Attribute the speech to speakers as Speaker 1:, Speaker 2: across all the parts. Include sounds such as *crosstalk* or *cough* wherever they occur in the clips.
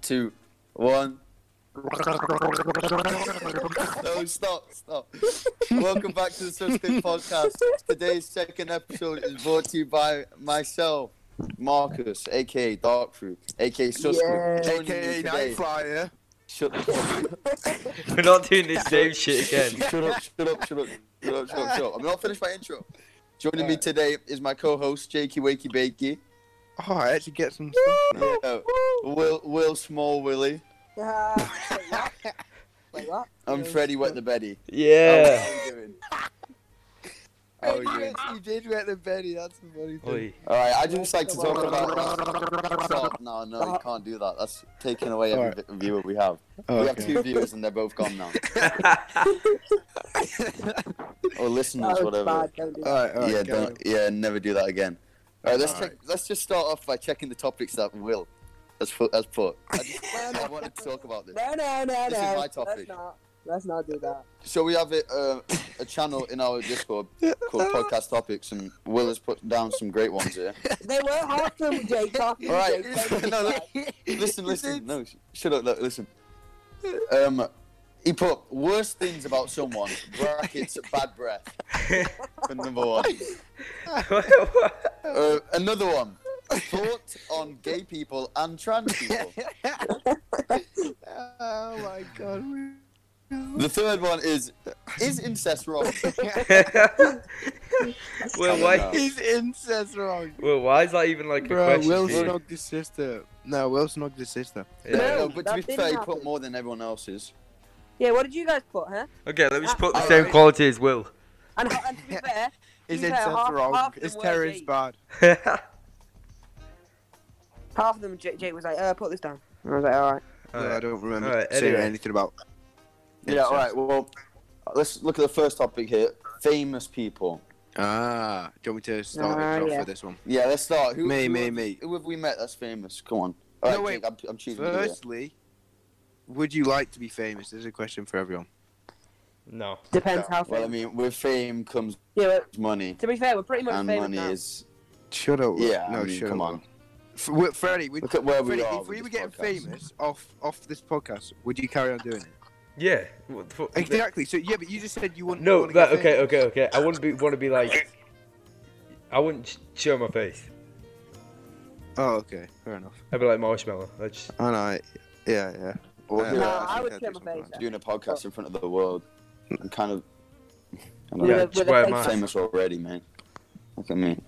Speaker 1: two, one. no, stop, stop. Welcome back to the Subscript Podcast. Today's second episode is brought to you by myself, Marcus, aka Dark Fruit, aka Subscript.
Speaker 2: Yeah.
Speaker 3: AKA Night Flyer.
Speaker 1: Shut the fuck up.
Speaker 4: We're not doing this name shit again.
Speaker 1: Shut up, shut up, shut up, shut up, shut up, shut up. I'm not finished my intro. Joining me today is my co-host, Jakey Wakey Bakey.
Speaker 3: Oh, I actually get some stuff.
Speaker 1: Uh, Will, Will Small Willie.
Speaker 2: Ah, Wait, what?
Speaker 1: I'm Freddie Wet the Betty.
Speaker 4: Yeah.
Speaker 1: How are you doing? How are
Speaker 3: Oh,
Speaker 1: you doing?
Speaker 3: you did wet the Benny, that's the funny thing.
Speaker 4: Oh. Oi.
Speaker 1: All right, I just like to talk about. Stop! No, no, you can't do that. That's taking away every
Speaker 3: All
Speaker 1: vi- viewer we have.
Speaker 3: Oh,
Speaker 1: We have
Speaker 3: okay.
Speaker 1: two viewers and they're both gone now, or listeners, Oh,
Speaker 2: That was
Speaker 1: whatever.
Speaker 2: bad, don't do that.
Speaker 3: Alright, alright.
Speaker 1: yeah,
Speaker 3: go on.
Speaker 1: don't, yeah, never do that again. All right, let's
Speaker 3: All
Speaker 1: check, let's just start off by checking the topics that Will has put. Has put. I, just, I
Speaker 2: *laughs*
Speaker 1: wanted to talk about this.
Speaker 2: No, no, no,
Speaker 1: This is
Speaker 2: no.
Speaker 1: my topic.
Speaker 2: Let's not, let's not do that.
Speaker 1: So we have a, uh, a channel in our Discord called Podcast Topics, and Will has put down some great ones here.
Speaker 2: They were half them, Jake. Half them,
Speaker 1: All *laughs* right,
Speaker 2: Jake.
Speaker 1: no, look, *laughs* listen, listen. No, sh- shut up. Look, listen. Um, he put worst things about *laughs* someone. Brackets, bad breath. number *laughs* one. Uh, another one. Thought on gay people and *laughs* trans people.
Speaker 3: Oh my god. *laughs*
Speaker 1: The third one is is incest *laughs* wrong?
Speaker 4: *laughs* well,
Speaker 1: I don't
Speaker 4: why?
Speaker 1: know.
Speaker 3: His incest wrong.
Speaker 4: Well, why is that even like a
Speaker 3: Bro,
Speaker 4: question?
Speaker 3: Will
Speaker 4: for you?
Speaker 3: snogged his sister. No, Will snogged his sister.
Speaker 4: Yeah.
Speaker 1: no, but to be
Speaker 2: that didn't
Speaker 1: fair, he
Speaker 2: happen.
Speaker 1: put more than everyone else's.
Speaker 2: Yeah, what did you guys put, huh?
Speaker 4: Okay, let me just put the
Speaker 2: Ah.
Speaker 1: Alright.
Speaker 4: same quality as Will. *laughs*
Speaker 2: And,
Speaker 1: *laughs*
Speaker 2: and to be fair,
Speaker 3: His
Speaker 2: Yeah,
Speaker 3: incest
Speaker 2: half-
Speaker 3: wrong.
Speaker 2: half the
Speaker 3: his
Speaker 2: word
Speaker 3: terrorist
Speaker 2: hate.
Speaker 3: bad.
Speaker 2: half of them, Jake, Jake was like, uh, put this down. And I was like, alright.
Speaker 3: No, I
Speaker 4: Alright.
Speaker 3: don't remember
Speaker 4: Alright,
Speaker 3: saying
Speaker 4: anyway.
Speaker 3: anything about
Speaker 1: Yeah. All right. Well, let's look at the first topic here. Famous people.
Speaker 3: Ah, do you want me to start
Speaker 2: Ah,
Speaker 3: it off
Speaker 2: yeah.
Speaker 3: with this one?
Speaker 1: Yeah. Let's start. Who,
Speaker 3: Me,
Speaker 1: who
Speaker 3: me,
Speaker 1: have-
Speaker 3: me.
Speaker 1: Who have we met that's famous? Come on. All
Speaker 3: No,
Speaker 1: right,
Speaker 3: wait.
Speaker 1: Jake, I'm, I'm choosing. you here.
Speaker 3: Firstly, would you like to be famous? This is a question for everyone.
Speaker 4: No.
Speaker 2: Depends how
Speaker 1: Well, I
Speaker 2: famous.
Speaker 1: mean, with fame comes
Speaker 2: Yeah, but
Speaker 1: money,
Speaker 2: to be fair, we're pretty much
Speaker 1: and
Speaker 2: famous
Speaker 1: money
Speaker 2: now.
Speaker 1: is
Speaker 3: Shut up. Will.
Speaker 1: yeah.
Speaker 3: No,
Speaker 1: I mean,
Speaker 3: shut
Speaker 1: come
Speaker 3: up.
Speaker 1: on.
Speaker 3: F- w- Freddie, would,
Speaker 1: Look at where we
Speaker 3: Freddie,
Speaker 1: are
Speaker 3: if
Speaker 1: with
Speaker 3: we were
Speaker 1: this
Speaker 3: getting
Speaker 1: podcast.
Speaker 3: famous off off this podcast, would you carry on doing it?
Speaker 4: Yeah. What the fuck-
Speaker 3: Exactly. So yeah, but you just said you wouldn't.
Speaker 4: No.
Speaker 3: want
Speaker 4: That, okay. Okay. Okay. I wouldn't be want to be like. I wouldn't sh- show my face.
Speaker 3: Oh, okay. Fair enough. Oh,
Speaker 4: I'd be like marshmallow. I just.
Speaker 3: I know. Yeah, yeah.
Speaker 1: Or
Speaker 3: Yeah,
Speaker 1: do
Speaker 2: No,
Speaker 1: a-
Speaker 3: I
Speaker 2: I
Speaker 3: think
Speaker 2: would
Speaker 3: I'd
Speaker 2: share
Speaker 3: do
Speaker 2: my face.
Speaker 3: something
Speaker 1: doing a podcast in front of the world. I'm kind of. I don't
Speaker 2: With
Speaker 4: Yeah,
Speaker 2: a-
Speaker 1: know,
Speaker 4: just
Speaker 2: with a
Speaker 4: wear a
Speaker 2: face
Speaker 4: mask.
Speaker 2: mask.
Speaker 1: famous already, man. Look at me.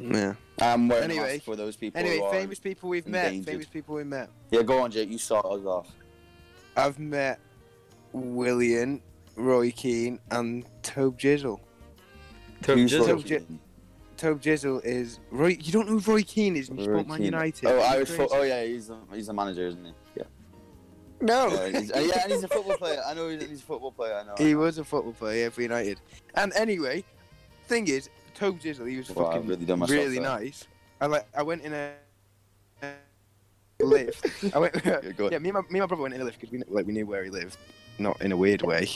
Speaker 3: Yeah.
Speaker 1: I'm wearing anyway,
Speaker 3: Anyway.
Speaker 1: for those people.
Speaker 3: Anyway,
Speaker 1: who are-
Speaker 3: famous people we've met.
Speaker 1: endangered.
Speaker 3: Famous people we met.
Speaker 1: Yeah, go on, Jake. You start us off.
Speaker 3: I've met William, Roy Keane, and Tobe Jizzle.
Speaker 4: Tom
Speaker 1: Who's
Speaker 4: Jizzle.
Speaker 3: Roy Tobe Jizzle is Roy. You don't know who Roy Keane is? He's
Speaker 1: Roy
Speaker 3: from Man
Speaker 1: Keane.
Speaker 3: United.
Speaker 1: Oh,
Speaker 3: Are you
Speaker 1: I was.
Speaker 3: crazy?
Speaker 1: Fo- oh yeah, he's the, he's the manager, isn't he? Yeah.
Speaker 3: no. Oh.
Speaker 1: Yeah, he's, uh, yeah, and he's a football player. I know he's, he's a football player. I know.
Speaker 3: He was a football player yeah, for United. And anyway, thing is, Tobe Dizzle, he was
Speaker 1: Wow, I've
Speaker 3: fucking
Speaker 1: really
Speaker 3: really,
Speaker 1: done myself there.
Speaker 3: nice. I like, I went in a a lift. I went,
Speaker 1: *laughs* Yeah, go on.
Speaker 3: yeah, me and my, me and my brother went in a lift because we kn- like we knew where he lived, not in a weird way.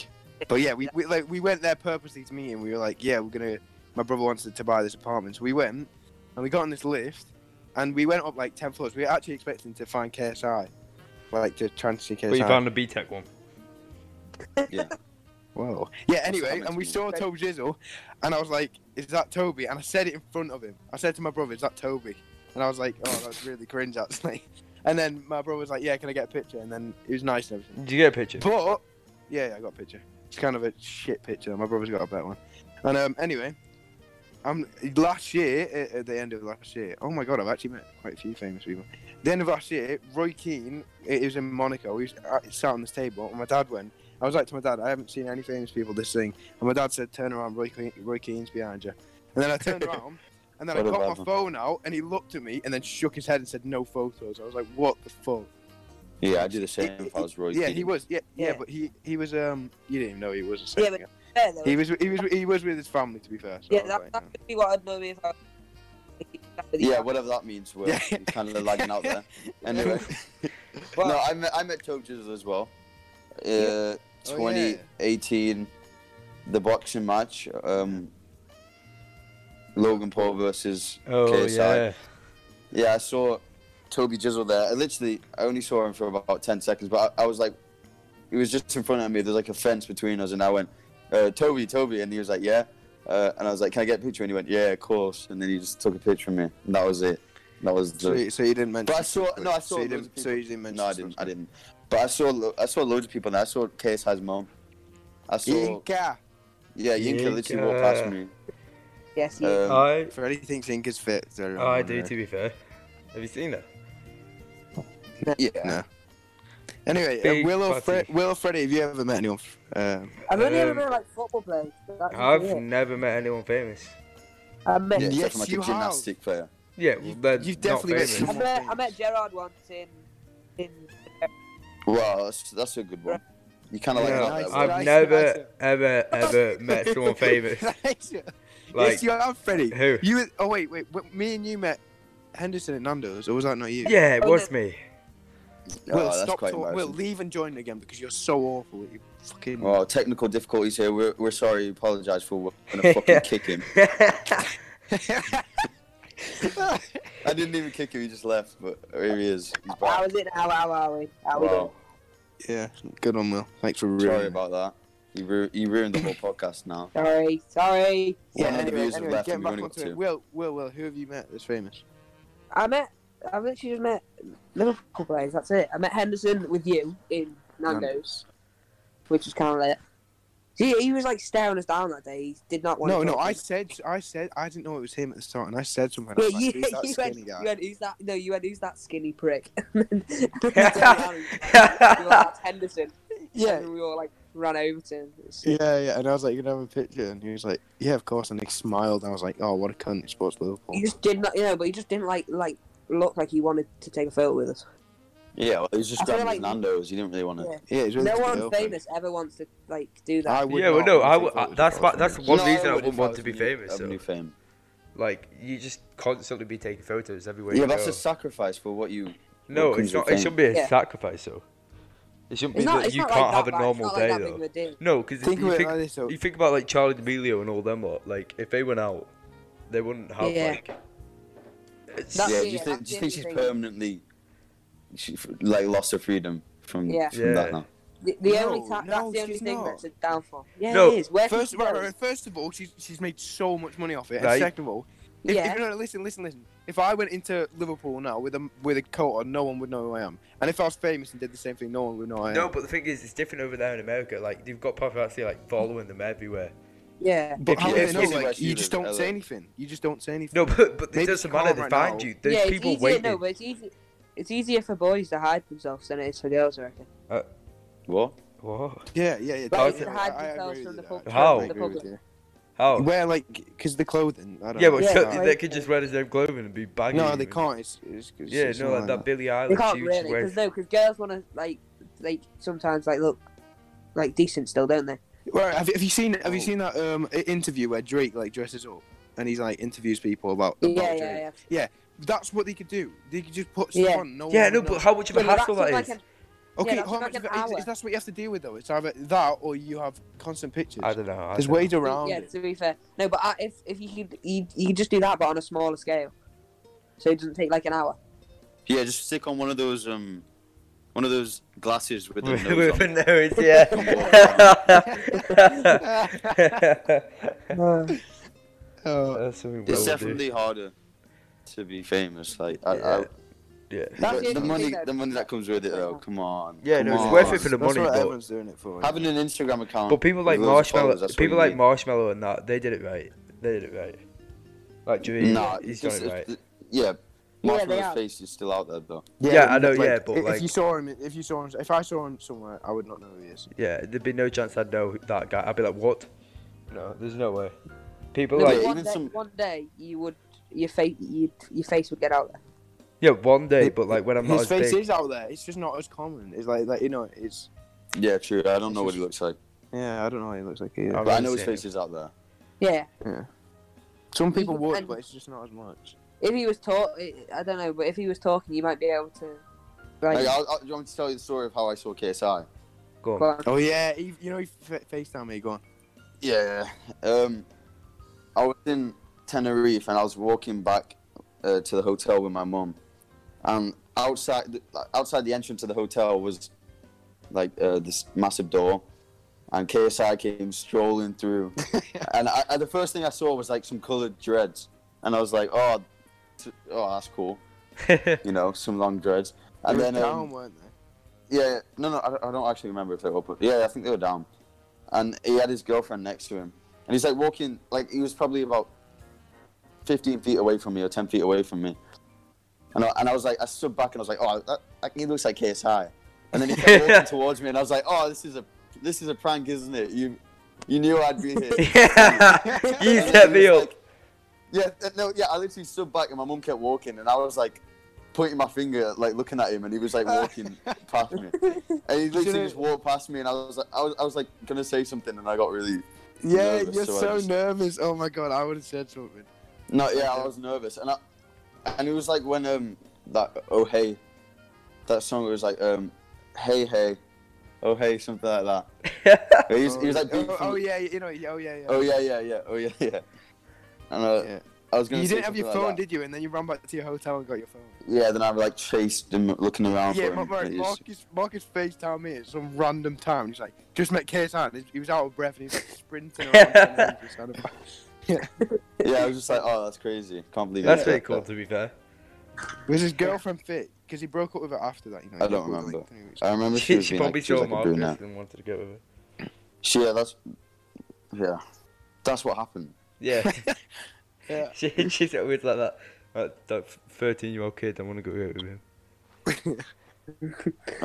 Speaker 3: But yeah, we, we like we went there purposely to meet him. We were like, yeah, we're gonna. My brother wanted to buy this apartment, so we went and we got on this lift, and we went up like ten floors. We were actually expecting to find KSI, like to try and see KSI.
Speaker 4: But you found a BTEC one.
Speaker 3: Whoa. Yeah, anyway,
Speaker 1: happened
Speaker 3: and
Speaker 1: to
Speaker 3: we
Speaker 1: me.
Speaker 3: saw Tobe Jizzle, and I was like, is that Toby? And I said it in front of him. I said to my brother, is that Toby? And I was like, oh, that's really cringe, actually. *laughs* And then my brother was like, yeah, can I get a picture? And then it was nice and everything.
Speaker 4: Did you get a picture?
Speaker 3: But, yeah, yeah, I got a picture. It's kind of a shit picture. My brother's got a better one. And um, anyway, I'm, last year, uh, at, at the end of last year, oh my God, I've actually met quite a few famous people. The end of last year, Roy Keane, it was in Monaco. He was at- sat on this table, and my dad went. I was like to my dad, I haven't seen any famous people this thing. And my dad said, turn around, Roy, Keane, Roy Keane's behind you. And then I
Speaker 1: *laughs*
Speaker 3: turned around, and then I
Speaker 1: What a
Speaker 3: got my
Speaker 1: bad man.
Speaker 3: phone out, and he looked at me, and then shook his head and said, no photos. I was like, what the fuck?
Speaker 1: Yeah, I do the same if I was Roy.
Speaker 3: Yeah,
Speaker 1: Keane.
Speaker 3: he was. Yeah, yeah,
Speaker 2: Yeah.
Speaker 3: but he he was. Um, you didn't even know he was a
Speaker 2: Yeah,
Speaker 3: singer.
Speaker 2: Fair, though.
Speaker 3: he was. He was. He was with his family. To be fair. So I
Speaker 2: Yeah,
Speaker 3: was
Speaker 2: that,
Speaker 3: like,
Speaker 2: that
Speaker 3: no.
Speaker 2: would be what I'd know if I.
Speaker 1: Yeah, whatever that means. We're
Speaker 3: Yeah.
Speaker 1: kind of lagging out
Speaker 3: *laughs*
Speaker 1: there. Anyway, no, I met I met Tobe Jizzle as well. Uh,
Speaker 3: Oh,
Speaker 1: 2018, the boxing match. Um, Logan Paul versus
Speaker 4: Oh
Speaker 1: KSI.
Speaker 4: yeah.
Speaker 1: Yeah, I saw Toby Jizzle there. I literally, I only saw him for about 10 seconds, but I, I was like, he was just in front of me. There's like a fence between us, and I went, uh, Toby, Toby. And he was like, yeah. Uh, and I was like, can I get a picture? And he went, yeah, of course. And then he just took a picture of me, and that was it. That was
Speaker 3: So,
Speaker 1: the.
Speaker 3: you- so you didn't mention.
Speaker 1: But I saw, no, I saw.
Speaker 3: So
Speaker 1: loads
Speaker 3: you, didn't,
Speaker 1: of people.
Speaker 3: so you didn't mention.
Speaker 1: No, I didn't. I didn't. But I saw lo- I saw loads of people. There. I saw Case has mom. I saw
Speaker 3: Inca.
Speaker 1: yeah, Yinka literally walked
Speaker 5: Yinka.
Speaker 1: past me.
Speaker 2: Yes, he is.
Speaker 1: Um,
Speaker 5: I,
Speaker 3: For anything, Inca's fit. they're
Speaker 5: Oh, I
Speaker 3: on
Speaker 5: do,
Speaker 3: there.
Speaker 5: to be fair. Have you seen that?
Speaker 1: yeah,
Speaker 3: No. Anyway,
Speaker 5: Big
Speaker 3: uh, Will or
Speaker 5: fatty.
Speaker 3: Fre- Will or Freddie, have you ever met anyone? f- Um,
Speaker 2: I've only ever
Speaker 5: um,
Speaker 2: met like football players. but That's
Speaker 5: I've
Speaker 2: it.
Speaker 5: never met anyone famous.
Speaker 2: I met.
Speaker 1: yeah,
Speaker 3: Yes,
Speaker 1: except for like
Speaker 3: you
Speaker 1: a
Speaker 3: have.
Speaker 1: gymnastic player.
Speaker 5: Yeah, well, they're
Speaker 3: you've
Speaker 5: not
Speaker 3: definitely met
Speaker 5: famous.
Speaker 2: I *laughs*
Speaker 3: someone.
Speaker 2: met. I met Gerard once in. In.
Speaker 1: Wow, that's, that's a good one. You kind of
Speaker 5: No,
Speaker 1: like that
Speaker 3: Yeah, nice.
Speaker 1: one.
Speaker 5: I've
Speaker 3: Nice,
Speaker 5: never,
Speaker 3: nice.
Speaker 5: ever,
Speaker 2: *laughs*
Speaker 5: ever met someone
Speaker 3: *laughs*
Speaker 5: famous. Like,
Speaker 3: yes, you have, Freddie.
Speaker 5: who?
Speaker 3: You. were- Oh wait, wait. wh- Me and you met Henderson at Nando's, or was that not you?
Speaker 5: Yeah, it
Speaker 2: Oh,
Speaker 5: was
Speaker 2: no.
Speaker 5: me.
Speaker 1: Oh,
Speaker 3: Will,
Speaker 1: that's
Speaker 3: stop
Speaker 1: quite
Speaker 3: talking. Will,
Speaker 1: embarrassing.
Speaker 3: leave and join again because you're so awful. at You fucking.
Speaker 1: Well, technical difficulties here. We're, we're sorry. Apologise for. We're *laughs* gonna fucking kick him. I didn't even kick him. He just left. But here he is. He's
Speaker 2: How
Speaker 1: back.
Speaker 2: is it now? How are we? How are we doing?
Speaker 1: Wow.
Speaker 3: *laughs* yeah. Good on Will. Thanks for ruining.
Speaker 1: Sorry
Speaker 3: it.
Speaker 1: about that. He, ru- he ruined the whole podcast now.
Speaker 2: Sorry, sorry.
Speaker 3: Yeah.
Speaker 1: One of the
Speaker 3: Anyway,
Speaker 1: views
Speaker 3: anyway,
Speaker 1: left
Speaker 3: getting
Speaker 1: and we
Speaker 3: back
Speaker 1: only got
Speaker 3: onto
Speaker 1: two.
Speaker 3: it. Will, Will, Will. Who have you met that's famous?
Speaker 2: I met. I've literally just met Liverpool players. That's it. I met Henderson with you in Nando's, which was kind of like. See, he was like staring us down that day. He did not want.
Speaker 3: No,
Speaker 2: to
Speaker 3: no.
Speaker 2: talk to
Speaker 3: I
Speaker 2: us.
Speaker 3: said, I said, I didn't know it was him at the start, and I said something. I
Speaker 2: Yeah,
Speaker 3: was like,
Speaker 2: you,
Speaker 3: "Who's *laughs*
Speaker 2: *laughs*
Speaker 3: that
Speaker 2: you, went,
Speaker 3: skinny
Speaker 2: you
Speaker 3: guy?"
Speaker 2: went, who's that? No, you went, who's that skinny prick? *laughs* And then-
Speaker 3: *laughs*
Speaker 2: and then we were like, That's Henderson.
Speaker 3: Yeah,
Speaker 2: And we all like ran over to him. It's-
Speaker 3: Yeah, yeah. And I was like, you can have a picture. And he was like, yeah, of course. And he smiled. And I was like, oh, what a cunt. He supports Liverpool.
Speaker 2: He just did not, you know, but he just didn't like like look like he wanted to take a photo with us.
Speaker 1: Yeah, well, he was just
Speaker 2: I feel
Speaker 1: grabbing his
Speaker 2: like-
Speaker 1: Nando's. He didn't really want to.
Speaker 2: Yeah.
Speaker 3: Yeah, he's really
Speaker 2: No
Speaker 3: good
Speaker 2: one
Speaker 3: girlfriend.
Speaker 2: famous ever wants to like do that.
Speaker 3: I would
Speaker 5: yeah, well,
Speaker 3: not
Speaker 5: no,
Speaker 3: want
Speaker 5: I,
Speaker 3: to
Speaker 5: w-
Speaker 3: take
Speaker 5: I,
Speaker 3: photos
Speaker 5: that's
Speaker 3: of
Speaker 5: why, that's
Speaker 3: girlfriends.
Speaker 5: one
Speaker 1: No,
Speaker 5: reason I
Speaker 1: would
Speaker 5: wouldn't
Speaker 1: if
Speaker 5: want
Speaker 1: was
Speaker 5: to be
Speaker 1: new-
Speaker 5: famous.
Speaker 1: of
Speaker 5: So.
Speaker 1: new fame.
Speaker 5: *laughs* Like, you just constantly be taking photos everywhere.
Speaker 1: Yeah,
Speaker 5: you
Speaker 1: that's
Speaker 5: go.
Speaker 1: a sacrifice for what you.
Speaker 5: No,
Speaker 1: what comes
Speaker 5: it's not.
Speaker 1: with
Speaker 5: It shouldn't be a
Speaker 2: Yeah.
Speaker 5: sacrifice, though. it shouldn't
Speaker 2: it's
Speaker 5: be
Speaker 2: not.
Speaker 5: that
Speaker 2: It's
Speaker 5: you
Speaker 2: not
Speaker 5: can't
Speaker 2: like
Speaker 5: have
Speaker 2: that
Speaker 5: a
Speaker 2: bad.
Speaker 5: normal
Speaker 2: it's not like
Speaker 5: day
Speaker 2: that big
Speaker 5: though.
Speaker 2: of a
Speaker 3: *laughs*
Speaker 2: deal.
Speaker 5: No, because
Speaker 3: Think
Speaker 5: you
Speaker 3: of it
Speaker 5: think
Speaker 3: like this. though.
Speaker 5: you think about like Charlie D'Amelio and all them lot. Like if they went out, they wouldn't have
Speaker 2: Yeah.
Speaker 5: like. It's,
Speaker 2: That's
Speaker 1: yeah,
Speaker 2: it,
Speaker 1: do you
Speaker 2: yeah,
Speaker 1: think,
Speaker 2: that's
Speaker 1: do you
Speaker 2: the
Speaker 1: think
Speaker 2: only
Speaker 1: she's
Speaker 2: thing.
Speaker 1: permanently, she, f- like, lost her freedom from,
Speaker 2: Yeah.
Speaker 1: from that
Speaker 5: Yeah.
Speaker 1: now?
Speaker 2: The, the
Speaker 3: No,
Speaker 2: only time
Speaker 3: no,
Speaker 2: that's the only
Speaker 3: she's
Speaker 2: thing
Speaker 3: not.
Speaker 2: that's a downfall. Yeah,
Speaker 5: No,
Speaker 2: it is. Where
Speaker 3: First,
Speaker 2: first,
Speaker 3: right, right, first of all, she's, she's made so much money off it. And
Speaker 5: Right.
Speaker 3: second of all, if,
Speaker 2: Yeah.
Speaker 3: if, no, no, listen, listen, listen. If I went into Liverpool now with a with a coat on, no one would know who I am. And if I was famous and did the same thing, no one would know who I am.
Speaker 5: no, but the thing is, it's different over there in America. Like they've got paparazzi like following them everywhere.
Speaker 2: yeah,
Speaker 3: But
Speaker 5: if
Speaker 3: how
Speaker 5: you-
Speaker 3: do
Speaker 5: if-
Speaker 3: they know?
Speaker 5: if-
Speaker 3: like, you
Speaker 1: you
Speaker 3: just
Speaker 1: live,
Speaker 3: don't
Speaker 1: LA.
Speaker 3: say anything. You just don't say anything.
Speaker 5: No, but but
Speaker 3: Maybe
Speaker 5: it doesn't
Speaker 3: they can't
Speaker 5: matter. They
Speaker 3: right
Speaker 5: find
Speaker 3: now.
Speaker 5: you. There's
Speaker 2: yeah. It's
Speaker 5: people
Speaker 2: easier,
Speaker 5: waiting.
Speaker 2: no, but it's easy. It's easier for boys to hide themselves than it is for girls, I reckon.
Speaker 1: What?
Speaker 5: What?
Speaker 3: Yeah, yeah, yeah.
Speaker 2: Right,
Speaker 3: definitely.
Speaker 2: to hide
Speaker 3: I- I
Speaker 2: themselves
Speaker 3: agree
Speaker 2: from
Speaker 3: with
Speaker 2: the
Speaker 3: you
Speaker 2: pub-
Speaker 3: there.
Speaker 5: How?
Speaker 3: I
Speaker 5: from
Speaker 2: the
Speaker 3: agree with
Speaker 2: public.
Speaker 3: you.
Speaker 5: How?
Speaker 3: Wear like, because the clothing. I don't
Speaker 5: Yeah,
Speaker 3: know.
Speaker 5: but
Speaker 2: Yeah,
Speaker 5: so-
Speaker 2: right.
Speaker 5: they could just wear the same clothing and be banging.
Speaker 3: no, they can't. It's, it's, it's
Speaker 5: Yeah,
Speaker 3: it's
Speaker 5: no,
Speaker 3: not
Speaker 5: like that Billy
Speaker 2: They
Speaker 5: Eilish.
Speaker 2: can't
Speaker 5: she was
Speaker 2: really,
Speaker 5: wearing-
Speaker 2: because no, because girls want to like, like sometimes like look, like decent still, don't they?
Speaker 3: Well, have, you- have you seen Have you
Speaker 1: Oh.
Speaker 3: seen that um i- interview where Drake like dresses up and he's like interviews people about?
Speaker 2: Yeah,
Speaker 3: about
Speaker 2: yeah,
Speaker 3: Drake?
Speaker 2: yeah.
Speaker 3: That's what they could do. They could just put stuff
Speaker 2: Yeah.
Speaker 3: on. No
Speaker 5: Yeah,
Speaker 3: one
Speaker 5: no,
Speaker 3: would
Speaker 5: but
Speaker 3: know.
Speaker 5: how much of a
Speaker 2: Yeah, but
Speaker 5: hassle
Speaker 2: that's
Speaker 5: that
Speaker 2: like
Speaker 5: is?
Speaker 2: an-
Speaker 3: okay,
Speaker 2: that's
Speaker 3: how
Speaker 2: like
Speaker 3: much
Speaker 2: an
Speaker 3: of it- is-
Speaker 2: hour.
Speaker 3: is that's what you have to deal with though. It's either that or you have constant pictures.
Speaker 5: I don't know. I *laughs*
Speaker 3: There's
Speaker 5: don't know.
Speaker 3: ways around
Speaker 2: yeah,
Speaker 3: it.
Speaker 2: to be fair, no, but I, if if you could, you, you could just do that, but on a smaller scale, so it doesn't take like an hour.
Speaker 1: Yeah, just stick on one of those, um, one of those glasses with the
Speaker 5: *laughs* With
Speaker 1: nose
Speaker 5: a
Speaker 1: on.
Speaker 5: nose, yeah.
Speaker 3: Uh,
Speaker 5: *laughs* That's
Speaker 1: It's
Speaker 5: something Will would do.
Speaker 1: definitely harder to be famous. Like, I, I,
Speaker 5: Yeah. Yeah.
Speaker 2: That's
Speaker 1: but
Speaker 2: the
Speaker 1: the
Speaker 2: only
Speaker 1: money,
Speaker 2: thing that-
Speaker 1: the money that comes with it, though. Come on.
Speaker 5: Yeah,
Speaker 1: come
Speaker 5: no, it's
Speaker 1: on.
Speaker 5: worth it for the
Speaker 3: that's
Speaker 5: money,
Speaker 3: what
Speaker 5: but-
Speaker 3: everyone's doing it for.
Speaker 1: Having an Instagram account.
Speaker 5: But people
Speaker 1: with
Speaker 5: like
Speaker 1: loads of followers,
Speaker 5: Marshmallow,
Speaker 1: that's what you
Speaker 5: people like
Speaker 1: need.
Speaker 5: Marshmallow and that, they did it right. They did it right. Like Dre,
Speaker 1: Nah,
Speaker 5: he's
Speaker 1: just-
Speaker 5: done it right.
Speaker 1: it's- Yeah,
Speaker 2: they
Speaker 1: Marshmallow's
Speaker 2: are.
Speaker 1: face is still out there, though.
Speaker 5: Yeah, I know,
Speaker 3: like,
Speaker 5: yeah, but,
Speaker 3: if
Speaker 5: like-
Speaker 3: you saw him, if you saw him, if I saw him somewhere, I would not know who he is.
Speaker 5: Yeah, there'd be no chance I'd know who- that guy. I'd be like, what? No, there's no way. People
Speaker 2: No, but
Speaker 5: like,
Speaker 1: yeah.
Speaker 2: one,
Speaker 1: even
Speaker 2: day,
Speaker 1: some-
Speaker 2: one day you would your face you, your face would get out there.
Speaker 5: yeah, one day, but like when I'm not
Speaker 3: His
Speaker 5: as
Speaker 3: face
Speaker 5: big.
Speaker 3: is out there. It's just not as common. It's like, like you know, it's
Speaker 1: Yeah, true. I don't know what
Speaker 3: It's just-
Speaker 1: he looks like,
Speaker 3: yeah. I don't know what he looks like either.
Speaker 5: I've
Speaker 1: but I
Speaker 5: never
Speaker 1: know his
Speaker 5: seen him.
Speaker 1: face is out there.
Speaker 2: Yeah,
Speaker 3: Some people
Speaker 2: could-
Speaker 3: would,
Speaker 2: and-
Speaker 3: but it's just not as much.
Speaker 2: if he was talk, I don't know, but if he was talking, you might be able to. Like,
Speaker 1: Like, I'll, I'll, do you want me to tell you the story of how I saw KSI?
Speaker 5: Go
Speaker 2: go
Speaker 5: on.
Speaker 2: on.
Speaker 3: Oh yeah, he, you know he fa- FaceTime me. Go on.
Speaker 1: Yeah. Um, I was in Tenerife and I was walking back uh, to the hotel with my mum, and outside the, like, outside the entrance of the hotel was like uh, this massive door, and KSI came strolling through, and I, I, the first thing I saw was like some coloured dreads, and I was like, oh, t- oh that's cool, you know, some long dreads, and
Speaker 3: They were
Speaker 1: then um,
Speaker 3: down, weren't they?
Speaker 1: yeah, no, no, I don't, I don't actually remember if they were up, but yeah, I think they were down. And he had his girlfriend next to him, and he's like walking, like he was probably about 15 feet away from me or 10 feet away from me. And I, and I was like, I stood back and I was like, oh, that, that, he looks like KSI. And then he kept walking towards me, and I was like, oh, this is a this is a prank, isn't it? You you knew I'd be here.
Speaker 5: *laughs* Yeah, you
Speaker 1: And
Speaker 5: set
Speaker 1: he
Speaker 5: me
Speaker 1: was
Speaker 5: up.
Speaker 1: like- yeah, th- no, yeah. I literally stood back and my mum kept walking, and I was like pointing my finger, like looking at him, and he was like
Speaker 3: *laughs*
Speaker 1: walking past me, and he literally
Speaker 3: know-
Speaker 1: just walked past me, and I was like, I was, I was like gonna say something, and I got really
Speaker 3: Yeah,
Speaker 1: Nervous,
Speaker 3: you're
Speaker 1: so I
Speaker 3: so
Speaker 1: just-
Speaker 3: nervous. Oh my god, I would have said something.
Speaker 1: no, yeah, I was nervous, and I, and it was like when um that oh hey, that song was like um hey hey, oh hey something like that. He was, he was like
Speaker 3: oh,
Speaker 1: beat
Speaker 3: oh,
Speaker 1: from-
Speaker 3: oh yeah, you know, oh yeah, yeah.
Speaker 1: oh yeah yeah yeah oh yeah *laughs* yeah, and uh,
Speaker 3: Yeah.
Speaker 1: I was gonna.
Speaker 3: You
Speaker 1: say
Speaker 3: didn't have your
Speaker 1: something
Speaker 3: phone,
Speaker 1: like that.
Speaker 3: did you? And then you ran back to your hotel and got your phone.
Speaker 1: Yeah, then I like chased him, looking around
Speaker 3: yeah,
Speaker 1: for him.
Speaker 3: Mark,
Speaker 1: and he just-
Speaker 3: Marcus, Marcus FaceTimed me at some random time. He's like, just met KSI. and He was out of breath and he was like sprinting
Speaker 1: *laughs*
Speaker 3: around. trying to leave us out of-
Speaker 1: Yeah, I was just like, oh, that's crazy. Can't believe
Speaker 5: *laughs* That's
Speaker 1: it.
Speaker 5: pretty cool, to be fair.
Speaker 3: was his girlfriend fit? Because he broke up with her after that, you know.
Speaker 1: I
Speaker 3: he
Speaker 1: don't
Speaker 3: broke up with her,
Speaker 1: remember. Uh,
Speaker 3: like, three weeks
Speaker 1: I remember she,
Speaker 5: She,
Speaker 1: was
Speaker 5: she
Speaker 1: being like,
Speaker 5: probably
Speaker 1: she was
Speaker 5: saw
Speaker 1: like a
Speaker 5: Marcus
Speaker 1: brunette.
Speaker 5: and wanted to get with her.
Speaker 1: She, yeah, that's yeah, that's what happened.
Speaker 5: Yeah.
Speaker 1: *laughs*
Speaker 3: Yeah.
Speaker 5: *laughs* she, she's always like that. Like, that 13 year old kid, I want to go out with him.
Speaker 1: All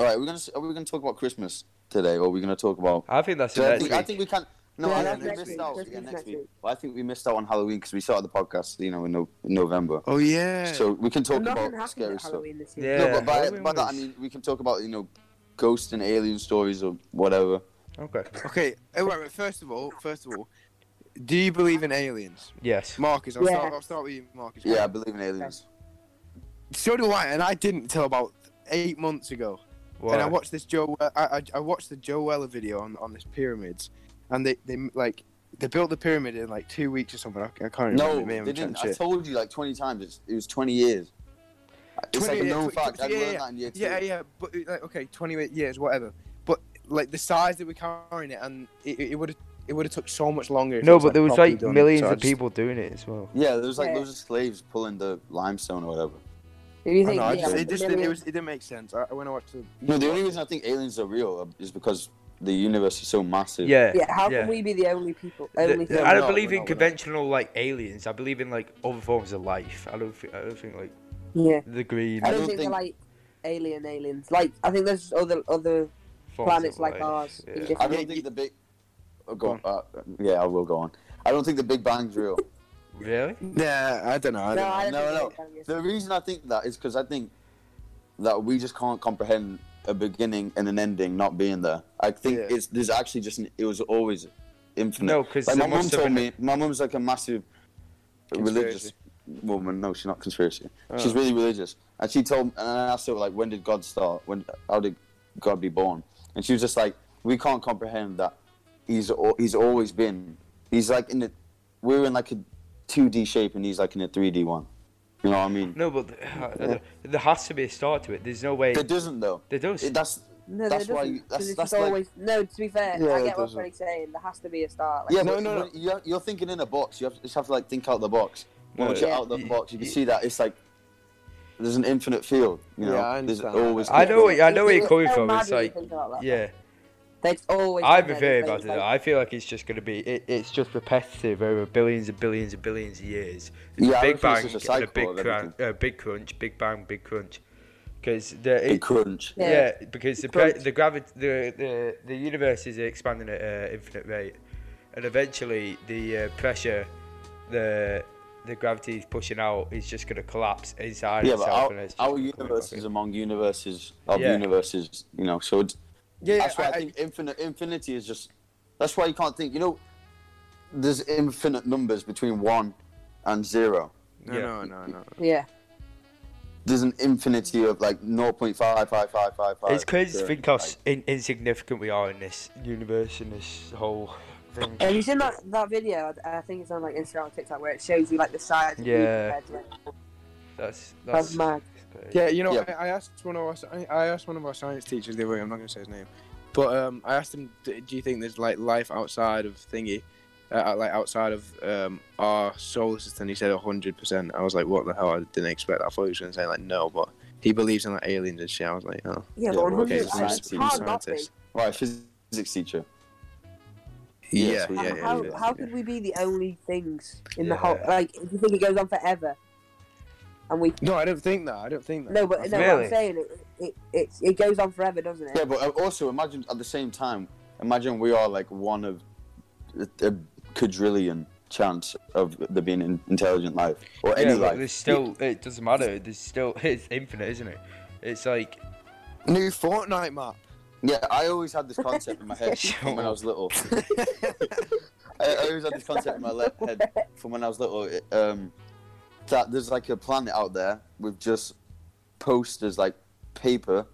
Speaker 1: right, we're gonna s- are we gonna talk about Christmas today, or are we gonna talk about?
Speaker 5: I think that's
Speaker 1: So
Speaker 5: the
Speaker 1: I,
Speaker 5: next
Speaker 1: think,
Speaker 5: week.
Speaker 1: I think we can. No,
Speaker 2: Yeah,
Speaker 1: I
Speaker 2: yeah,
Speaker 1: think we
Speaker 2: next
Speaker 1: missed
Speaker 2: week.
Speaker 1: out.
Speaker 2: Christmas
Speaker 1: yeah, next
Speaker 2: next
Speaker 1: week.
Speaker 2: week.
Speaker 1: Well, I think we missed out on Halloween because we started the podcast, you know, in, no- in November.
Speaker 3: Oh yeah.
Speaker 1: So we can talk
Speaker 2: Nothing
Speaker 1: about
Speaker 2: happened
Speaker 1: scary
Speaker 2: at
Speaker 1: stuff.
Speaker 2: Halloween this
Speaker 5: Yeah.
Speaker 2: year.
Speaker 1: no, but by,
Speaker 5: Halloween
Speaker 1: by that I
Speaker 5: was-
Speaker 1: mean we can talk about you know, ghost and alien stories or whatever.
Speaker 5: Okay.
Speaker 3: okay, oh, wait, wait, first of all, first of all, do you believe in aliens,
Speaker 5: Yes.
Speaker 3: Marcus? I'll, start,
Speaker 2: Yeah.
Speaker 3: I'll start with you, Marcus.
Speaker 1: Yeah, I believe in aliens.
Speaker 3: So do I, and I didn't until about eight months ago. And
Speaker 5: Why?
Speaker 3: I watched this Joe. I, I, I watched the Joe Weller video on, on this pyramids, and they, they like they built the pyramid in like two weeks or something. I, I can't remember.
Speaker 1: No,
Speaker 3: It may have
Speaker 1: they
Speaker 3: been
Speaker 1: didn't. I
Speaker 3: shit.
Speaker 1: told you like 20 times. It's, it was 20 years. It's
Speaker 3: 20
Speaker 1: like a
Speaker 3: years,
Speaker 1: known
Speaker 3: tw-
Speaker 1: fact. I
Speaker 3: yeah,
Speaker 1: learned that in year two.
Speaker 3: yeah, yeah, but uh, like, okay, twenty-eight years, whatever. But like the size that we're carrying it, and it, it would have it would have took so much longer. if it
Speaker 5: No, but there was
Speaker 3: properly
Speaker 5: like
Speaker 3: done,
Speaker 5: millions
Speaker 3: so I
Speaker 5: of
Speaker 3: just-
Speaker 5: people doing it as well.
Speaker 1: Yeah, there was like
Speaker 2: Yeah.
Speaker 1: those slaves pulling the limestone or whatever.
Speaker 2: If you
Speaker 3: I
Speaker 2: think,
Speaker 3: know, I
Speaker 2: yeah,
Speaker 3: just,
Speaker 2: like
Speaker 3: it
Speaker 2: the
Speaker 3: just it,
Speaker 2: million-
Speaker 3: was, it didn't make sense. I, when I watched the
Speaker 1: No, the only reason I think aliens are real uh, is because the universe is so massive.
Speaker 5: Yeah.
Speaker 2: yeah, how
Speaker 5: yeah.
Speaker 2: can we be the only people?
Speaker 5: Th-
Speaker 2: Only
Speaker 5: I
Speaker 1: No,
Speaker 5: don't believe
Speaker 1: we're not, we're
Speaker 5: in
Speaker 1: not.
Speaker 5: conventional like aliens. I believe in like other forms of life. I don't. Think, I don't think like
Speaker 2: yeah,
Speaker 5: the green
Speaker 2: I
Speaker 1: don't
Speaker 2: don't think they're
Speaker 1: think-
Speaker 2: like alien aliens. Like I think there's other other
Speaker 5: forms
Speaker 2: planets
Speaker 5: of
Speaker 2: like
Speaker 5: life.
Speaker 2: ours,
Speaker 5: Yeah.
Speaker 2: in different-
Speaker 1: I don't think the big. Oh, go on. Uh, yeah, I will go on. I don't think the Big Bang's real.
Speaker 5: Really?
Speaker 3: yeah, I don't know. I don't know.
Speaker 1: No, no. the reason I think that is because I think that we just can't comprehend a beginning and an ending not being there. I think
Speaker 3: Yeah.
Speaker 1: it's there's actually just an, it was always infinite.
Speaker 5: No, 'cause
Speaker 1: like
Speaker 5: there
Speaker 1: my mum
Speaker 5: must have
Speaker 1: told
Speaker 5: been
Speaker 1: me, my mum's like a massive religious woman. No, she's not conspiracy.
Speaker 5: Oh.
Speaker 1: She's really religious, and she told and I asked her like, when did God start? When how did God be born? And she was just like, we can't comprehend that he's al- he's always been. He's like in the we're in like a 2D shape and he's like in a 3D one. You know what I mean?
Speaker 5: No, but th- I don't know. there has to be a start to it. There's no way.
Speaker 1: There doesn't though.
Speaker 5: There does.
Speaker 1: It, that's
Speaker 2: No,
Speaker 1: that's
Speaker 2: there
Speaker 1: why
Speaker 2: doesn't,
Speaker 1: you-
Speaker 2: 'cause
Speaker 1: that's
Speaker 2: it's
Speaker 1: that's
Speaker 2: just
Speaker 1: like
Speaker 2: always no. To be fair,
Speaker 3: Yeah,
Speaker 2: I
Speaker 3: it
Speaker 2: get what
Speaker 3: doesn't.
Speaker 2: Frank's saying. There has to be a start. Like,
Speaker 1: yeah.
Speaker 3: No,
Speaker 1: but
Speaker 3: no, no.
Speaker 1: You're, you're thinking in a box. You have, just have to like think out the box.
Speaker 5: No,
Speaker 1: Once you're
Speaker 2: yeah.
Speaker 1: out the
Speaker 5: You-
Speaker 1: box, you can
Speaker 5: you-
Speaker 1: see that it's like there's an infinite field. You know,
Speaker 3: Yeah, I
Speaker 1: there's
Speaker 3: understand that.
Speaker 1: always.
Speaker 5: I know. What, I know where
Speaker 2: It's-
Speaker 5: you're
Speaker 2: it's
Speaker 5: coming
Speaker 2: so
Speaker 5: from.
Speaker 2: mad
Speaker 5: It's
Speaker 2: when you
Speaker 5: like,
Speaker 2: think about that.
Speaker 5: yeah.
Speaker 2: There's always.
Speaker 5: I have
Speaker 2: been
Speaker 5: a
Speaker 2: there,
Speaker 5: theory
Speaker 2: there's
Speaker 5: about it.
Speaker 2: like-
Speaker 5: though. I feel like it's just going to be. It, it's just repetitive over billions and billions and billions of years. There's
Speaker 1: Yeah, I
Speaker 5: a
Speaker 1: reckon
Speaker 5: big
Speaker 1: it's
Speaker 5: bang,
Speaker 1: just a
Speaker 5: and a
Speaker 1: cycle
Speaker 5: big,
Speaker 1: of
Speaker 5: crunch,
Speaker 1: everything.
Speaker 5: uh, big crunch, big bang, big crunch. Because the
Speaker 1: Big
Speaker 5: it,
Speaker 1: crunch.
Speaker 2: Yeah.
Speaker 5: yeah. because the pre-
Speaker 2: Crunch.
Speaker 5: the gravity the, the the universe is expanding at an infinite rate, and eventually the uh, pressure, the the gravity is pushing out is just going to collapse inside
Speaker 1: Yeah, but
Speaker 5: itself.
Speaker 1: our,
Speaker 5: and it's just
Speaker 1: our
Speaker 5: gonna come
Speaker 1: universe
Speaker 5: back in.
Speaker 1: is among universes of
Speaker 5: Yeah.
Speaker 1: universes. You know, so it's,
Speaker 3: Yeah, yeah,
Speaker 1: that's why I,
Speaker 3: I- I-
Speaker 1: think infinite infinity is just. That's why you can't think. You know, there's infinite numbers between one and zero.
Speaker 3: No,
Speaker 5: Yeah.
Speaker 3: no, no, no.
Speaker 2: Yeah.
Speaker 1: There's an infinity of like 0.55555.
Speaker 5: It's crazy
Speaker 1: So,
Speaker 5: to think how s in, insignificant we are in this universe, in this whole thing.
Speaker 2: Have you seen that, that video? I I think it's on like Instagram or TikTok where it shows you like the size. Of you
Speaker 5: Yeah.
Speaker 2: compared to, like,
Speaker 5: That's
Speaker 2: that's
Speaker 5: that's
Speaker 2: mad.
Speaker 5: page.
Speaker 3: Yeah, you know,
Speaker 1: Yeah.
Speaker 3: I, I asked one of our sci- I asked one of our science teachers the other way. I'm not going to say his name, but um, I asked him, "D- "Do you think there's like life outside of thingy, uh, like outside of um, our solar system?" He said hundred percent. I was like, "What the hell?" I didn't expect that. I thought he was going to say like no, but he believes in like aliens and shit. I was like, "Oh,
Speaker 2: Yeah,
Speaker 1: Yeah,
Speaker 2: but
Speaker 1: well, okay,
Speaker 2: 100
Speaker 1: it's
Speaker 2: I- it's
Speaker 1: science,
Speaker 2: hard
Speaker 1: it's
Speaker 2: not to.
Speaker 3: scientist.
Speaker 1: Right, physics teacher.
Speaker 3: yeah,
Speaker 1: Yes,
Speaker 3: yeah,
Speaker 1: we-
Speaker 2: How,
Speaker 3: yeah."
Speaker 2: how,
Speaker 3: yeah,
Speaker 2: how
Speaker 3: yeah.
Speaker 2: could we be the only things in the
Speaker 5: Yeah.
Speaker 2: whole? Like, if you think it goes on forever, and we
Speaker 3: No, I don't think that. I don't think that.
Speaker 2: no, but no, what
Speaker 5: Really?
Speaker 2: I'm saying it, it, it it goes on forever, doesn't it?
Speaker 1: Yeah, but uh, also imagine at the same time, imagine we are like one of a, a quadrillion chance of there being in, intelligent life or any
Speaker 5: yeah, but
Speaker 1: life.
Speaker 5: there's still it doesn't matter. There's still *laughs* it's infinite, isn't it? It's like
Speaker 3: New Fortnite map.
Speaker 1: Yeah, I always
Speaker 3: *laughs*
Speaker 1: had this concept in my head from when I was little. I, I always had this concept in my le- head from when I was little. it, Um, that there's like a planet out there with just posters like paper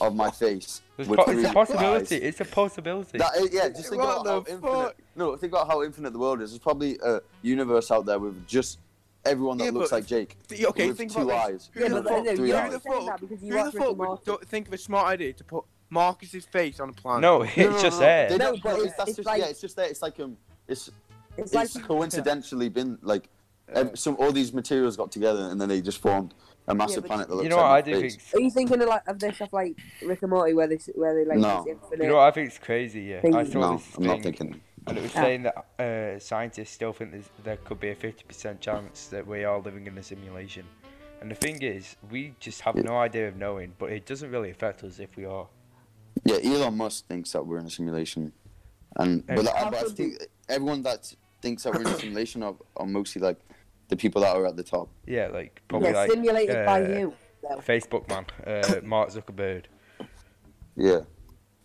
Speaker 1: of my face.
Speaker 5: there's
Speaker 1: with
Speaker 5: po-
Speaker 1: three
Speaker 5: it's a
Speaker 1: eyes.
Speaker 5: possibility. It's a possibility.
Speaker 1: That is, yeah, just think
Speaker 3: What
Speaker 1: about how
Speaker 3: the
Speaker 1: infinite.
Speaker 3: fuck?
Speaker 1: No, think about how infinite the world is. There's probably a universe out there with just everyone that
Speaker 3: Yeah,
Speaker 1: looks
Speaker 3: but-
Speaker 1: like Jake.
Speaker 3: Th- Okay,
Speaker 1: with
Speaker 3: think
Speaker 1: two
Speaker 3: about
Speaker 1: eyes.
Speaker 3: This.
Speaker 2: Yeah,
Speaker 3: Who
Speaker 2: but
Speaker 1: the
Speaker 2: then
Speaker 1: fuck-
Speaker 2: no,
Speaker 1: three
Speaker 2: you
Speaker 1: eyes.
Speaker 3: who the
Speaker 2: aren't saying
Speaker 3: fuck,
Speaker 2: that because you
Speaker 3: who
Speaker 2: are
Speaker 3: the
Speaker 2: Rick
Speaker 3: fuck
Speaker 2: and
Speaker 3: would
Speaker 2: Morty.
Speaker 3: don't think of a smart idea to put Marcus's face on a planet? *laughs*
Speaker 5: no, *laughs* it's just there.
Speaker 1: They
Speaker 2: No,
Speaker 1: don't-
Speaker 2: but it's-
Speaker 1: that's
Speaker 2: it's
Speaker 1: just
Speaker 2: like-
Speaker 1: yeah, it's just there. It's like um, it's
Speaker 2: It's
Speaker 1: it's,
Speaker 2: like
Speaker 1: coincidentally been like ev- some all these materials got together and then they just formed a massive
Speaker 2: but-
Speaker 1: planet that looks
Speaker 5: you know
Speaker 1: like
Speaker 5: what
Speaker 1: my
Speaker 5: I do
Speaker 1: face.
Speaker 5: think?
Speaker 2: Are you thinking of like of this stuff like Rick and Morty where they s- where they like
Speaker 1: No.
Speaker 2: this infinite?
Speaker 5: You know what I think's crazy? Yeah, I
Speaker 2: Thank you.
Speaker 5: saw
Speaker 1: No,
Speaker 5: this
Speaker 1: I'm
Speaker 5: thing,
Speaker 1: not thinking.
Speaker 5: and it was
Speaker 2: Ah.
Speaker 5: saying that uh, scientists still think there's, there could be a 50% chance that we are living in a simulation. And the thing is, we just have no idea of knowing, but it doesn't really affect us if we are.
Speaker 1: Yeah, Elon Musk thinks that we're in a simulation, and but,
Speaker 5: And-
Speaker 1: I, but I
Speaker 2: How could
Speaker 1: think everyone that thinks that we're in a simulation are, are mostly like the people that are at the top.
Speaker 5: Yeah, like probably
Speaker 2: Yeah,
Speaker 5: like
Speaker 2: simulated by
Speaker 5: uh,
Speaker 2: you.
Speaker 5: Facebook man, uh, Mark Zuckerberg.
Speaker 1: Yeah,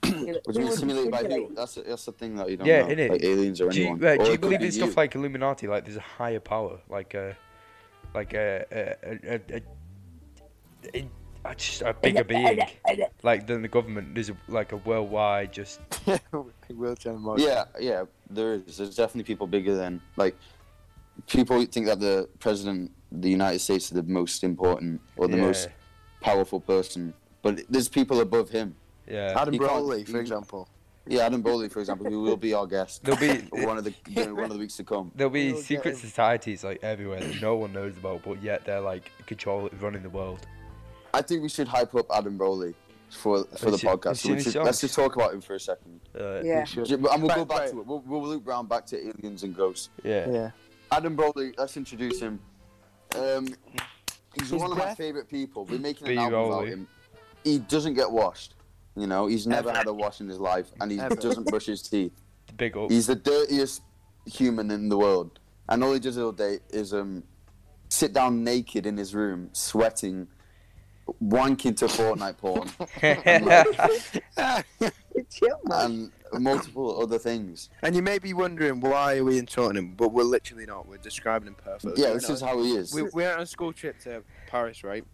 Speaker 2: You know,
Speaker 1: which
Speaker 2: who
Speaker 1: means
Speaker 2: would
Speaker 1: simulated by
Speaker 2: simulate
Speaker 1: who? That's that's the thing that you don't
Speaker 5: Yeah,
Speaker 1: know.
Speaker 5: innit?
Speaker 1: Like aliens or
Speaker 5: Do you,
Speaker 1: anyone.
Speaker 5: uh,
Speaker 1: Or
Speaker 5: do
Speaker 1: it
Speaker 5: you
Speaker 1: could
Speaker 5: believe
Speaker 1: be
Speaker 5: in
Speaker 1: you.
Speaker 5: stuff like Illuminati? Like there's a higher power, like a, like uh, a a a, a, a, a, uh, just a
Speaker 2: *laughs*
Speaker 5: bigger being, like than the government. There's a, like a worldwide just
Speaker 3: wheelchair Marcus.
Speaker 1: Yeah, yeah, there is. There's definitely people bigger than like people think that the president of the United States is the most important or the
Speaker 5: yeah,
Speaker 1: most powerful person, but there's people above him.
Speaker 5: yeah.
Speaker 3: Adam
Speaker 1: You can't-
Speaker 3: Brolly, for example.
Speaker 1: Yeah, Adam Broley, for example, who will be our guest.
Speaker 5: There'll be-
Speaker 1: *laughs* one of the during one of the weeks to come.
Speaker 5: There'll be
Speaker 3: We'll get
Speaker 5: secret
Speaker 3: him.
Speaker 5: societies like everywhere that no one knows about, but yet they're like control running the world.
Speaker 1: I think we should hype up Adam Broley for for
Speaker 5: Is
Speaker 1: the
Speaker 5: he-
Speaker 1: podcast.
Speaker 5: is he
Speaker 1: So we
Speaker 5: in
Speaker 1: should,
Speaker 5: songs?
Speaker 1: let's just talk about him for a second,
Speaker 5: Uh,
Speaker 1: *laughs*
Speaker 2: Yeah. *laughs*
Speaker 1: Ju- and we'll go
Speaker 3: Right,
Speaker 1: back
Speaker 3: right.
Speaker 1: to it. We'll, we'll loop round back to aliens and ghosts.
Speaker 5: yeah,
Speaker 3: Yeah.
Speaker 1: Adam Broley, let's introduce him. Um, he's
Speaker 3: His
Speaker 1: one of my
Speaker 3: breath-
Speaker 1: favourite people. We're making an
Speaker 5: Be
Speaker 1: album about
Speaker 5: Broley.
Speaker 1: him. He doesn't get washed. You know, he's never
Speaker 3: Ever.
Speaker 1: had a wash in his life, and he
Speaker 3: Ever.
Speaker 1: doesn't brush his teeth.
Speaker 5: big up. *laughs*
Speaker 1: He's the dirtiest human in the world, and all he does all day is um, sit down naked in his room, sweating, wanking to Fortnite porn,
Speaker 3: Ah,
Speaker 2: it? Chill, man.
Speaker 1: and multiple other things.
Speaker 3: And you may be wondering why are we insulting him, but we're literally not. We're describing him perfectly.
Speaker 1: Yeah,
Speaker 3: We're
Speaker 1: this
Speaker 3: not-
Speaker 1: is how he is.
Speaker 3: We, we went on a school trip to Paris, right?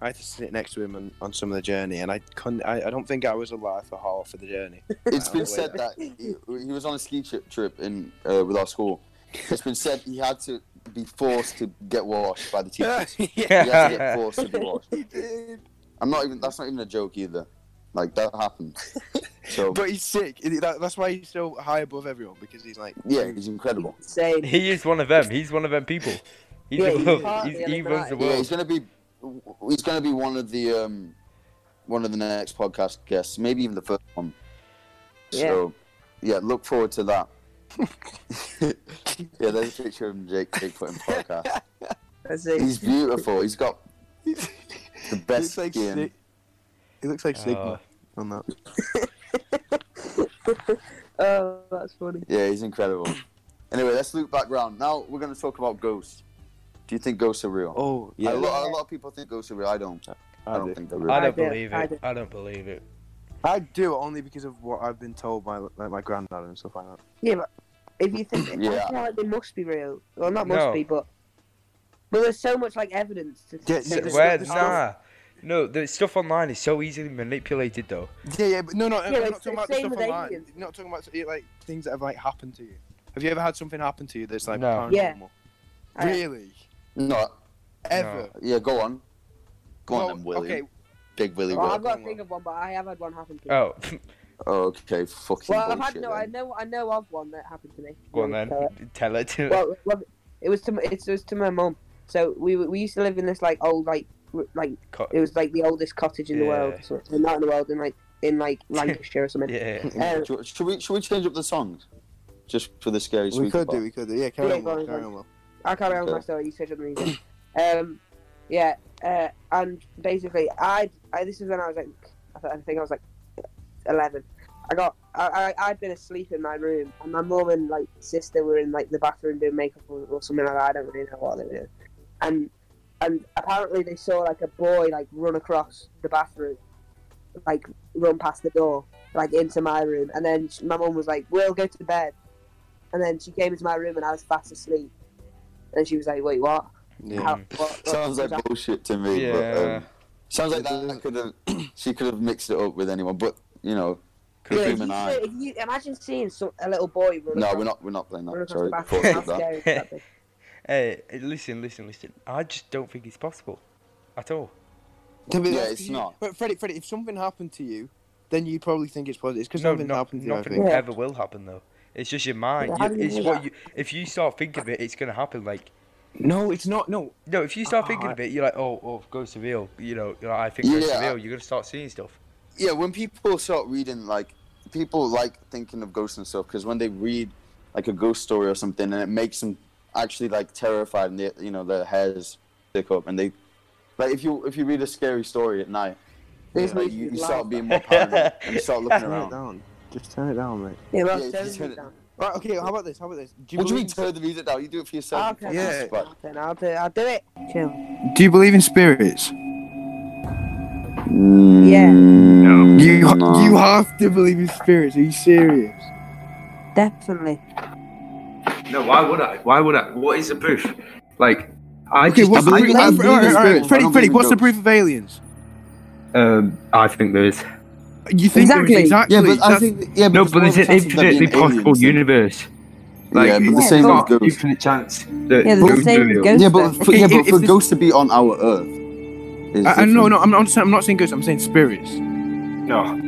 Speaker 3: I had to sit next to him on, on some of the journey, and I couldn't. I, I don't think I was alive for half of the *laughs* journey.
Speaker 1: It's
Speaker 3: Wow,
Speaker 1: been
Speaker 3: wait,
Speaker 1: said that he, he was on a ski trip trip in uh, with our school. It's been said he had to be forced to get washed by the
Speaker 3: *laughs*
Speaker 1: teacher. He
Speaker 3: yeah.
Speaker 1: had to
Speaker 5: *laughs*
Speaker 1: get forced to be washed. I'm not even. That's not even a joke either. Like that happened. So
Speaker 3: *laughs* But he's sick. That, that's why he's so high above everyone because he's *laughs* like.
Speaker 1: yeah, he's incredible.
Speaker 2: Insane.
Speaker 5: he is one of them. He's one of them people. He's
Speaker 2: Yeah,
Speaker 5: *laughs*
Speaker 2: he's
Speaker 5: above.
Speaker 2: part of
Speaker 5: He's,
Speaker 2: the
Speaker 5: he runs the
Speaker 2: Illuminati.
Speaker 1: Yeah, he's
Speaker 5: world.
Speaker 1: gonna be. He's gonna be one of the um, one of the next podcast guests. Maybe even the first one. So yeah, look forward to that. *laughs* yeah, there's a picture of him, Jake Bigfoot in podcast.
Speaker 2: That's it.
Speaker 1: He's beautiful. He's got the best
Speaker 3: looks like
Speaker 1: skin.
Speaker 3: Sig- he looks like
Speaker 5: Uh,
Speaker 3: Sigma on that.
Speaker 2: *laughs* Oh, that's funny.
Speaker 1: Yeah, he's incredible. Anyway, let's loop back round. Now we're going to talk about ghosts. Do you think ghosts are real?
Speaker 3: Oh
Speaker 1: a,
Speaker 3: yeah,
Speaker 1: lot, a lot of people think ghosts are real. I don't. I, don't
Speaker 3: do.
Speaker 1: think they're real.
Speaker 5: I
Speaker 2: I
Speaker 5: don't
Speaker 2: do,
Speaker 5: believe
Speaker 2: I
Speaker 5: it.
Speaker 2: do.
Speaker 5: I don't believe it.
Speaker 3: I do only because of what I've been told by like my granddad and stuff like that.
Speaker 2: Yeah, but if you
Speaker 1: *clears throat*
Speaker 2: think,
Speaker 1: Yeah.
Speaker 2: I feel like they must be real. Well, not must
Speaker 5: No.
Speaker 2: be, but well, there's so much like evidence to
Speaker 3: Yeah,
Speaker 2: say
Speaker 3: so
Speaker 2: this-
Speaker 5: Where
Speaker 3: there's
Speaker 2: this-
Speaker 3: no-
Speaker 5: nah. No, the stuff online is so easily manipulated, though.
Speaker 3: Yeah, yeah, but no, no, I'm
Speaker 2: Yeah,
Speaker 3: not
Speaker 2: it's
Speaker 3: talking
Speaker 2: the
Speaker 3: about the
Speaker 2: same
Speaker 3: stuff
Speaker 2: with
Speaker 3: online.
Speaker 2: aliens.
Speaker 3: I'm not talking about like things that have like happened to you. Have you ever had something happen to you that's like
Speaker 5: No.
Speaker 3: paranormal?
Speaker 2: Yeah. I-
Speaker 3: Really?
Speaker 1: No.
Speaker 3: Ever?
Speaker 1: Yeah, go on. Go
Speaker 3: Well,
Speaker 1: on then, William.
Speaker 3: Okay,
Speaker 1: Big Willy
Speaker 2: Oh,
Speaker 1: Will.
Speaker 2: I've got to think of one, but I have had one happen to me.
Speaker 4: Oh,
Speaker 1: Okay, fucking
Speaker 2: well, I've
Speaker 1: bullshit
Speaker 2: had no.
Speaker 1: then.
Speaker 2: I know. I know of one that happened to me.
Speaker 4: go on then.
Speaker 2: Tell it.
Speaker 4: Tell it. to
Speaker 2: well, well, it was to my- it was to my mum. So we were- we used to live in this like old like r- like
Speaker 4: Co-
Speaker 2: it was like the oldest cottage in the world,
Speaker 4: Yeah.
Speaker 2: so, not in the world in like in like Lancashire or something.
Speaker 4: Yeah.
Speaker 2: Um,
Speaker 1: Should- Should we should we change up the song? Just for the scary
Speaker 3: we
Speaker 1: squeaky
Speaker 3: could
Speaker 1: part.
Speaker 3: do, we could do. Yeah, carry
Speaker 2: Yeah,
Speaker 3: on,
Speaker 2: go
Speaker 3: Will,
Speaker 2: on,
Speaker 3: carry
Speaker 2: go
Speaker 3: on. Will.
Speaker 2: I can't remember my
Speaker 1: Okay.
Speaker 2: story. You said something. you did. um, yeah, uh, and basically, I, I this is when I was like, I th- I think I was like eleven. I got, I, I, I'd been asleep in my room, and my mum and like sister were in like the bathroom doing makeup or, or something like that. I don't really know what they were doing, and and apparently they saw like a boy like run across the bathroom, like run past the door, like into my room, and then sh my mum was like, "We'll go to bed," and then she came into my room, and I was fast asleep. And she was like, "Wait, what?
Speaker 3: Yeah.
Speaker 2: How, what, what-
Speaker 1: Sounds like
Speaker 2: what's that?"
Speaker 1: bullshit to me. But,
Speaker 4: Yeah.
Speaker 1: um, sounds like that, that could have *clears throat* she could have mixed it up with anyone, but you know,
Speaker 4: Could
Speaker 2: Yeah,
Speaker 1: between
Speaker 2: if you,
Speaker 1: and I.
Speaker 2: if you- imagine seeing some, a little boy run
Speaker 1: No,
Speaker 2: across,
Speaker 1: we're not we're not playing
Speaker 2: run
Speaker 1: that.
Speaker 2: across
Speaker 1: Sorry,
Speaker 2: the
Speaker 1: *laughs* before
Speaker 2: bathroom.
Speaker 1: I
Speaker 2: How
Speaker 1: did that.
Speaker 2: scary would that be?
Speaker 4: Hey, hey, listen, listen, listen. I just don't think it's possible at all.
Speaker 3: To be
Speaker 1: Yeah,
Speaker 3: honest,
Speaker 1: it's
Speaker 3: you-
Speaker 1: not.
Speaker 3: But Freddie, Freddie, if something happened to you, then you probably think it's positive. It's because
Speaker 4: No,
Speaker 3: nothing
Speaker 4: no-
Speaker 3: happened to you. I
Speaker 4: nothing
Speaker 3: think.
Speaker 2: Yeah.
Speaker 4: ever will happen though. It's just your mind.
Speaker 2: Yeah, how
Speaker 4: You-
Speaker 2: do you
Speaker 4: it's
Speaker 2: do
Speaker 4: what
Speaker 2: that?
Speaker 4: you if you start thinking of it, it's gonna happen. Like
Speaker 3: No, it's not. No,
Speaker 4: no, if you start
Speaker 3: Oh,
Speaker 4: thinking
Speaker 3: I-
Speaker 4: of it, you're like, oh, oh, go surreal. You know, you're like, I think goes
Speaker 1: Yeah, I-
Speaker 4: surreal. You're gonna start seeing stuff.
Speaker 1: yeah, when people start reading, like, people like thinking of ghosts and stuff because when they read, like, a ghost story or something, and it makes them actually like terrified, and they, you know, their hairs stick up, and they, like, if you if you read a scary story at night,
Speaker 2: This
Speaker 1: like,
Speaker 2: makes
Speaker 1: you,
Speaker 2: me
Speaker 1: you
Speaker 2: laugh.
Speaker 1: start being more paranoid and you
Speaker 2: *laughs*
Speaker 1: start looking
Speaker 3: turn it *laughs*
Speaker 1: around.
Speaker 3: down. Just turn it down, mate.
Speaker 2: Yeah, well,
Speaker 1: Yeah, if you
Speaker 2: turn
Speaker 1: turn
Speaker 2: me
Speaker 1: it-
Speaker 2: down.
Speaker 3: Right. Okay. How about this? How about this? Do
Speaker 1: What do you mean
Speaker 3: believe in-
Speaker 1: turn the music down? You do it for
Speaker 2: I'll
Speaker 1: yourself.
Speaker 2: turn
Speaker 1: you fucking
Speaker 3: yeah.
Speaker 2: it down.
Speaker 1: spud.
Speaker 2: I'll turn- I'll do, I'll do it. Chill.
Speaker 3: Do you believe in spirits?
Speaker 2: Yeah,
Speaker 3: You ha-
Speaker 1: No.
Speaker 3: you have to believe in spirits. Are you serious?
Speaker 2: definitely.
Speaker 6: No, why would I? Why would I? What is the proof? Like, I
Speaker 3: Okay,
Speaker 6: just
Speaker 3: what's the
Speaker 6: I,
Speaker 1: believe-
Speaker 3: proof?
Speaker 1: I
Speaker 3: all right,
Speaker 1: believe
Speaker 3: all right,
Speaker 1: in
Speaker 3: all right,
Speaker 1: spirits,
Speaker 3: Freddie,
Speaker 1: I don't
Speaker 3: Freddie,
Speaker 1: believe
Speaker 3: what's the
Speaker 1: in
Speaker 3: proof of aliens?
Speaker 6: um, I think there is.
Speaker 3: You think there is-
Speaker 2: Exactly.
Speaker 1: Yeah,
Speaker 3: exactly?
Speaker 1: but I
Speaker 3: that's-
Speaker 1: think yeah,
Speaker 6: No, but there's
Speaker 1: there's
Speaker 6: an
Speaker 1: more chances of there
Speaker 6: infinitely
Speaker 1: being aliens
Speaker 6: possible
Speaker 1: than-
Speaker 6: universe. Like,
Speaker 1: yeah, but the
Speaker 2: Yeah,
Speaker 1: same
Speaker 6: not
Speaker 1: with ghosts.
Speaker 6: infinite chance. That
Speaker 2: Yeah,
Speaker 6: ghosts
Speaker 2: the
Speaker 6: are
Speaker 2: same
Speaker 6: real.
Speaker 2: with ghosts.
Speaker 1: Yeah, but
Speaker 2: though.
Speaker 1: for,
Speaker 3: Okay,
Speaker 1: yeah,
Speaker 3: if-
Speaker 1: but
Speaker 3: if
Speaker 1: for
Speaker 3: this-
Speaker 1: ghosts to be on our Earth, is
Speaker 3: I, I, no,
Speaker 1: different.
Speaker 3: no, I'm not, I'm not saying ghosts. I'm saying spirits.
Speaker 6: No,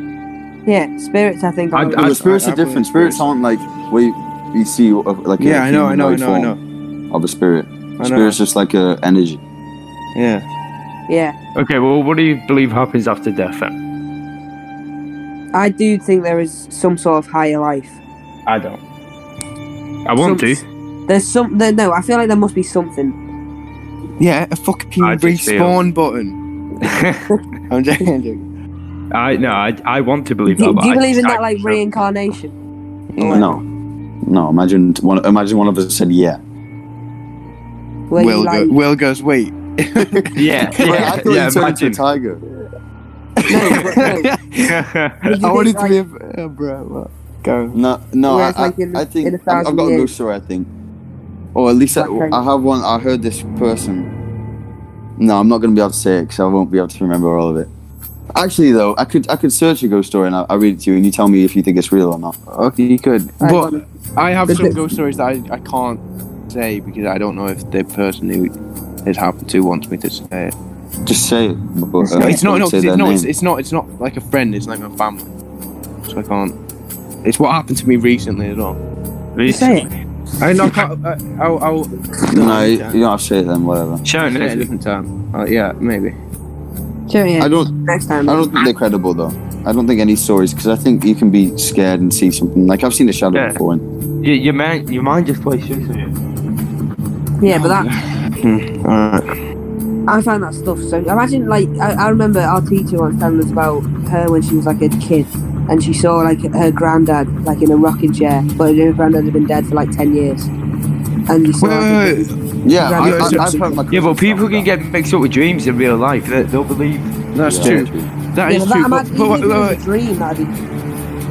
Speaker 2: yeah, spirits. I think. are-
Speaker 6: I-
Speaker 1: No, but spirits
Speaker 3: I- I
Speaker 1: are different.
Speaker 3: believe
Speaker 1: Spirits aren't like we we see uh, like a
Speaker 3: Yeah, I know, I know, I
Speaker 1: humanoid
Speaker 3: know, I
Speaker 1: form
Speaker 3: know.
Speaker 1: of a spirit.
Speaker 3: I know.
Speaker 1: Spirit's just like a energy.
Speaker 3: Yeah.
Speaker 2: yeah,
Speaker 6: Okay, well, what do you believe happens after death then?
Speaker 2: I do think there is some sort of higher life.
Speaker 6: I don't. I want
Speaker 2: Some-
Speaker 6: to. *laughs*
Speaker 2: There's some. There, no, I feel like there must be something.
Speaker 3: Yeah, a fucking
Speaker 6: I just feel-
Speaker 3: respawn button. I'm joking.
Speaker 6: I no, I, I want to
Speaker 2: Do,
Speaker 6: believe that.
Speaker 2: do
Speaker 6: but
Speaker 2: you
Speaker 6: I
Speaker 2: believe in
Speaker 6: just-
Speaker 2: that
Speaker 6: I
Speaker 2: like
Speaker 6: just don't.
Speaker 2: reincarnation?
Speaker 1: No, no. Imagine t- one. Imagine one of us said
Speaker 3: *laughs*
Speaker 1: yeah.
Speaker 2: Where
Speaker 3: Will,
Speaker 2: you like
Speaker 3: go, Will goes, wait.
Speaker 2: *laughs*
Speaker 6: Yeah, yeah, yeah. Imagine. *laughs*
Speaker 1: tiger.
Speaker 2: no, but
Speaker 1: *laughs*
Speaker 2: no. Would you
Speaker 3: I
Speaker 2: think,
Speaker 3: wanted
Speaker 2: like,
Speaker 3: to be a. Oh, bro, what? Go.
Speaker 1: No, no. I,
Speaker 2: Whereas, like,
Speaker 1: I,
Speaker 2: in-
Speaker 1: I think
Speaker 2: in a
Speaker 1: I've- I've
Speaker 2: thousand
Speaker 1: got a
Speaker 2: years-
Speaker 1: ghost story. I think, or at least I,
Speaker 2: Okay.
Speaker 1: I have one. I heard this person. No, I'm not gonna be able to say it because I won't be able to remember all of it. Actually, though, I could I could search a ghost story and I, I read it to you, and you tell me if you think it's real or not.
Speaker 3: Okay, you could.
Speaker 2: Right,
Speaker 3: But
Speaker 2: one.
Speaker 3: I have
Speaker 2: Is
Speaker 3: some
Speaker 2: it-
Speaker 3: ghost stories that I, I can't say because I don't know if the person who it happened to wants me to say it.
Speaker 1: Just say it. But, uh,
Speaker 3: it's not.
Speaker 1: don't
Speaker 3: No,
Speaker 1: say
Speaker 3: 'cause
Speaker 1: their
Speaker 3: it's, no it's,
Speaker 1: name.
Speaker 3: it's not. It's not like a friend. It's like my family. So I can't. It's what happened to me recently as well.
Speaker 2: You say it.
Speaker 3: I mean, I can't. I, *laughs* I'll, I'll.
Speaker 1: no, you you don't have to say it then. Whatever.
Speaker 6: Sharon,
Speaker 3: say it a
Speaker 6: is it?
Speaker 3: different time. Uh, yeah, maybe.
Speaker 2: Sure, yeah.
Speaker 1: I don't.
Speaker 2: Next time.
Speaker 1: I don't think they're credible though. I don't think any stories because I think you can be scared and see something. Like I've seen a shadow
Speaker 6: Yeah.
Speaker 1: before. And,
Speaker 6: Your, your mind, your mind just plays tricks on you.
Speaker 2: yeah, but that
Speaker 3: Alright.
Speaker 2: I find that stuff. So imagine, like, I, I remember our teacher once telling us about her when she was like a kid, and she saw like her granddad like in a rocking chair, but her granddad had been dead for like ten years, and you saw.
Speaker 3: Wait, wait, wait.
Speaker 1: yeah,
Speaker 2: Yeah,
Speaker 1: I,
Speaker 2: yeah,
Speaker 1: I,
Speaker 3: so-
Speaker 1: I've
Speaker 3: so-
Speaker 1: heard my.
Speaker 6: Yeah, but
Speaker 1: cousin
Speaker 6: people
Speaker 1: tell me
Speaker 6: can get mixed up with dreams in real life. They, they'll believe.
Speaker 3: That's
Speaker 1: that.
Speaker 3: true. That
Speaker 2: yeah,
Speaker 3: is
Speaker 2: but that,
Speaker 3: true.
Speaker 2: imagine
Speaker 3: But, but,
Speaker 2: even if it
Speaker 3: wait,
Speaker 2: was
Speaker 3: wait,
Speaker 2: a dream, that'd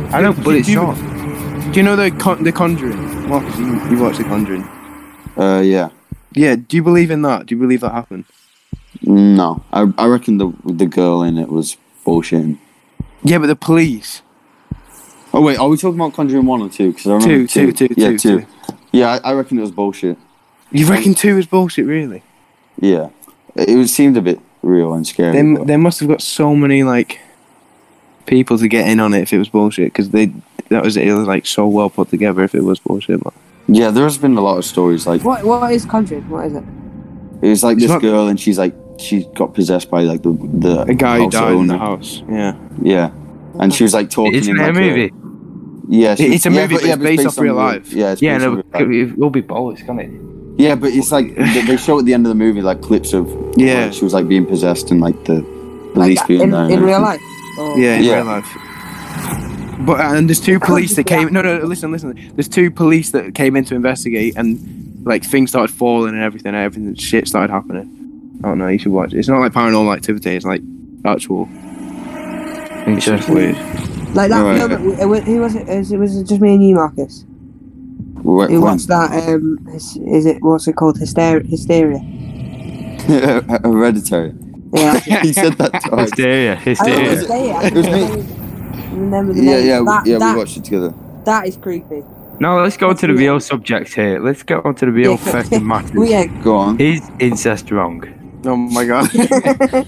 Speaker 2: be.
Speaker 6: I know, but
Speaker 3: Do
Speaker 6: it's
Speaker 3: you-
Speaker 6: not.
Speaker 3: wait. do you know the con- the Conjuring? Marcus, you, you watched the Conjuring.
Speaker 1: Uh, yeah.
Speaker 3: Yeah. Do you believe in that? Do you believe that happened?
Speaker 1: No, I, I reckon the the girl in it was bullshitting.
Speaker 3: Yeah, but the police.
Speaker 1: Oh wait, are we talking about Conjuring one or two? Because I remember
Speaker 3: Two, two, two,
Speaker 1: yeah,
Speaker 3: two,
Speaker 1: two.
Speaker 3: two.
Speaker 1: Yeah, I, I reckon it was bullshit.
Speaker 3: You reckon two is bullshit, really?
Speaker 1: Yeah, it, it seemed a bit real and scary.
Speaker 3: They, they must have got so many like people to get in on it if it was bullshit because they that was it was like so well put together if it was bullshit. But
Speaker 1: yeah, there's been a lot of stories like
Speaker 2: What what is Conjuring? What is it?
Speaker 1: it was like
Speaker 3: It's
Speaker 1: this
Speaker 3: not-
Speaker 1: girl and she's like she got possessed by like the the
Speaker 3: a guy who
Speaker 1: house
Speaker 3: died in
Speaker 1: owner.
Speaker 3: the house. Yeah,
Speaker 1: Yeah, and she was like talking.
Speaker 5: It's
Speaker 1: in,
Speaker 5: a
Speaker 1: like,
Speaker 5: movie.
Speaker 1: yeah, she-
Speaker 3: It's a
Speaker 1: yeah,
Speaker 3: movie, but it's
Speaker 1: it's
Speaker 3: based off
Speaker 1: on
Speaker 3: real
Speaker 1: real-
Speaker 3: life.
Speaker 1: Yeah, it's
Speaker 5: Yeah,
Speaker 1: based on
Speaker 5: no,
Speaker 1: real life.
Speaker 5: it will be bollocks, can't it?
Speaker 1: yeah, but it's
Speaker 3: *laughs*
Speaker 1: like they they show at the end of the movie like clips of
Speaker 3: yeah,
Speaker 1: like, she was like being possessed and like the police
Speaker 2: Like, uh,
Speaker 1: being
Speaker 2: in,
Speaker 1: there. and
Speaker 2: in real
Speaker 1: everything.
Speaker 2: life? Or-
Speaker 3: yeah, in
Speaker 1: Yeah.
Speaker 3: real life. But uh, and there's two
Speaker 2: can't
Speaker 3: police
Speaker 2: just
Speaker 3: that
Speaker 2: be
Speaker 3: came. No, no, listen, listen. There's two police that came in to investigate, and like things started falling and everything. and Everything shit started happening. I don't know. You should watch. it. It's not like paranormal activity. It's like actual. It's just
Speaker 5: Interesting.
Speaker 3: weird.
Speaker 2: Like that
Speaker 1: Right.
Speaker 2: film, it, wa- who was it? Is it was it just me and you, Marcus?
Speaker 1: Wh-
Speaker 2: Who
Speaker 1: when?
Speaker 2: watched that? Um, is, is it what's it called? Hysteria.
Speaker 1: *laughs*
Speaker 2: Hysteria.
Speaker 3: *laughs*
Speaker 1: Hereditary.
Speaker 2: Yeah.
Speaker 1: he said that twice.
Speaker 5: Hysteria,
Speaker 2: I
Speaker 1: Yeah.
Speaker 2: don't know
Speaker 5: hysteria.
Speaker 2: to say it. I
Speaker 1: It was me.
Speaker 2: can't Remember the
Speaker 1: Yeah,
Speaker 2: name.
Speaker 1: yeah, we-
Speaker 2: that,
Speaker 1: yeah.
Speaker 2: that,
Speaker 1: We watched it together.
Speaker 2: that is creepy.
Speaker 5: No, let's go to the
Speaker 2: Yeah.
Speaker 5: real subject here. Let's get on to the real
Speaker 2: Yeah. *laughs*
Speaker 5: fucking matter.
Speaker 2: Well, yeah.
Speaker 1: Go on.
Speaker 5: Is incest wrong?
Speaker 3: Oh my god. *laughs*
Speaker 1: All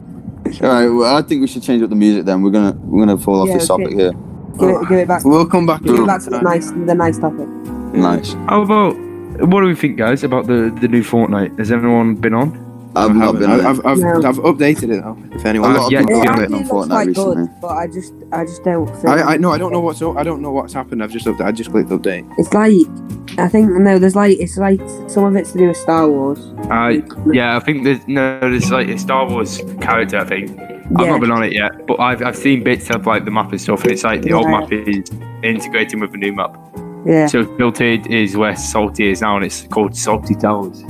Speaker 1: right. Well, I think we should change up the music. Then we're gonna we're gonna fall off
Speaker 2: Yeah,
Speaker 1: this
Speaker 2: okay.
Speaker 1: topic here.
Speaker 2: give, it, give it back.
Speaker 3: we'll come back.
Speaker 2: Give it
Speaker 3: another
Speaker 2: back to the
Speaker 3: time.
Speaker 2: nice, the nice topic.
Speaker 1: Nice.
Speaker 5: How about what do we think, guys, about the the new Fortnite? Has anyone been on?
Speaker 1: I've
Speaker 3: I
Speaker 1: not
Speaker 3: haven't.
Speaker 1: been.
Speaker 3: I've,
Speaker 1: on it.
Speaker 3: I've, I've,
Speaker 2: No.
Speaker 3: I've updated it though. If
Speaker 1: A
Speaker 3: anyone,
Speaker 1: lot of
Speaker 5: yeah,
Speaker 1: people
Speaker 5: yeah.
Speaker 1: have
Speaker 5: It
Speaker 1: been on
Speaker 2: actually
Speaker 1: Fortnite
Speaker 2: looks quite
Speaker 1: recently.
Speaker 2: good, but I just, I just don't. Think
Speaker 3: I, I no, I don't know what's up. I don't know what's happened. I've just up, I just clicked update.
Speaker 2: It's like, I think no, there's like, it's like some of it's to do with Star Wars.
Speaker 5: Uh, yeah, I think there's no, there's like a Star Wars character. I think I've
Speaker 2: Yeah.
Speaker 5: not been on it yet, but I've I've seen bits of like the map and stuff, and it's like the old
Speaker 2: Yeah.
Speaker 5: map is integrating with the new map.
Speaker 2: Yeah.
Speaker 5: So filtered is where salty is now, and it's called Salty Towers,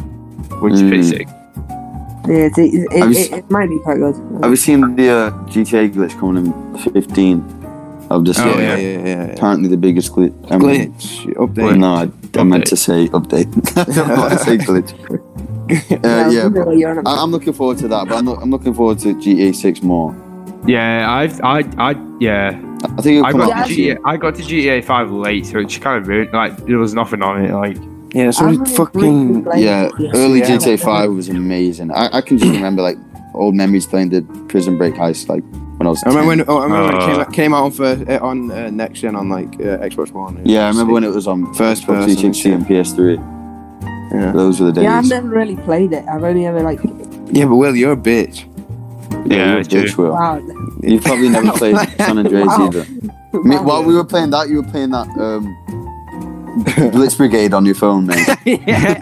Speaker 5: which
Speaker 1: Mm.
Speaker 5: is pretty sick.
Speaker 2: Yeah, it, it,
Speaker 1: Have
Speaker 2: it,
Speaker 1: you
Speaker 2: it, it might be quite good.
Speaker 1: Have you seen the uh, GTA glitch coming in 15 of this
Speaker 5: Oh,
Speaker 1: year?
Speaker 5: yeah.
Speaker 3: yeah, yeah.
Speaker 1: Apparently the biggest glitch. I mean,
Speaker 3: Glitch update.
Speaker 1: No, I, I meant to say update. *laughs* I don't want to say glitch.
Speaker 2: I
Speaker 1: Uh,
Speaker 2: was
Speaker 1: yeah,
Speaker 2: wondering what you're on about.
Speaker 1: I, I'm looking forward to that, but I'm, look, I'm looking forward to GTA 6 more.
Speaker 5: Yeah, I've I I yeah.
Speaker 1: I think it'll
Speaker 5: I
Speaker 1: come
Speaker 5: got
Speaker 1: out
Speaker 5: to
Speaker 1: this year.
Speaker 5: GTA, I got to GTA Five late, so it just kind of ruined. Like there was nothing on it. Like
Speaker 3: Yeah,
Speaker 2: I
Speaker 3: some
Speaker 2: really
Speaker 3: fucking.
Speaker 2: briefly played
Speaker 1: Yeah,
Speaker 2: it.
Speaker 1: early
Speaker 3: Yeah.
Speaker 1: GTA 5 was amazing. I, I can just remember like old memories playing the Prison Break heist like when I was.
Speaker 3: I remember
Speaker 1: 10.
Speaker 3: when, oh, I remember when it came,
Speaker 5: Uh.
Speaker 3: out- came out on first, uh, on uh, next gen on like uh, Xbox One.
Speaker 1: Yeah, I remember when it was on
Speaker 3: First
Speaker 1: Xbox
Speaker 3: person,
Speaker 1: 360 and PS3.
Speaker 3: Yeah.
Speaker 1: Those were the days.
Speaker 2: Yeah, I've never really played it. I've only ever like
Speaker 3: Yeah, but Will, you're a bitch.
Speaker 5: Yeah,
Speaker 1: you're a
Speaker 5: it's true.
Speaker 1: bitch, Will.
Speaker 2: wow.
Speaker 1: You probably never played San Andreas
Speaker 2: Wow.
Speaker 1: either. I mean, while we were playing that, you were playing that um, Blitz Brigade on your phone, man.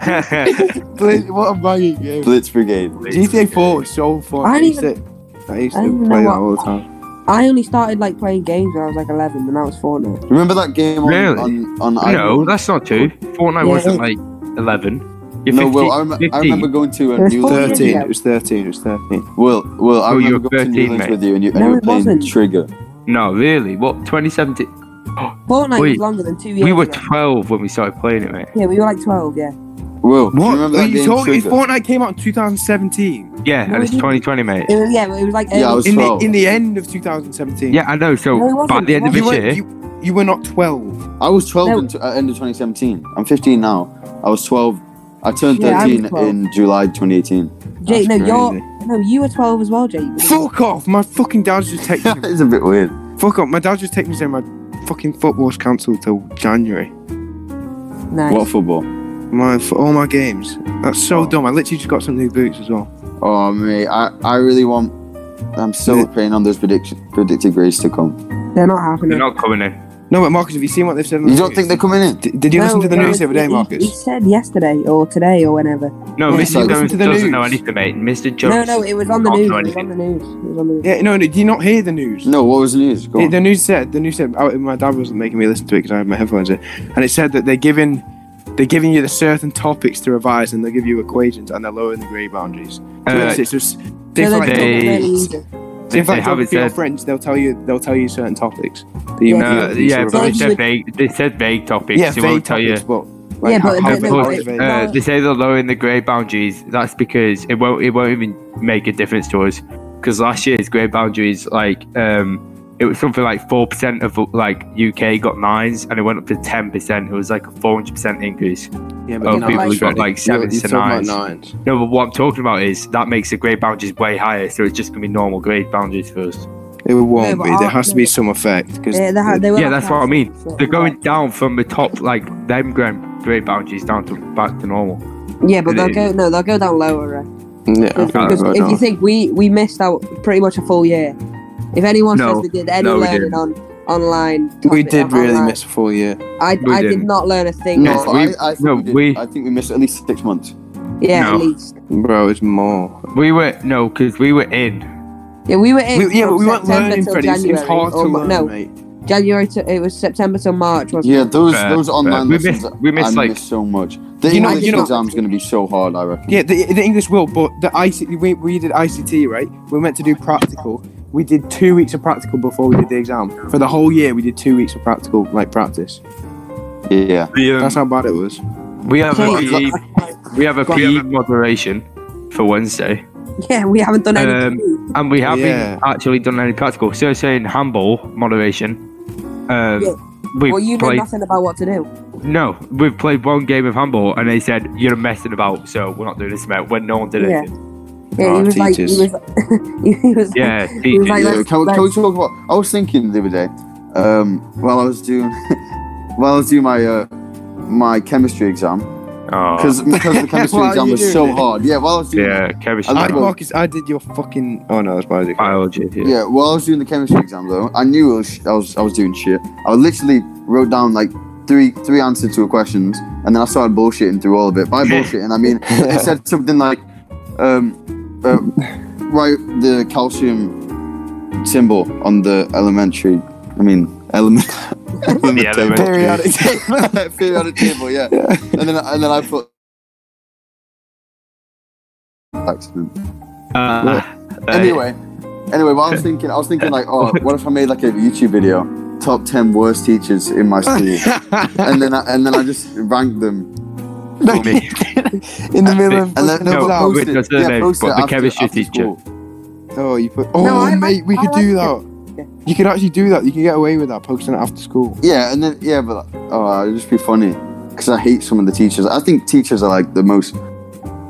Speaker 5: *laughs*
Speaker 3: Glitch, what a banging game.
Speaker 1: Blitz Brigade.
Speaker 3: GTA 4 was so fun.
Speaker 2: I
Speaker 3: I used
Speaker 2: didn't
Speaker 3: to, I used
Speaker 2: I
Speaker 3: to
Speaker 2: didn't even
Speaker 3: play
Speaker 2: know what-
Speaker 3: that all the time.
Speaker 2: *laughs* I only started like playing games when I was like 11, and that was Fortnite.
Speaker 1: Remember that game on
Speaker 5: Really?
Speaker 1: on, on
Speaker 5: no,
Speaker 1: iPhone?
Speaker 5: that's not true. Fortnite
Speaker 2: Yeah,
Speaker 5: wasn't
Speaker 2: it-
Speaker 5: like eleven. You're
Speaker 1: no,
Speaker 5: 15,
Speaker 1: Will. I, rem- I
Speaker 5: 15.
Speaker 1: remember going to a
Speaker 2: There's
Speaker 1: New
Speaker 2: four
Speaker 1: Orleans.
Speaker 2: years
Speaker 3: 13.
Speaker 2: ago.
Speaker 3: It was 13. It was 13.
Speaker 1: Will, Will, I
Speaker 5: Oh, you
Speaker 1: remember
Speaker 5: were
Speaker 1: going to New
Speaker 5: 13,
Speaker 1: Orleans
Speaker 5: mate.
Speaker 1: with you, and you, and
Speaker 2: No,
Speaker 1: you were
Speaker 2: it
Speaker 1: playing
Speaker 2: wasn't.
Speaker 1: Trigger.
Speaker 5: No, really. What? 2017?
Speaker 2: Fortnite
Speaker 5: Wait,
Speaker 2: was longer than two years.
Speaker 5: we were
Speaker 2: ago.
Speaker 5: 12 when we started playing it, mate.
Speaker 2: yeah, we were like 12. Yeah.
Speaker 1: Will, do you
Speaker 3: What?
Speaker 1: remember that
Speaker 3: Are you
Speaker 1: game
Speaker 3: talking?
Speaker 1: Trigger?
Speaker 3: Fortnite came out in 2017.
Speaker 5: Yeah,
Speaker 2: No,
Speaker 5: and it's
Speaker 2: we didn't.
Speaker 5: 2020, mate.
Speaker 2: It was, yeah, it was like
Speaker 1: Yeah, I
Speaker 2: early-
Speaker 1: was
Speaker 3: In the,
Speaker 1: 12.
Speaker 3: in the end of 2017.
Speaker 5: Yeah, I know. So
Speaker 2: No, it wasn't,
Speaker 5: by the end
Speaker 2: it
Speaker 5: of this
Speaker 3: You were,
Speaker 5: year,
Speaker 3: you, you were not 12.
Speaker 1: I was 12
Speaker 2: No.
Speaker 1: in t- at the end of 2017. I'm 15 now. I was 12. I turned
Speaker 2: Yeah, I was
Speaker 1: 13
Speaker 2: 12.
Speaker 1: in July 2018.
Speaker 2: Jake, no,
Speaker 3: That's
Speaker 2: you're
Speaker 3: crazy.
Speaker 2: no, you were 12 as well, Jake.
Speaker 3: Fuck off! My fucking
Speaker 1: *laughs*
Speaker 3: dad's just texting me.
Speaker 1: it's a bit weird.
Speaker 3: Fuck off! My dad's just texting me saying my fucking football's cancelled till January.
Speaker 2: Nice.
Speaker 1: What football?
Speaker 3: My for all my games. That's so
Speaker 1: Oh.
Speaker 3: dumb. I literally just got some new boots as well.
Speaker 1: Oh, mate, I, I really want. I'm still
Speaker 3: Yeah.
Speaker 1: praying on those prediction, predicted grades to come.
Speaker 2: They're not
Speaker 5: they're
Speaker 2: happening.
Speaker 5: not coming in.
Speaker 3: No, but Marcus, have you seen what they've said? on
Speaker 1: You
Speaker 3: the
Speaker 1: don't think
Speaker 3: news?
Speaker 1: they're coming in?
Speaker 3: D- did you listen to the
Speaker 2: No,
Speaker 3: news the other day,
Speaker 2: he- He,
Speaker 3: Marcus?
Speaker 2: said yesterday or today or whenever.
Speaker 5: No,
Speaker 3: Yeah,
Speaker 5: Mr.
Speaker 1: listen
Speaker 5: Jones
Speaker 3: to the
Speaker 5: doesn't
Speaker 3: news.
Speaker 5: know anything, mate. Mr. Jones.
Speaker 2: no, no, it was on the
Speaker 5: Not
Speaker 2: news.
Speaker 5: know
Speaker 2: It was on the news. It was on the news.
Speaker 3: Yeah, no, no. Did you not hear the news?
Speaker 1: No, what was the news? Go
Speaker 3: It-
Speaker 1: on.
Speaker 3: the news said the news said oh, my dad wasn't making me listen to it because I had my headphones in, and it said that they're giving they're giving you the certain topics to revise, and they'll give you equations, and they're lowering the grade boundaries. So
Speaker 5: Uh,
Speaker 3: it's, it's just
Speaker 2: So they're
Speaker 3: things like
Speaker 2: doing it really easy.
Speaker 3: So if
Speaker 5: They
Speaker 3: like
Speaker 5: have it
Speaker 3: geography or
Speaker 5: said-
Speaker 3: French, they'll tell you they'll tell you certain topics. That you
Speaker 2: Yeah,
Speaker 5: No,
Speaker 3: might be
Speaker 5: yeah,
Speaker 3: able to
Speaker 5: but they
Speaker 2: it's
Speaker 3: revise.
Speaker 5: said vague. They said vague topics.
Speaker 3: yeah,
Speaker 5: they
Speaker 3: vague
Speaker 5: won't tell you.
Speaker 3: topics, but like,
Speaker 2: Yeah,
Speaker 3: how-
Speaker 2: but
Speaker 3: how
Speaker 2: they-
Speaker 3: vague
Speaker 2: no,
Speaker 3: is
Speaker 2: it-
Speaker 3: vague?
Speaker 5: Uh, they say they're lowering the grade boundaries. That's because it won't. It won't even make a difference to us. Because last year's grade boundaries, like um, it was something like four percent of like UK got nines, and it went up to ten percent. It was like a four hundred percent increase.
Speaker 3: Yeah,
Speaker 5: Oh,
Speaker 2: people
Speaker 3: nines,
Speaker 2: who got,
Speaker 3: Freddie.
Speaker 5: like,
Speaker 3: You're-
Speaker 5: sevens
Speaker 3: you're
Speaker 5: to
Speaker 3: talking
Speaker 5: nines.
Speaker 3: about nines.
Speaker 5: No, but what I'm talking about is that makes the grade boundaries way higher, so it's just gonna be normal grade boundaries for us.
Speaker 3: It won't
Speaker 2: but
Speaker 3: be.
Speaker 2: our-
Speaker 3: There has to be
Speaker 2: no, but-
Speaker 3: some effect because
Speaker 2: Yeah, they ha- they will
Speaker 5: yeah,
Speaker 2: have
Speaker 5: that's
Speaker 2: to
Speaker 5: what I
Speaker 2: have
Speaker 5: mean.
Speaker 2: some sort
Speaker 5: They're
Speaker 2: of
Speaker 5: going
Speaker 2: like-
Speaker 5: down from the top, like them grade grade boundaries down to back to normal.
Speaker 2: Yeah, but
Speaker 5: It
Speaker 2: they'll
Speaker 5: is.
Speaker 2: go no, they'll go down lower. Right?
Speaker 3: yeah, I think
Speaker 2: Because
Speaker 3: they'll go
Speaker 2: if you
Speaker 3: down.
Speaker 2: think we we missed out pretty much a full year. If anyone
Speaker 5: No,
Speaker 2: says they did any
Speaker 5: no, we
Speaker 2: learning
Speaker 5: didn't.
Speaker 2: on online,
Speaker 3: we
Speaker 2: topic-
Speaker 3: did really
Speaker 2: online,
Speaker 3: miss a full year.
Speaker 2: I,
Speaker 5: We
Speaker 2: I did
Speaker 5: didn't.
Speaker 2: not learn a thing.
Speaker 5: No,
Speaker 1: No,
Speaker 5: we-
Speaker 1: I, I think
Speaker 5: no,
Speaker 1: we, did.
Speaker 5: we-
Speaker 1: I think we missed at least six months.
Speaker 2: Yeah,
Speaker 5: No.
Speaker 2: at least.
Speaker 3: Bro, it's more.
Speaker 5: We were no, because we were in.
Speaker 2: Yeah, we were in.
Speaker 3: We, yeah,
Speaker 2: from
Speaker 3: but we weren't
Speaker 2: September
Speaker 3: learning,
Speaker 2: till
Speaker 3: Freddie. It's,
Speaker 2: January.
Speaker 3: it's hard to
Speaker 2: or,
Speaker 3: learn,
Speaker 2: No,
Speaker 3: mate.
Speaker 2: January to it was September till March. Wasn't
Speaker 1: Yeah,
Speaker 2: it?
Speaker 1: those
Speaker 5: Fair,
Speaker 1: those
Speaker 5: fair.
Speaker 1: online
Speaker 5: We
Speaker 1: lessons,
Speaker 5: missed- we missed,
Speaker 1: I
Speaker 5: like-
Speaker 1: missed so much. The
Speaker 3: You know-
Speaker 1: English
Speaker 3: you know-
Speaker 1: exam's going to be so hard, I reckon.
Speaker 3: Yeah, the, the English will, but the IC, we, we did ICT, right? We were meant to do practical. We did two weeks of practical before we did the exam. For the whole year, we did two weeks of practical, like practice.
Speaker 1: Yeah,
Speaker 5: We, um,
Speaker 3: That's how bad it was.
Speaker 5: we have a
Speaker 2: Please.
Speaker 5: PE, we have a PE moderation for Wednesday,
Speaker 2: *laughs* Yeah, we haven't done anything.
Speaker 3: Um,
Speaker 5: and we haven't
Speaker 3: Yeah.
Speaker 5: actually done any practical. So saying handball moderation, um,
Speaker 2: Yeah.
Speaker 5: we
Speaker 2: well, you know
Speaker 5: played
Speaker 2: nothing about what to do.
Speaker 5: no, we've played one game of handball, and they said you're messing about, so we're not doing this about when no one did
Speaker 2: Yeah.
Speaker 5: it.
Speaker 2: Yeah,
Speaker 3: Our
Speaker 2: he was like, he
Speaker 3: teachers.
Speaker 2: was, he was *laughs* like,
Speaker 5: Yeah,
Speaker 2: He was like,
Speaker 5: teachers.
Speaker 1: yeah.
Speaker 2: let's-
Speaker 1: Can, we- can we
Speaker 2: let's-
Speaker 1: talk about? I was thinking the other day, um, while I was doing *laughs* while I was doing my uh, my chemistry exam *laughs*
Speaker 5: Oh,
Speaker 1: because because the chemistry
Speaker 3: While
Speaker 1: exam
Speaker 3: you
Speaker 1: was
Speaker 3: doing
Speaker 1: so
Speaker 3: it.
Speaker 1: hard. Yeah, while I was doing
Speaker 5: yeah, chemistry,
Speaker 3: I,
Speaker 1: I-
Speaker 3: Marcus, I did your fucking. Oh *laughs* no, that's biology.
Speaker 5: biology. Yeah.
Speaker 1: Yeah, while I was doing the chemistry exam though, I knew I was I was, I was doing shit. I literally wrote down like three three answers to a questions, and then I started bullshitting through all of it.
Speaker 5: *laughs*
Speaker 1: By bullshitting, I mean I said something like, um, uh, "Write the calcium symbol on the elementary." I mean, element.
Speaker 5: The elementary.
Speaker 1: Periodic table. *laughs* Periodic table. Yeah, and then and then I put. Accident
Speaker 5: Uh, uh,
Speaker 1: anyway, anyway, what I
Speaker 5: *laughs*
Speaker 1: was thinking, I was thinking like, oh, what if I made like a YouTube video, top ten worst teachers in my
Speaker 5: *laughs*
Speaker 1: school, and then I, and then I just ranked them.
Speaker 3: *laughs*
Speaker 5: me.
Speaker 3: In the middle of.
Speaker 1: And then
Speaker 5: No,
Speaker 1: no,
Speaker 5: but
Speaker 1: posted,
Speaker 5: with the
Speaker 1: yeah,
Speaker 5: surname,
Speaker 1: posted
Speaker 5: but
Speaker 1: it
Speaker 5: the
Speaker 1: after,
Speaker 5: chemistry
Speaker 1: after
Speaker 5: teacher.
Speaker 1: school.
Speaker 3: Oh, you put. Oh,
Speaker 2: I like-
Speaker 3: mate, we
Speaker 2: I
Speaker 3: could
Speaker 2: like
Speaker 3: do
Speaker 2: it.
Speaker 3: that. You could actually do that. You could get away with that, posting it after school.
Speaker 1: Yeah, and then yeah, but oh, it'd just be funny because I hate some of the teachers. I think teachers are like the most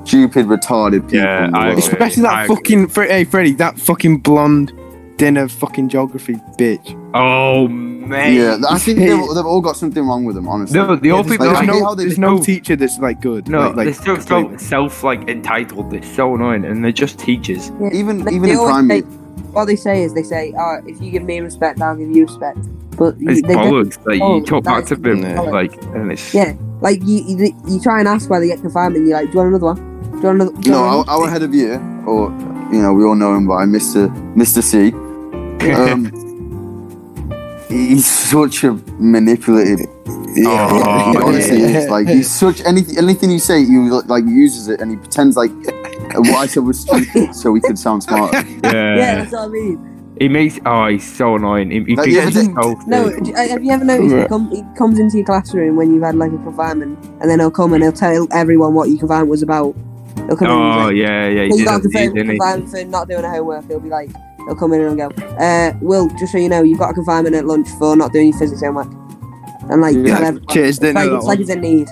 Speaker 1: stupid, retarded people.
Speaker 5: Yeah,
Speaker 1: in the
Speaker 5: I
Speaker 1: world.
Speaker 5: agree.
Speaker 3: Especially
Speaker 5: I
Speaker 3: that
Speaker 5: agree.
Speaker 3: fucking. Fre- hey, Freddie, that fucking blonde dinner fucking geography bitch.
Speaker 5: Oh man.
Speaker 1: Yeah, I think they've, they've all got something wrong with them, honestly.
Speaker 5: No, the
Speaker 3: Yeah,
Speaker 5: old
Speaker 3: there's,
Speaker 5: people.
Speaker 1: like-
Speaker 3: there's
Speaker 1: I
Speaker 5: are
Speaker 1: hate
Speaker 3: no,
Speaker 1: how they
Speaker 3: there's
Speaker 1: do-
Speaker 3: no
Speaker 5: no.
Speaker 3: teacher that's like good.
Speaker 5: No,
Speaker 3: like, like,
Speaker 5: they're still so
Speaker 3: completely.
Speaker 5: self like entitled. They're so annoying, and they're just teachers.
Speaker 1: even
Speaker 2: They-
Speaker 1: even
Speaker 2: they
Speaker 1: in
Speaker 2: always
Speaker 1: primary,
Speaker 2: say- what they say is they say, oh, if you give me respect, I'll give you respect. But you,
Speaker 5: It's
Speaker 2: they don't-
Speaker 5: bollocks. Like you
Speaker 2: bollocks,
Speaker 5: talk
Speaker 2: that
Speaker 5: back
Speaker 2: is
Speaker 5: to them,
Speaker 3: Yeah.
Speaker 2: bollocks.
Speaker 5: like, and it's
Speaker 2: Yeah. like you, you, you try and ask why they get confined, and you're like, do you want another one? Do you want another? do you want
Speaker 1: No, our, our head of year, or you know, we all know him by Mister Mister C.
Speaker 3: *laughs*
Speaker 1: Um, he's such a manipulative.
Speaker 3: Yeah.
Speaker 5: Oh,
Speaker 1: he honestly, is. like
Speaker 3: *laughs*
Speaker 1: he's such anything. Anything you say, he like uses it, and he pretends like what I said was stupid, so he could sound
Speaker 3: *laughs*
Speaker 1: smarter.
Speaker 2: another?
Speaker 5: yeah.
Speaker 2: yeah, that's what I mean.
Speaker 5: He makes. Oh, he's so annoying. He, he
Speaker 1: Like,
Speaker 5: thinks
Speaker 1: yeah,
Speaker 5: he's
Speaker 1: didn't-
Speaker 5: so
Speaker 2: No,
Speaker 5: good.
Speaker 2: d- have you ever noticed he,
Speaker 3: Right.
Speaker 2: come, he comes into your classroom when you've had like a confinement, and then he'll come and he'll tell everyone what your confinement was about. He'll come in and he's
Speaker 5: Oh
Speaker 2: like,
Speaker 5: yeah, yeah. He
Speaker 2: He's
Speaker 5: did
Speaker 2: got
Speaker 5: that,
Speaker 2: confined,
Speaker 5: didn't he?
Speaker 2: confined for not doing her homework. He'll be like, he'll come in and he'll go, uh, Will, just so you know, you've got a confinement at lunch for not doing your physics homework. And like,
Speaker 1: Yeah.
Speaker 2: tell everyone-
Speaker 3: Cheers,
Speaker 2: it's
Speaker 3: didn't
Speaker 2: like,
Speaker 3: know
Speaker 2: it's like it's a need.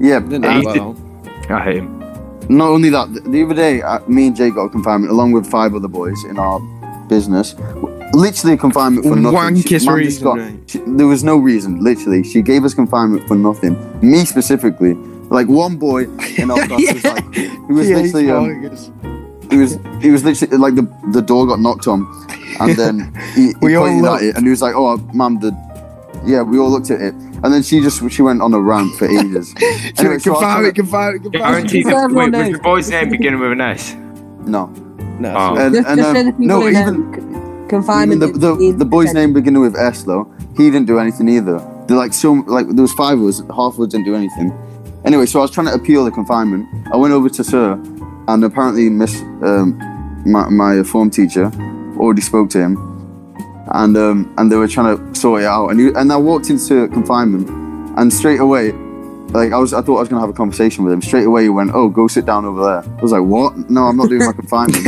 Speaker 1: Yeah.
Speaker 3: Didn't
Speaker 5: Yeah,
Speaker 3: know
Speaker 5: he
Speaker 3: that
Speaker 5: did.
Speaker 3: one.
Speaker 5: I hate him.
Speaker 1: Not only that, th- the other day, uh, me and Jay got a confinement along with five other boys in our business. Literally a confinement for nothing.
Speaker 3: One
Speaker 1: She-
Speaker 3: kiss
Speaker 1: mum just
Speaker 3: reason,
Speaker 1: got-
Speaker 3: mate.
Speaker 1: She, there was no reason, literally. She gave us confinement for nothing. Me specifically. Like one boy in
Speaker 3: *laughs*
Speaker 1: our class was like, he was
Speaker 3: Yeah, he's
Speaker 1: literally, um,
Speaker 3: bogus.
Speaker 1: he was, he was literally like the, the door got knocked on, and then
Speaker 3: *laughs*
Speaker 1: he, he
Speaker 3: We all
Speaker 1: pointed
Speaker 3: looked.
Speaker 1: at it, and he was like, "Oh, ma'am, the, yeah, we all looked at it." And then she just she went on a rant for ages.
Speaker 3: *laughs* She
Speaker 1: Anyway,
Speaker 3: went,
Speaker 1: so I was
Speaker 3: "Confirm
Speaker 1: trying
Speaker 3: it, confirm it, confirm it." *laughs*
Speaker 5: Guaranteed.
Speaker 2: Well,
Speaker 5: that-
Speaker 2: everyone
Speaker 5: Wait, was
Speaker 2: knows.
Speaker 5: the boy's name beginning with an S?
Speaker 1: no,
Speaker 3: No,
Speaker 5: Oh.
Speaker 1: and,
Speaker 2: just
Speaker 1: and
Speaker 3: *laughs*
Speaker 2: just so
Speaker 1: um,
Speaker 2: the people
Speaker 1: no,
Speaker 2: who
Speaker 1: even
Speaker 2: know, c- confinement.
Speaker 1: the,
Speaker 2: is
Speaker 1: the,
Speaker 2: needs
Speaker 1: the boy's
Speaker 2: attention.
Speaker 1: name beginning with S though. He didn't do anything either. They're like so like there was five of us. Half of us didn't do anything. Anyway, so I was trying to appeal the confinement. I went over to Sir, and apparently Miss um, my, my form teacher already spoke to him, and um, and they were trying to sort it out. And he, and I walked into confinement, and straight away. Like I was, I thought I was gonna have a conversation with him.
Speaker 2: *laughs*
Speaker 1: Straight away, he went, "Oh, go sit down over there." I was like, "What? No, I'm not doing my confinement."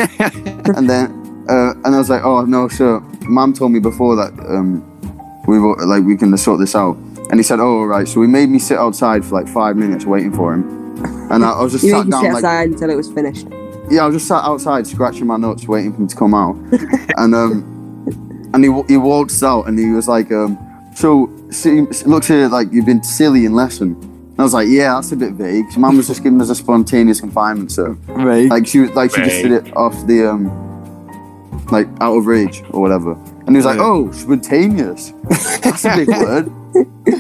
Speaker 1: and then, uh, and I was like, oh no, sure. Mom told me before that um, we were like we can sort this out. And he said, oh all right. So he made me sit outside for like five minutes waiting for him, and I, I was just
Speaker 2: You
Speaker 1: sat
Speaker 2: made me
Speaker 1: down
Speaker 2: sit
Speaker 1: like
Speaker 2: outside until it was finished.
Speaker 1: yeah, I was just sat outside scratching my nuts, waiting for him to come out, and um, and he wa- he walks out, and he was like, um, so see, looks at it like you've been silly in lesson. And I was like, yeah, that's a bit vague. So Mum was just giving us a spontaneous confinement, so
Speaker 3: Right.
Speaker 1: like she was like she just did
Speaker 5: Vague.
Speaker 1: it off the um, like out of rage or whatever. And he was like,
Speaker 7: Yeah.
Speaker 1: oh, spontaneous. *laughs* that's a big word.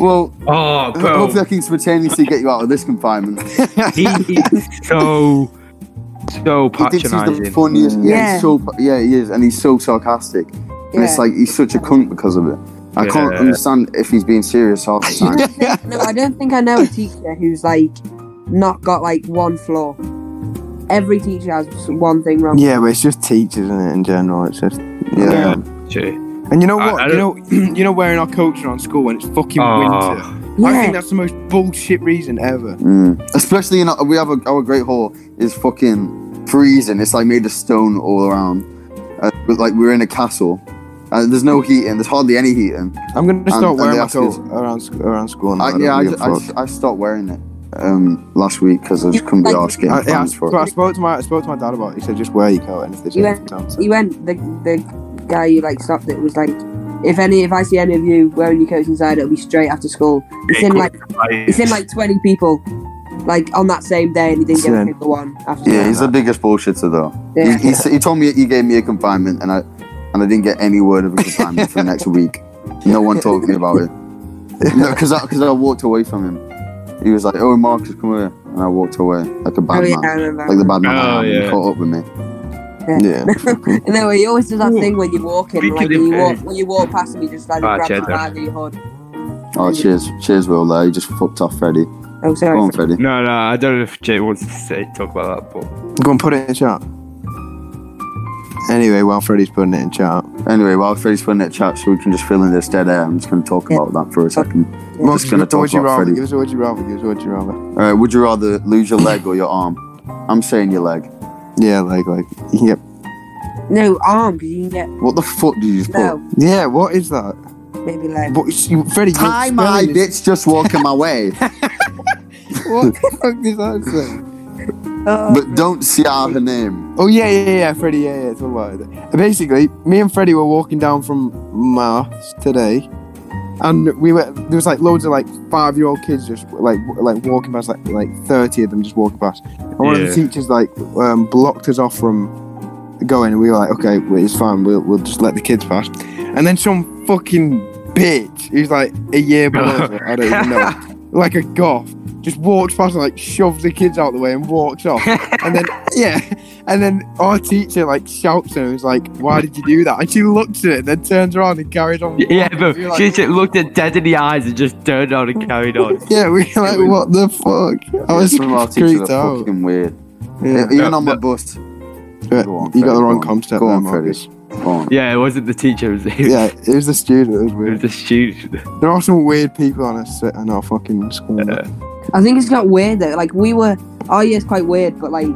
Speaker 1: Well,
Speaker 5: Oh, bro.
Speaker 1: hopefully I can spontaneously get you out of this confinement.
Speaker 5: he is so, so
Speaker 1: He thinks he's the
Speaker 5: patronising.
Speaker 1: funniest. Yeah,
Speaker 2: Yeah.
Speaker 1: He's so, yeah, he is, and he's so sarcastic. And it's like he's such a cunt because of it. I can't
Speaker 5: Yeah.
Speaker 1: understand if he's being serious half the time.
Speaker 2: No, I don't think I know a teacher who's like not got like one flaw. Every teacher has one thing wrong.
Speaker 3: Yeah, but it's just teachers, isn't it? In general, it's just.
Speaker 1: *laughs* Yeah.
Speaker 5: True.
Speaker 3: And you know
Speaker 5: I-
Speaker 3: what?
Speaker 5: I
Speaker 3: you know, you know, *clears throat* wearing our coats around school when it's fucking
Speaker 5: Oh.
Speaker 3: winter. I think that's the most bullshit reason ever.
Speaker 1: Mm. Especially in our, we have a, our great hall is fucking freezing. It's like made of stone all around. Uh, but like we're in a castle. Uh, there's no heating. There's hardly any heating.
Speaker 3: I'm gonna start
Speaker 1: and
Speaker 3: wearing
Speaker 1: they
Speaker 3: my
Speaker 1: ask us-
Speaker 3: coat around sc- around school. Now.
Speaker 1: I,
Speaker 3: I, don't
Speaker 1: yeah, I,
Speaker 3: give a
Speaker 1: I,
Speaker 3: fuck.
Speaker 1: I stopped wearing it um, last week because I just couldn't be
Speaker 2: Like-
Speaker 1: arsed getting
Speaker 3: I, yeah, I,
Speaker 1: fans for
Speaker 3: I
Speaker 1: it.
Speaker 3: spoke to my I spoke to my dad about it. He said just wear your coat, and if there's
Speaker 2: You
Speaker 3: anything else,
Speaker 2: He went the the guy who like stopped it was like, if any if I see any of you wearing your coats inside, it'll be straight after school. It's in like it's in like twenty people, like on that same day, and he didn't get a
Speaker 3: Same.
Speaker 2: single one. After
Speaker 1: Yeah, he's
Speaker 2: that.
Speaker 1: the biggest bullshitter though.
Speaker 2: yeah. *laughs*
Speaker 1: He, he, s- he told me he gave me a confinement, and I and I didn't get any word of a confinement for the next week. No one talked to me about
Speaker 2: *laughs*
Speaker 1: it. No, because I, 'cause I walked away from him. He was like, "Oh, Marcus, come here," and I walked away like a bad
Speaker 2: Oh, yeah, I
Speaker 1: man,
Speaker 2: remember.
Speaker 1: like the bad man. I
Speaker 5: Oh,
Speaker 1: am, and
Speaker 5: yeah.
Speaker 1: He caught up with me.
Speaker 3: yeah.
Speaker 2: *laughs* No, he always does that thing when you walk in,
Speaker 5: Speaking
Speaker 2: like when
Speaker 5: of
Speaker 2: you walk,
Speaker 5: food.
Speaker 2: when you walk past him, he just like
Speaker 5: Ah,
Speaker 2: grabs you
Speaker 5: cheddar.
Speaker 2: by the hood.
Speaker 1: Oh, cheers, cheers, Will. There, you just fucked off, Freddie.
Speaker 2: Oh,
Speaker 1: Go
Speaker 2: sorry.
Speaker 1: on, Freddie.
Speaker 5: No, no, I don't know if Jay wants to say talk about that, but
Speaker 3: Go and put it in chat. Anyway, while Freddie's putting it in chat,
Speaker 1: Anyway, while Freddie's putting it in chat, so we can just fill in this dead air. I'm just going to talk
Speaker 2: Yeah.
Speaker 1: about that for a second.
Speaker 2: Yeah.
Speaker 3: Marcus,
Speaker 1: Just gonna
Speaker 3: give us a
Speaker 1: talk
Speaker 3: would you
Speaker 1: about
Speaker 3: rather?
Speaker 1: Freddie.
Speaker 3: Give us a would you rather? Give us a would you rather?
Speaker 1: All right, would you rather lose your leg or your arm? I'm saying your leg.
Speaker 3: Yeah, like like yep.
Speaker 2: No arm, because you can get
Speaker 1: What the fuck did you just put?
Speaker 2: no
Speaker 3: Yeah, what is that?
Speaker 2: maybe like
Speaker 3: What, you, Freddie, you're
Speaker 1: Hi, my
Speaker 3: spelling
Speaker 1: bitch, just walking my
Speaker 3: *laughs*
Speaker 1: way.
Speaker 3: it. *laughs* What the fuck does that *laughs* say?
Speaker 2: Oh,
Speaker 1: but don't see out her name.
Speaker 3: Oh yeah, yeah, yeah, Freddie, yeah, yeah, it's all about it. Basically, me and Freddie were walking down from maths today, and we were there was like loads of like five year old kids just like w- like walking past, like like thirty of them just walking past. And one of the teachers like um, blocked us off from going, and we were like, okay, well, it's fine, we'll we'll just let the kids pass. And then some fucking bitch who's like a year below us, I don't even know, like a goth, just walks past and like shoves the kids out the way and walks off. and then yeah, and then our teacher like shouts at her, is like, "Why did you do that?" And she looks at it, then turns around and carries on.
Speaker 5: yeah, but
Speaker 3: You're like-
Speaker 5: she just looked it dead in the eyes and just turned on and carried on.
Speaker 3: Yeah, we were like, "What the fuck?" I was
Speaker 1: Some of our teachers
Speaker 3: freaked
Speaker 1: are
Speaker 3: out.
Speaker 1: fucking weird.
Speaker 3: Yeah.
Speaker 1: Even
Speaker 5: No,
Speaker 1: on my
Speaker 5: no.
Speaker 1: bus.
Speaker 3: But
Speaker 1: Go on,
Speaker 3: you got
Speaker 1: Freddie,
Speaker 3: the
Speaker 1: go on.
Speaker 3: wrong concept.
Speaker 1: Go
Speaker 3: there,
Speaker 1: on,
Speaker 3: Marcus.
Speaker 1: Go on.
Speaker 5: Yeah, it wasn't the teacher. It was, it was,
Speaker 3: Yeah, it was the student. It was
Speaker 5: it was
Speaker 3: weird.
Speaker 5: the student.
Speaker 3: There are some weird people on us in our fucking school.
Speaker 5: Yeah.
Speaker 2: I think it's got weird though. Like we were, our year's quite weird, but like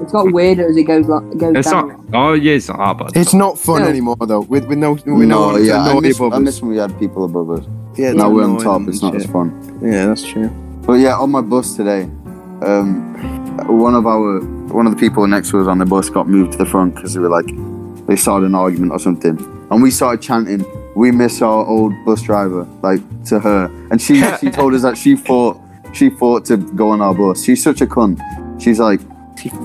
Speaker 2: it's got weirder as it goes lo- goes
Speaker 5: It's
Speaker 2: down.
Speaker 5: not. Oh yeah, it's not that bad.
Speaker 3: It's not fun
Speaker 2: No.
Speaker 3: anymore though. With with no with
Speaker 1: No,
Speaker 3: no,
Speaker 1: yeah, I
Speaker 3: naughty
Speaker 1: miss,
Speaker 3: above
Speaker 1: I
Speaker 3: us.
Speaker 1: miss when we had people above us.
Speaker 3: Yeah,
Speaker 1: now
Speaker 3: it's
Speaker 1: we're on
Speaker 3: annoying
Speaker 1: top,
Speaker 3: and
Speaker 1: it's not
Speaker 3: shit.
Speaker 1: as fun.
Speaker 3: Yeah, that's true.
Speaker 1: But yeah, on my bus today, um, one of our one of the people next to us on the bus got moved to the front because they were like, they started an argument or something, and we started chanting, "We miss our old bus driver," like to her, and she
Speaker 3: *laughs*
Speaker 1: she told us that she fought she fought to go on our bus. She's such a cunt. She's like,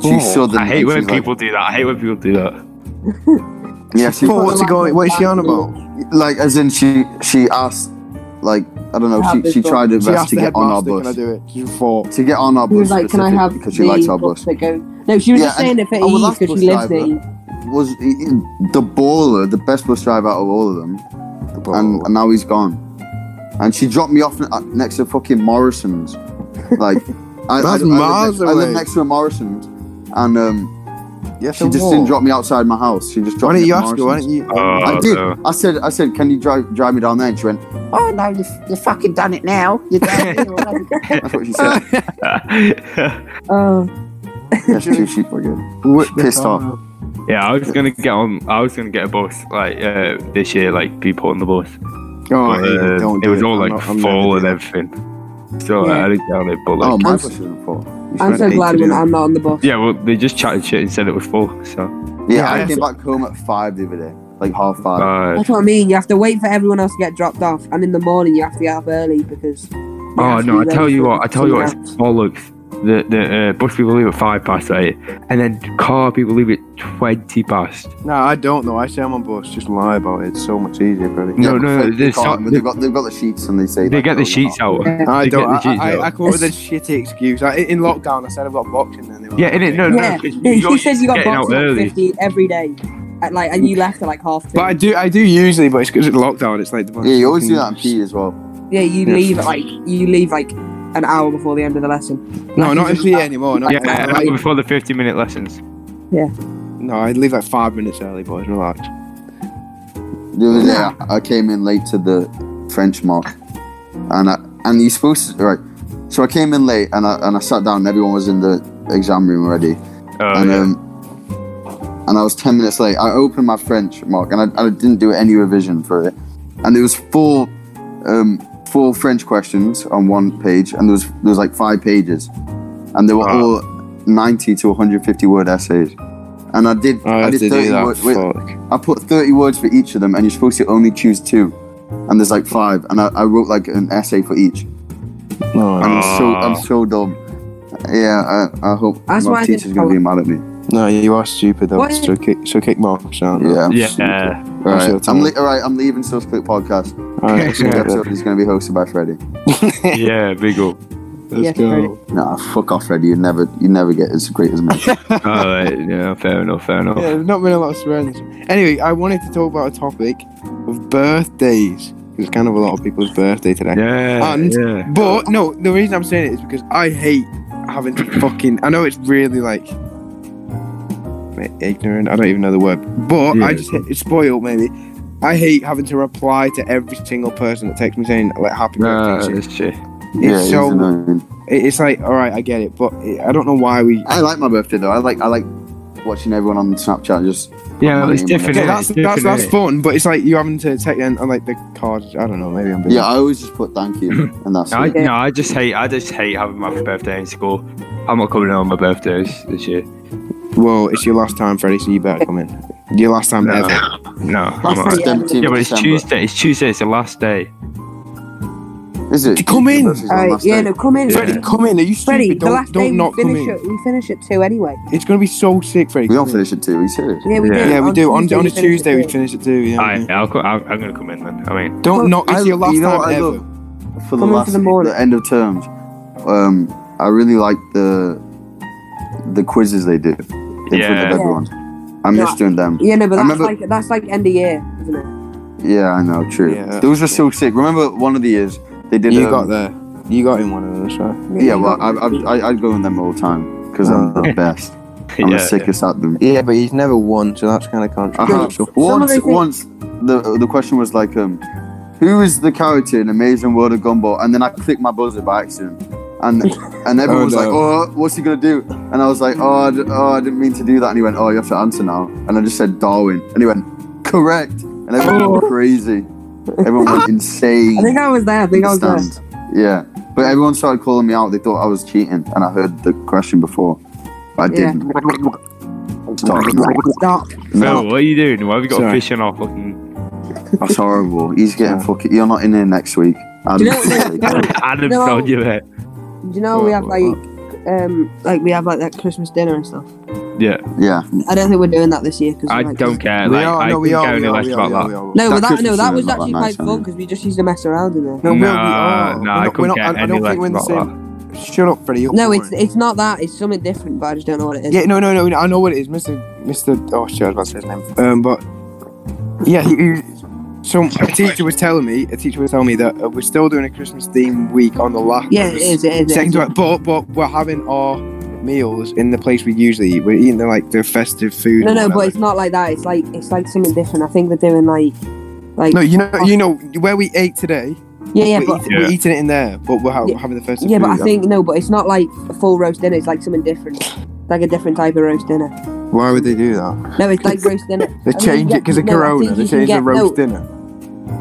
Speaker 1: she's southern.
Speaker 5: I hate
Speaker 1: and
Speaker 5: when
Speaker 1: she's like-
Speaker 5: people do that. I hate when people do that.
Speaker 1: yeah, she
Speaker 3: Paul, what's he going? What is she on about?
Speaker 1: like as in she she asked like I don't know
Speaker 2: Have
Speaker 1: she,
Speaker 2: this
Speaker 1: she
Speaker 2: bus.
Speaker 1: tried her
Speaker 3: She
Speaker 1: best
Speaker 3: asked
Speaker 1: to
Speaker 3: the
Speaker 1: get on our
Speaker 3: headmaster, "Can I
Speaker 1: bus
Speaker 3: do it?" She fought.
Speaker 1: to get on our
Speaker 2: She
Speaker 1: bus
Speaker 2: was like, "Can I
Speaker 1: specific-
Speaker 2: have
Speaker 1: because she likes our bus.
Speaker 2: That goes... No, she was
Speaker 1: Yeah,
Speaker 2: just
Speaker 1: and
Speaker 2: saying it for
Speaker 1: our
Speaker 2: Eve
Speaker 1: last
Speaker 2: because
Speaker 1: bus
Speaker 2: she lives
Speaker 1: driver-
Speaker 2: there.
Speaker 1: Was he- he- the baller the best bus driver out of all of them, and, and now he's gone. And she dropped me off at- next to fucking Morrison's,
Speaker 3: *laughs*
Speaker 1: like I,
Speaker 3: That's
Speaker 1: I, I, live
Speaker 3: miles
Speaker 1: next- I live
Speaker 3: away.
Speaker 1: next to a Morrison's, and um,
Speaker 3: yeah,
Speaker 1: she just didn't drop me outside my house. She just dropped
Speaker 3: Why
Speaker 1: me at
Speaker 3: don't you ask her?
Speaker 1: Morrison's.
Speaker 3: Why don't you?
Speaker 1: I
Speaker 5: Oh,
Speaker 1: did. I said, I said, can you drive drive me down there? And she went, Oh no, you you fucking done it now. You done
Speaker 3: *laughs*
Speaker 1: it already." That's what she said.
Speaker 5: no.
Speaker 2: Oh,
Speaker 1: That's true. She's fucking
Speaker 3: Whip
Speaker 1: pissed
Speaker 3: the car
Speaker 1: off.
Speaker 3: out.
Speaker 5: *laughs* Yeah, I was gonna get on. I was gonna get a bus like uh, this year, like be put on the bus.
Speaker 3: Oh,
Speaker 5: But,
Speaker 3: Aiden,
Speaker 5: uh,
Speaker 3: don't
Speaker 5: it
Speaker 3: do
Speaker 5: was all
Speaker 3: I'm
Speaker 5: like
Speaker 3: not- I'm never
Speaker 5: full and
Speaker 3: doing it.
Speaker 5: everything. So
Speaker 2: Yeah.
Speaker 5: I didn't get on it, but like,
Speaker 3: Oh, my
Speaker 2: I'm
Speaker 3: bus
Speaker 2: so-
Speaker 3: isn't full. You
Speaker 2: I'm
Speaker 3: spent
Speaker 2: so
Speaker 3: eight
Speaker 2: glad
Speaker 3: to
Speaker 2: when
Speaker 3: do it.
Speaker 2: I'm not on the bus.
Speaker 5: yeah, well, they just chatted shit and said it was full. So
Speaker 8: Yeah,
Speaker 3: Yeah, I
Speaker 8: I
Speaker 3: came back home at five the other day, like half five.
Speaker 5: uh,
Speaker 2: That's what I mean. You have to wait for everyone else to get dropped off, and in the morning you have to get up early because. you
Speaker 5: Oh
Speaker 2: have to
Speaker 5: no!
Speaker 2: be
Speaker 5: I
Speaker 2: ready
Speaker 5: tell you
Speaker 2: for
Speaker 5: what! I tell you what!
Speaker 2: someone
Speaker 5: It's
Speaker 2: else.
Speaker 5: bollocks. The the uh, bus people leave at five past eight, and then car people leave at twenty past.
Speaker 3: no, I don't know. I say I'm on bus. Just lie about it. It's so much easier, buddy.
Speaker 5: No, no, no,
Speaker 1: they,
Speaker 5: they
Speaker 1: they can't,
Speaker 5: start-
Speaker 1: they've, got, they've got the sheets and they say
Speaker 5: They
Speaker 1: that
Speaker 5: get
Speaker 1: they're
Speaker 5: the sheets
Speaker 1: not.
Speaker 5: out.
Speaker 2: Yeah.
Speaker 3: I
Speaker 5: They get
Speaker 3: don't.
Speaker 5: the
Speaker 3: I,
Speaker 5: sheets
Speaker 3: I, I
Speaker 5: out.
Speaker 3: come up with a shitty excuse. I, in lockdown, I said I've got boxing. And they were
Speaker 5: Yeah,
Speaker 3: like,
Speaker 5: innit? No, no.
Speaker 2: Yeah.
Speaker 5: 'cause you-
Speaker 2: He
Speaker 5: *laughs* you're
Speaker 2: says you got
Speaker 5: getting
Speaker 2: boxed
Speaker 5: out
Speaker 2: at
Speaker 5: early.
Speaker 2: 50 every day, at like, and you left at like half.
Speaker 3: But I
Speaker 2: two.
Speaker 3: do. I do usually, but it's because it's lockdown. It's like the most
Speaker 1: Yeah, you always do that in
Speaker 3: fucking-
Speaker 1: P as well.
Speaker 2: yeah, you
Speaker 3: Yeah.
Speaker 2: leave at, like you leave like an hour before the end of the lesson.
Speaker 3: No,
Speaker 2: Like,
Speaker 3: not in
Speaker 2: you
Speaker 3: PA
Speaker 2: just-
Speaker 3: anymore. Not
Speaker 5: Yeah,
Speaker 3: yeah,
Speaker 5: an hour before the fifty-minute lessons.
Speaker 3: no, I leave like five minutes early, boys. Relax.
Speaker 1: The other day, I- I came in late to the French mark, and I, and you're supposed to right. So I came in late, and I and I sat down. and Everyone was in the exam room already,
Speaker 5: Oh,
Speaker 1: and
Speaker 5: yeah.
Speaker 1: um, and I was ten minutes late. I opened my French mark, and I, and I didn't do any revision for it, and there was four, um, four French questions on one page, and there was there was like five pages, and they were
Speaker 5: Ah.
Speaker 1: all ninety to one hundred fifty word essays, and I did
Speaker 3: I have
Speaker 1: did
Speaker 3: to do
Speaker 1: 30
Speaker 3: that.
Speaker 1: word- wait,
Speaker 3: Fuck.
Speaker 1: I put 30 words for each of them, and you're supposed to only choose two. And there's like five, and I, I wrote like an essay for each.
Speaker 3: No,
Speaker 1: And I'm so I'm
Speaker 5: Aw.
Speaker 3: Ah.
Speaker 1: so dumb. Yeah, I, I hope
Speaker 2: That's why
Speaker 1: my
Speaker 2: I
Speaker 1: teacher's
Speaker 2: didn't
Speaker 1: gonna be mad at me.
Speaker 3: no, you are stupid though.
Speaker 2: What?
Speaker 3: So kick, so kick marks out.
Speaker 1: Yeah. I'm stupid.
Speaker 5: Yeah.
Speaker 1: All
Speaker 3: That's
Speaker 1: right.
Speaker 3: your
Speaker 1: I'm
Speaker 3: time.
Speaker 1: le- all right. I'm leaving Source Click Podcast.
Speaker 3: All right, *laughs*
Speaker 1: This episode is gonna be hosted by Freddie.
Speaker 5: Yeah, big
Speaker 2: *laughs*
Speaker 5: up.
Speaker 2: Yeah,
Speaker 3: Let's
Speaker 2: Freddie.
Speaker 3: go.
Speaker 1: Nah, fuck off, Freddie. You never you never get as great as me.
Speaker 5: All right. Yeah, fair enough. Fair enough.
Speaker 3: Yeah, there's not been a lot of surroundings. Anyway, I wanted to talk about a topic of birthdays. It's kind of a lot of people's birthday today.
Speaker 5: Yeah.
Speaker 3: And-
Speaker 5: yeah.
Speaker 3: But no, the reason I'm saying it is because I hate having to fucking. I know it's really like ignorant. I don't even know the word, but
Speaker 5: Yeah.
Speaker 3: I just hate, it's spoiled maybe. I hate having to reply to every single person that texts me saying like happy
Speaker 5: Nah,
Speaker 3: birthday. and shit.
Speaker 5: that's shit.
Speaker 1: yeah,
Speaker 3: it's
Speaker 1: he's
Speaker 3: so
Speaker 1: annoying.
Speaker 3: it- it's like all right, I get it, but it, I don't know why we.
Speaker 1: I like my birthday though. I like I like watching everyone on Snapchat. Just
Speaker 5: Yeah, well, it's different.
Speaker 3: Yeah,
Speaker 5: innit?
Speaker 3: that's
Speaker 5: It's
Speaker 3: that's,
Speaker 5: different,
Speaker 3: that's
Speaker 5: innit?
Speaker 3: fun, but it's like you having to take and, and like the card. I don't know, maybe I'm. busy.
Speaker 1: yeah, I always just put thank you, and that's
Speaker 5: I,
Speaker 1: it.
Speaker 5: no, I just hate. I just hate having my birthday in school. I'm not coming on my birthdays this year.
Speaker 3: Well, it's your last time, Freddie, so you better come in. Your last time
Speaker 5: No.
Speaker 3: ever.
Speaker 5: No,
Speaker 1: *laughs* That's
Speaker 5: I'm not.
Speaker 1: the 17th
Speaker 5: Yeah, but it's
Speaker 1: December.
Speaker 5: Tuesday. It's Tuesday. It's the last day.
Speaker 1: Is it?
Speaker 3: Come in.
Speaker 1: Your birthday's on
Speaker 2: Alright,
Speaker 1: last
Speaker 2: yeah,
Speaker 1: day.
Speaker 2: no, come in,
Speaker 5: Yeah.
Speaker 2: Freddie.
Speaker 3: Freddie, come in. Are you stupid?
Speaker 2: Freddie, the
Speaker 3: don't
Speaker 2: last
Speaker 3: don't
Speaker 2: day we
Speaker 3: not come
Speaker 2: finish
Speaker 3: in.
Speaker 2: at we finish at two anyway.
Speaker 3: It's gonna be so sick, Freddie.
Speaker 1: We don't
Speaker 3: come
Speaker 1: finish at two. Are you serious?
Speaker 2: Yeah, we
Speaker 5: Yeah.
Speaker 2: do.
Speaker 3: in. Yeah, we do. On, on a
Speaker 2: finish at
Speaker 3: Tuesday, we
Speaker 2: two.
Speaker 3: finish at two. Yeah.
Speaker 5: I, I'll, co- I'll, I'm gonna come in then. I mean,
Speaker 3: Don't
Speaker 2: Well,
Speaker 3: knock. It's
Speaker 1: I-
Speaker 3: your last
Speaker 1: you know
Speaker 3: time
Speaker 1: what I
Speaker 3: ever.
Speaker 1: love? for the
Speaker 2: Come in
Speaker 1: last
Speaker 2: for the morning.
Speaker 1: the end of terms. Um, I really like the the quizzes they do in front
Speaker 5: Yeah.
Speaker 1: of everyone. I miss
Speaker 2: Yeah.
Speaker 1: doing them.
Speaker 2: Yeah, no, but
Speaker 1: I
Speaker 2: that's
Speaker 1: remember-
Speaker 2: like that's like end of year, isn't it?
Speaker 1: Yeah, I know. True.
Speaker 3: Yeah.
Speaker 1: Those were so sick. Remember one of the years they did.
Speaker 3: You
Speaker 1: um,
Speaker 3: got there. You got in one of those, right?
Speaker 1: Yeah, well, I, I, I I go in them all the time because I'm
Speaker 3: *laughs*
Speaker 1: the best. I'm
Speaker 5: yeah,
Speaker 1: the sickest at them.
Speaker 3: Yeah, but he's never won, so that's kind of
Speaker 1: Uh-huh.
Speaker 3: controversial.
Speaker 1: Once,
Speaker 2: those things-
Speaker 1: once the the question was like, um, who is the character in Amazing World of Gumball? And then I clicked my buzzer by accident,
Speaker 3: *laughs*
Speaker 1: and and everyone
Speaker 3: Oh,
Speaker 1: was like,
Speaker 3: no.
Speaker 1: oh, what's he gonna do? And I was like, oh, I, d- oh, I didn't mean to do that. And he went, oh, you have to answer now. And I just said Darwin, and he went, correct. And everyone
Speaker 3: Oh.
Speaker 1: went crazy. Everyone
Speaker 3: *laughs*
Speaker 1: went insane.
Speaker 2: I think I was there. I think I was there.
Speaker 1: Understand? Yeah, but everyone started calling me out. They thought I was cheating, and I heard the question before, but I
Speaker 2: Yeah.
Speaker 1: didn't.
Speaker 3: *laughs*
Speaker 1: Stop.
Speaker 2: Stop.
Speaker 5: Phil, what are you doing? Why have you got
Speaker 3: Sorry.
Speaker 5: a fish in our
Speaker 3: *coughs*
Speaker 5: fucking
Speaker 1: That's horrible. He's getting
Speaker 3: Yeah.
Speaker 1: fucking. You're not in here next week. I'm
Speaker 2: Do you know what- no,
Speaker 5: Adam's
Speaker 2: No.
Speaker 5: on you there?
Speaker 2: Do you know we have like um like we have like that Christmas dinner and stuff?
Speaker 5: Yeah,
Speaker 1: *laughs* yeah.
Speaker 2: I don't think we're doing that this year because
Speaker 5: I don't care.
Speaker 3: We
Speaker 5: Like,
Speaker 3: are.
Speaker 5: I
Speaker 3: No,
Speaker 5: don't
Speaker 3: we
Speaker 5: care
Speaker 3: are. We
Speaker 5: any
Speaker 3: are.
Speaker 5: less
Speaker 3: We are.
Speaker 5: about
Speaker 3: We are.
Speaker 5: that.
Speaker 3: we are.
Speaker 2: No,
Speaker 1: That
Speaker 2: but that no,
Speaker 1: Christmas
Speaker 2: that
Speaker 1: dinner's
Speaker 2: was
Speaker 1: not that
Speaker 2: actually
Speaker 1: nice,
Speaker 2: quite
Speaker 1: I
Speaker 2: fun
Speaker 1: mean.
Speaker 2: because we just used to mess around in there.
Speaker 3: No, Will, we
Speaker 5: Nah, nah,
Speaker 3: are.
Speaker 5: I
Speaker 3: We're not- we're
Speaker 5: couldn't
Speaker 3: not-
Speaker 5: get
Speaker 3: I- I
Speaker 5: any
Speaker 3: don't
Speaker 5: less
Speaker 3: think we're in the
Speaker 5: about that.
Speaker 3: same. Shut up, Freddie. you're
Speaker 2: No, it's
Speaker 3: boring.
Speaker 2: it's not that. It's something different, but I just don't know what it is.
Speaker 3: Yeah, no, no, no. I know what it is, Mister, Mister. Oh shit, I was about to say his name. Um, but yeah, he, he, some a teacher was telling me, a teacher was telling me that uh, we're still doing a Christmas theme week on the last.
Speaker 2: Yeah, it is. It is. it
Speaker 3: Second
Speaker 2: is.
Speaker 3: to it, but but we're having our meals in the place we usually eat. We're eating the, like the festive food.
Speaker 2: No,
Speaker 3: and
Speaker 2: no, but
Speaker 3: whatever.
Speaker 2: it's not like that. It's like it's like something different. I think they're doing like like
Speaker 3: no, you know, you know where we ate today.
Speaker 2: yeah, yeah,
Speaker 3: we're,
Speaker 2: but
Speaker 3: eating, we're
Speaker 5: Yeah.
Speaker 3: eating it in there, but we're ha-
Speaker 2: Yeah.
Speaker 3: having the festive.
Speaker 2: yeah,
Speaker 3: food.
Speaker 2: but I think no, but it's not like a full roast dinner. It's like something different, like a different type of roast dinner.
Speaker 3: Why would they do that?
Speaker 2: No, it's like roast dinner.
Speaker 3: They
Speaker 2: think
Speaker 3: change
Speaker 2: you
Speaker 3: it because of
Speaker 2: get- no, I
Speaker 3: Corona.
Speaker 2: think you
Speaker 3: They
Speaker 2: can
Speaker 3: changed the
Speaker 2: get-
Speaker 3: roast
Speaker 2: no.
Speaker 3: dinner.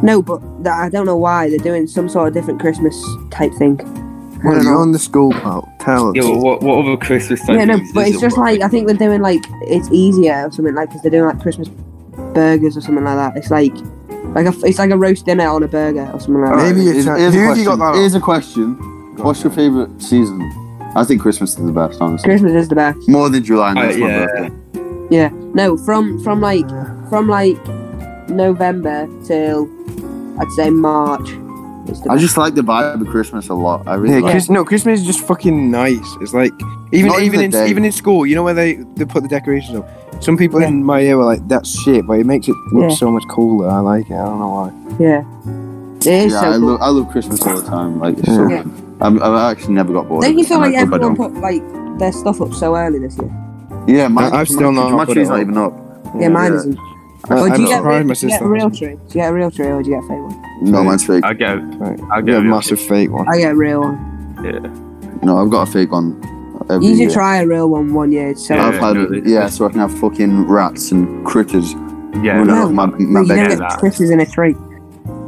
Speaker 2: No, but th- I don't know why they're doing some sort of different Christmas type thing. I
Speaker 3: Well,
Speaker 2: don't
Speaker 3: you're
Speaker 2: know.
Speaker 3: on the school pal. Tell us.
Speaker 5: Yeah, but what, what other Christmas time?
Speaker 2: Yeah, no,
Speaker 5: is
Speaker 2: but
Speaker 5: this
Speaker 2: it's just
Speaker 5: or what?
Speaker 2: like I think they're doing like it's easier or something like because they're doing like Christmas burgers or something like that. It's like like a, it's like a roast dinner on a burger or something like that.
Speaker 3: Maybe
Speaker 1: Here's-
Speaker 3: it's
Speaker 1: here's a
Speaker 3: who have you got
Speaker 1: question.
Speaker 3: that?
Speaker 1: Here's a question. What's your favourite season? I think Christmas is the best, honestly.
Speaker 2: Christmas is the best.
Speaker 1: More than July, and
Speaker 5: Uh,
Speaker 1: that's my
Speaker 5: yeah.
Speaker 1: birthday.
Speaker 2: Yeah. No, from from like from like November till I'd say March. It's the
Speaker 1: I
Speaker 2: best.
Speaker 1: just like the vibe of Christmas a lot. I really
Speaker 3: Yeah,
Speaker 1: like
Speaker 3: Chris, no, Christmas is just fucking nice. It's like even
Speaker 1: Not
Speaker 3: even
Speaker 1: even a
Speaker 3: in
Speaker 1: day.
Speaker 3: even in school, you know where they, they put the decorations up. Some people
Speaker 2: Yeah.
Speaker 3: in my year were like, "That's shit," but it makes it look
Speaker 2: Yeah.
Speaker 3: so much cooler. I like it. I don't know why.
Speaker 2: yeah. It
Speaker 1: it.
Speaker 2: is
Speaker 1: Yeah,
Speaker 2: so
Speaker 1: I,
Speaker 2: cool.
Speaker 1: love, I love Christmas all the time. Like, it's so
Speaker 2: Yeah.
Speaker 1: good. I'm, I've actually never got bored.
Speaker 2: Don't
Speaker 1: of
Speaker 2: you
Speaker 1: it,
Speaker 2: feel
Speaker 1: and I
Speaker 2: like
Speaker 1: hope I
Speaker 2: everyone
Speaker 1: don't.
Speaker 2: put like their stuff up so early this year?
Speaker 1: Yeah, my,
Speaker 3: I've still
Speaker 1: my,
Speaker 3: not
Speaker 1: my
Speaker 3: put it
Speaker 1: tree's
Speaker 3: up.
Speaker 1: not even up.
Speaker 2: Yeah, mine
Speaker 1: Yeah.
Speaker 2: isn't.
Speaker 3: I,
Speaker 2: Or do
Speaker 3: I'm
Speaker 2: you, get, a real-
Speaker 3: surprised my
Speaker 2: do you get
Speaker 3: sister.
Speaker 2: a real tree? Do you get a real tree or do you get a fake one?
Speaker 1: No, mine's fake.
Speaker 5: I get, a-
Speaker 3: Right.
Speaker 5: I
Speaker 3: Yeah,
Speaker 5: get a real-
Speaker 3: massive fake one.
Speaker 2: I get a real one.
Speaker 1: No, I've got a fake one. Every
Speaker 2: You should
Speaker 1: year.
Speaker 2: try a real one one year. So
Speaker 5: Yeah.
Speaker 1: I've had,
Speaker 5: no, they-
Speaker 1: yeah, so I can have fucking rats and critters.
Speaker 5: Yeah,
Speaker 1: running
Speaker 2: no.
Speaker 1: off my,
Speaker 2: No,
Speaker 1: my
Speaker 2: you
Speaker 1: bed. Uh,
Speaker 2: don't
Speaker 5: big
Speaker 2: get
Speaker 5: ass.
Speaker 2: Christmas in a tree.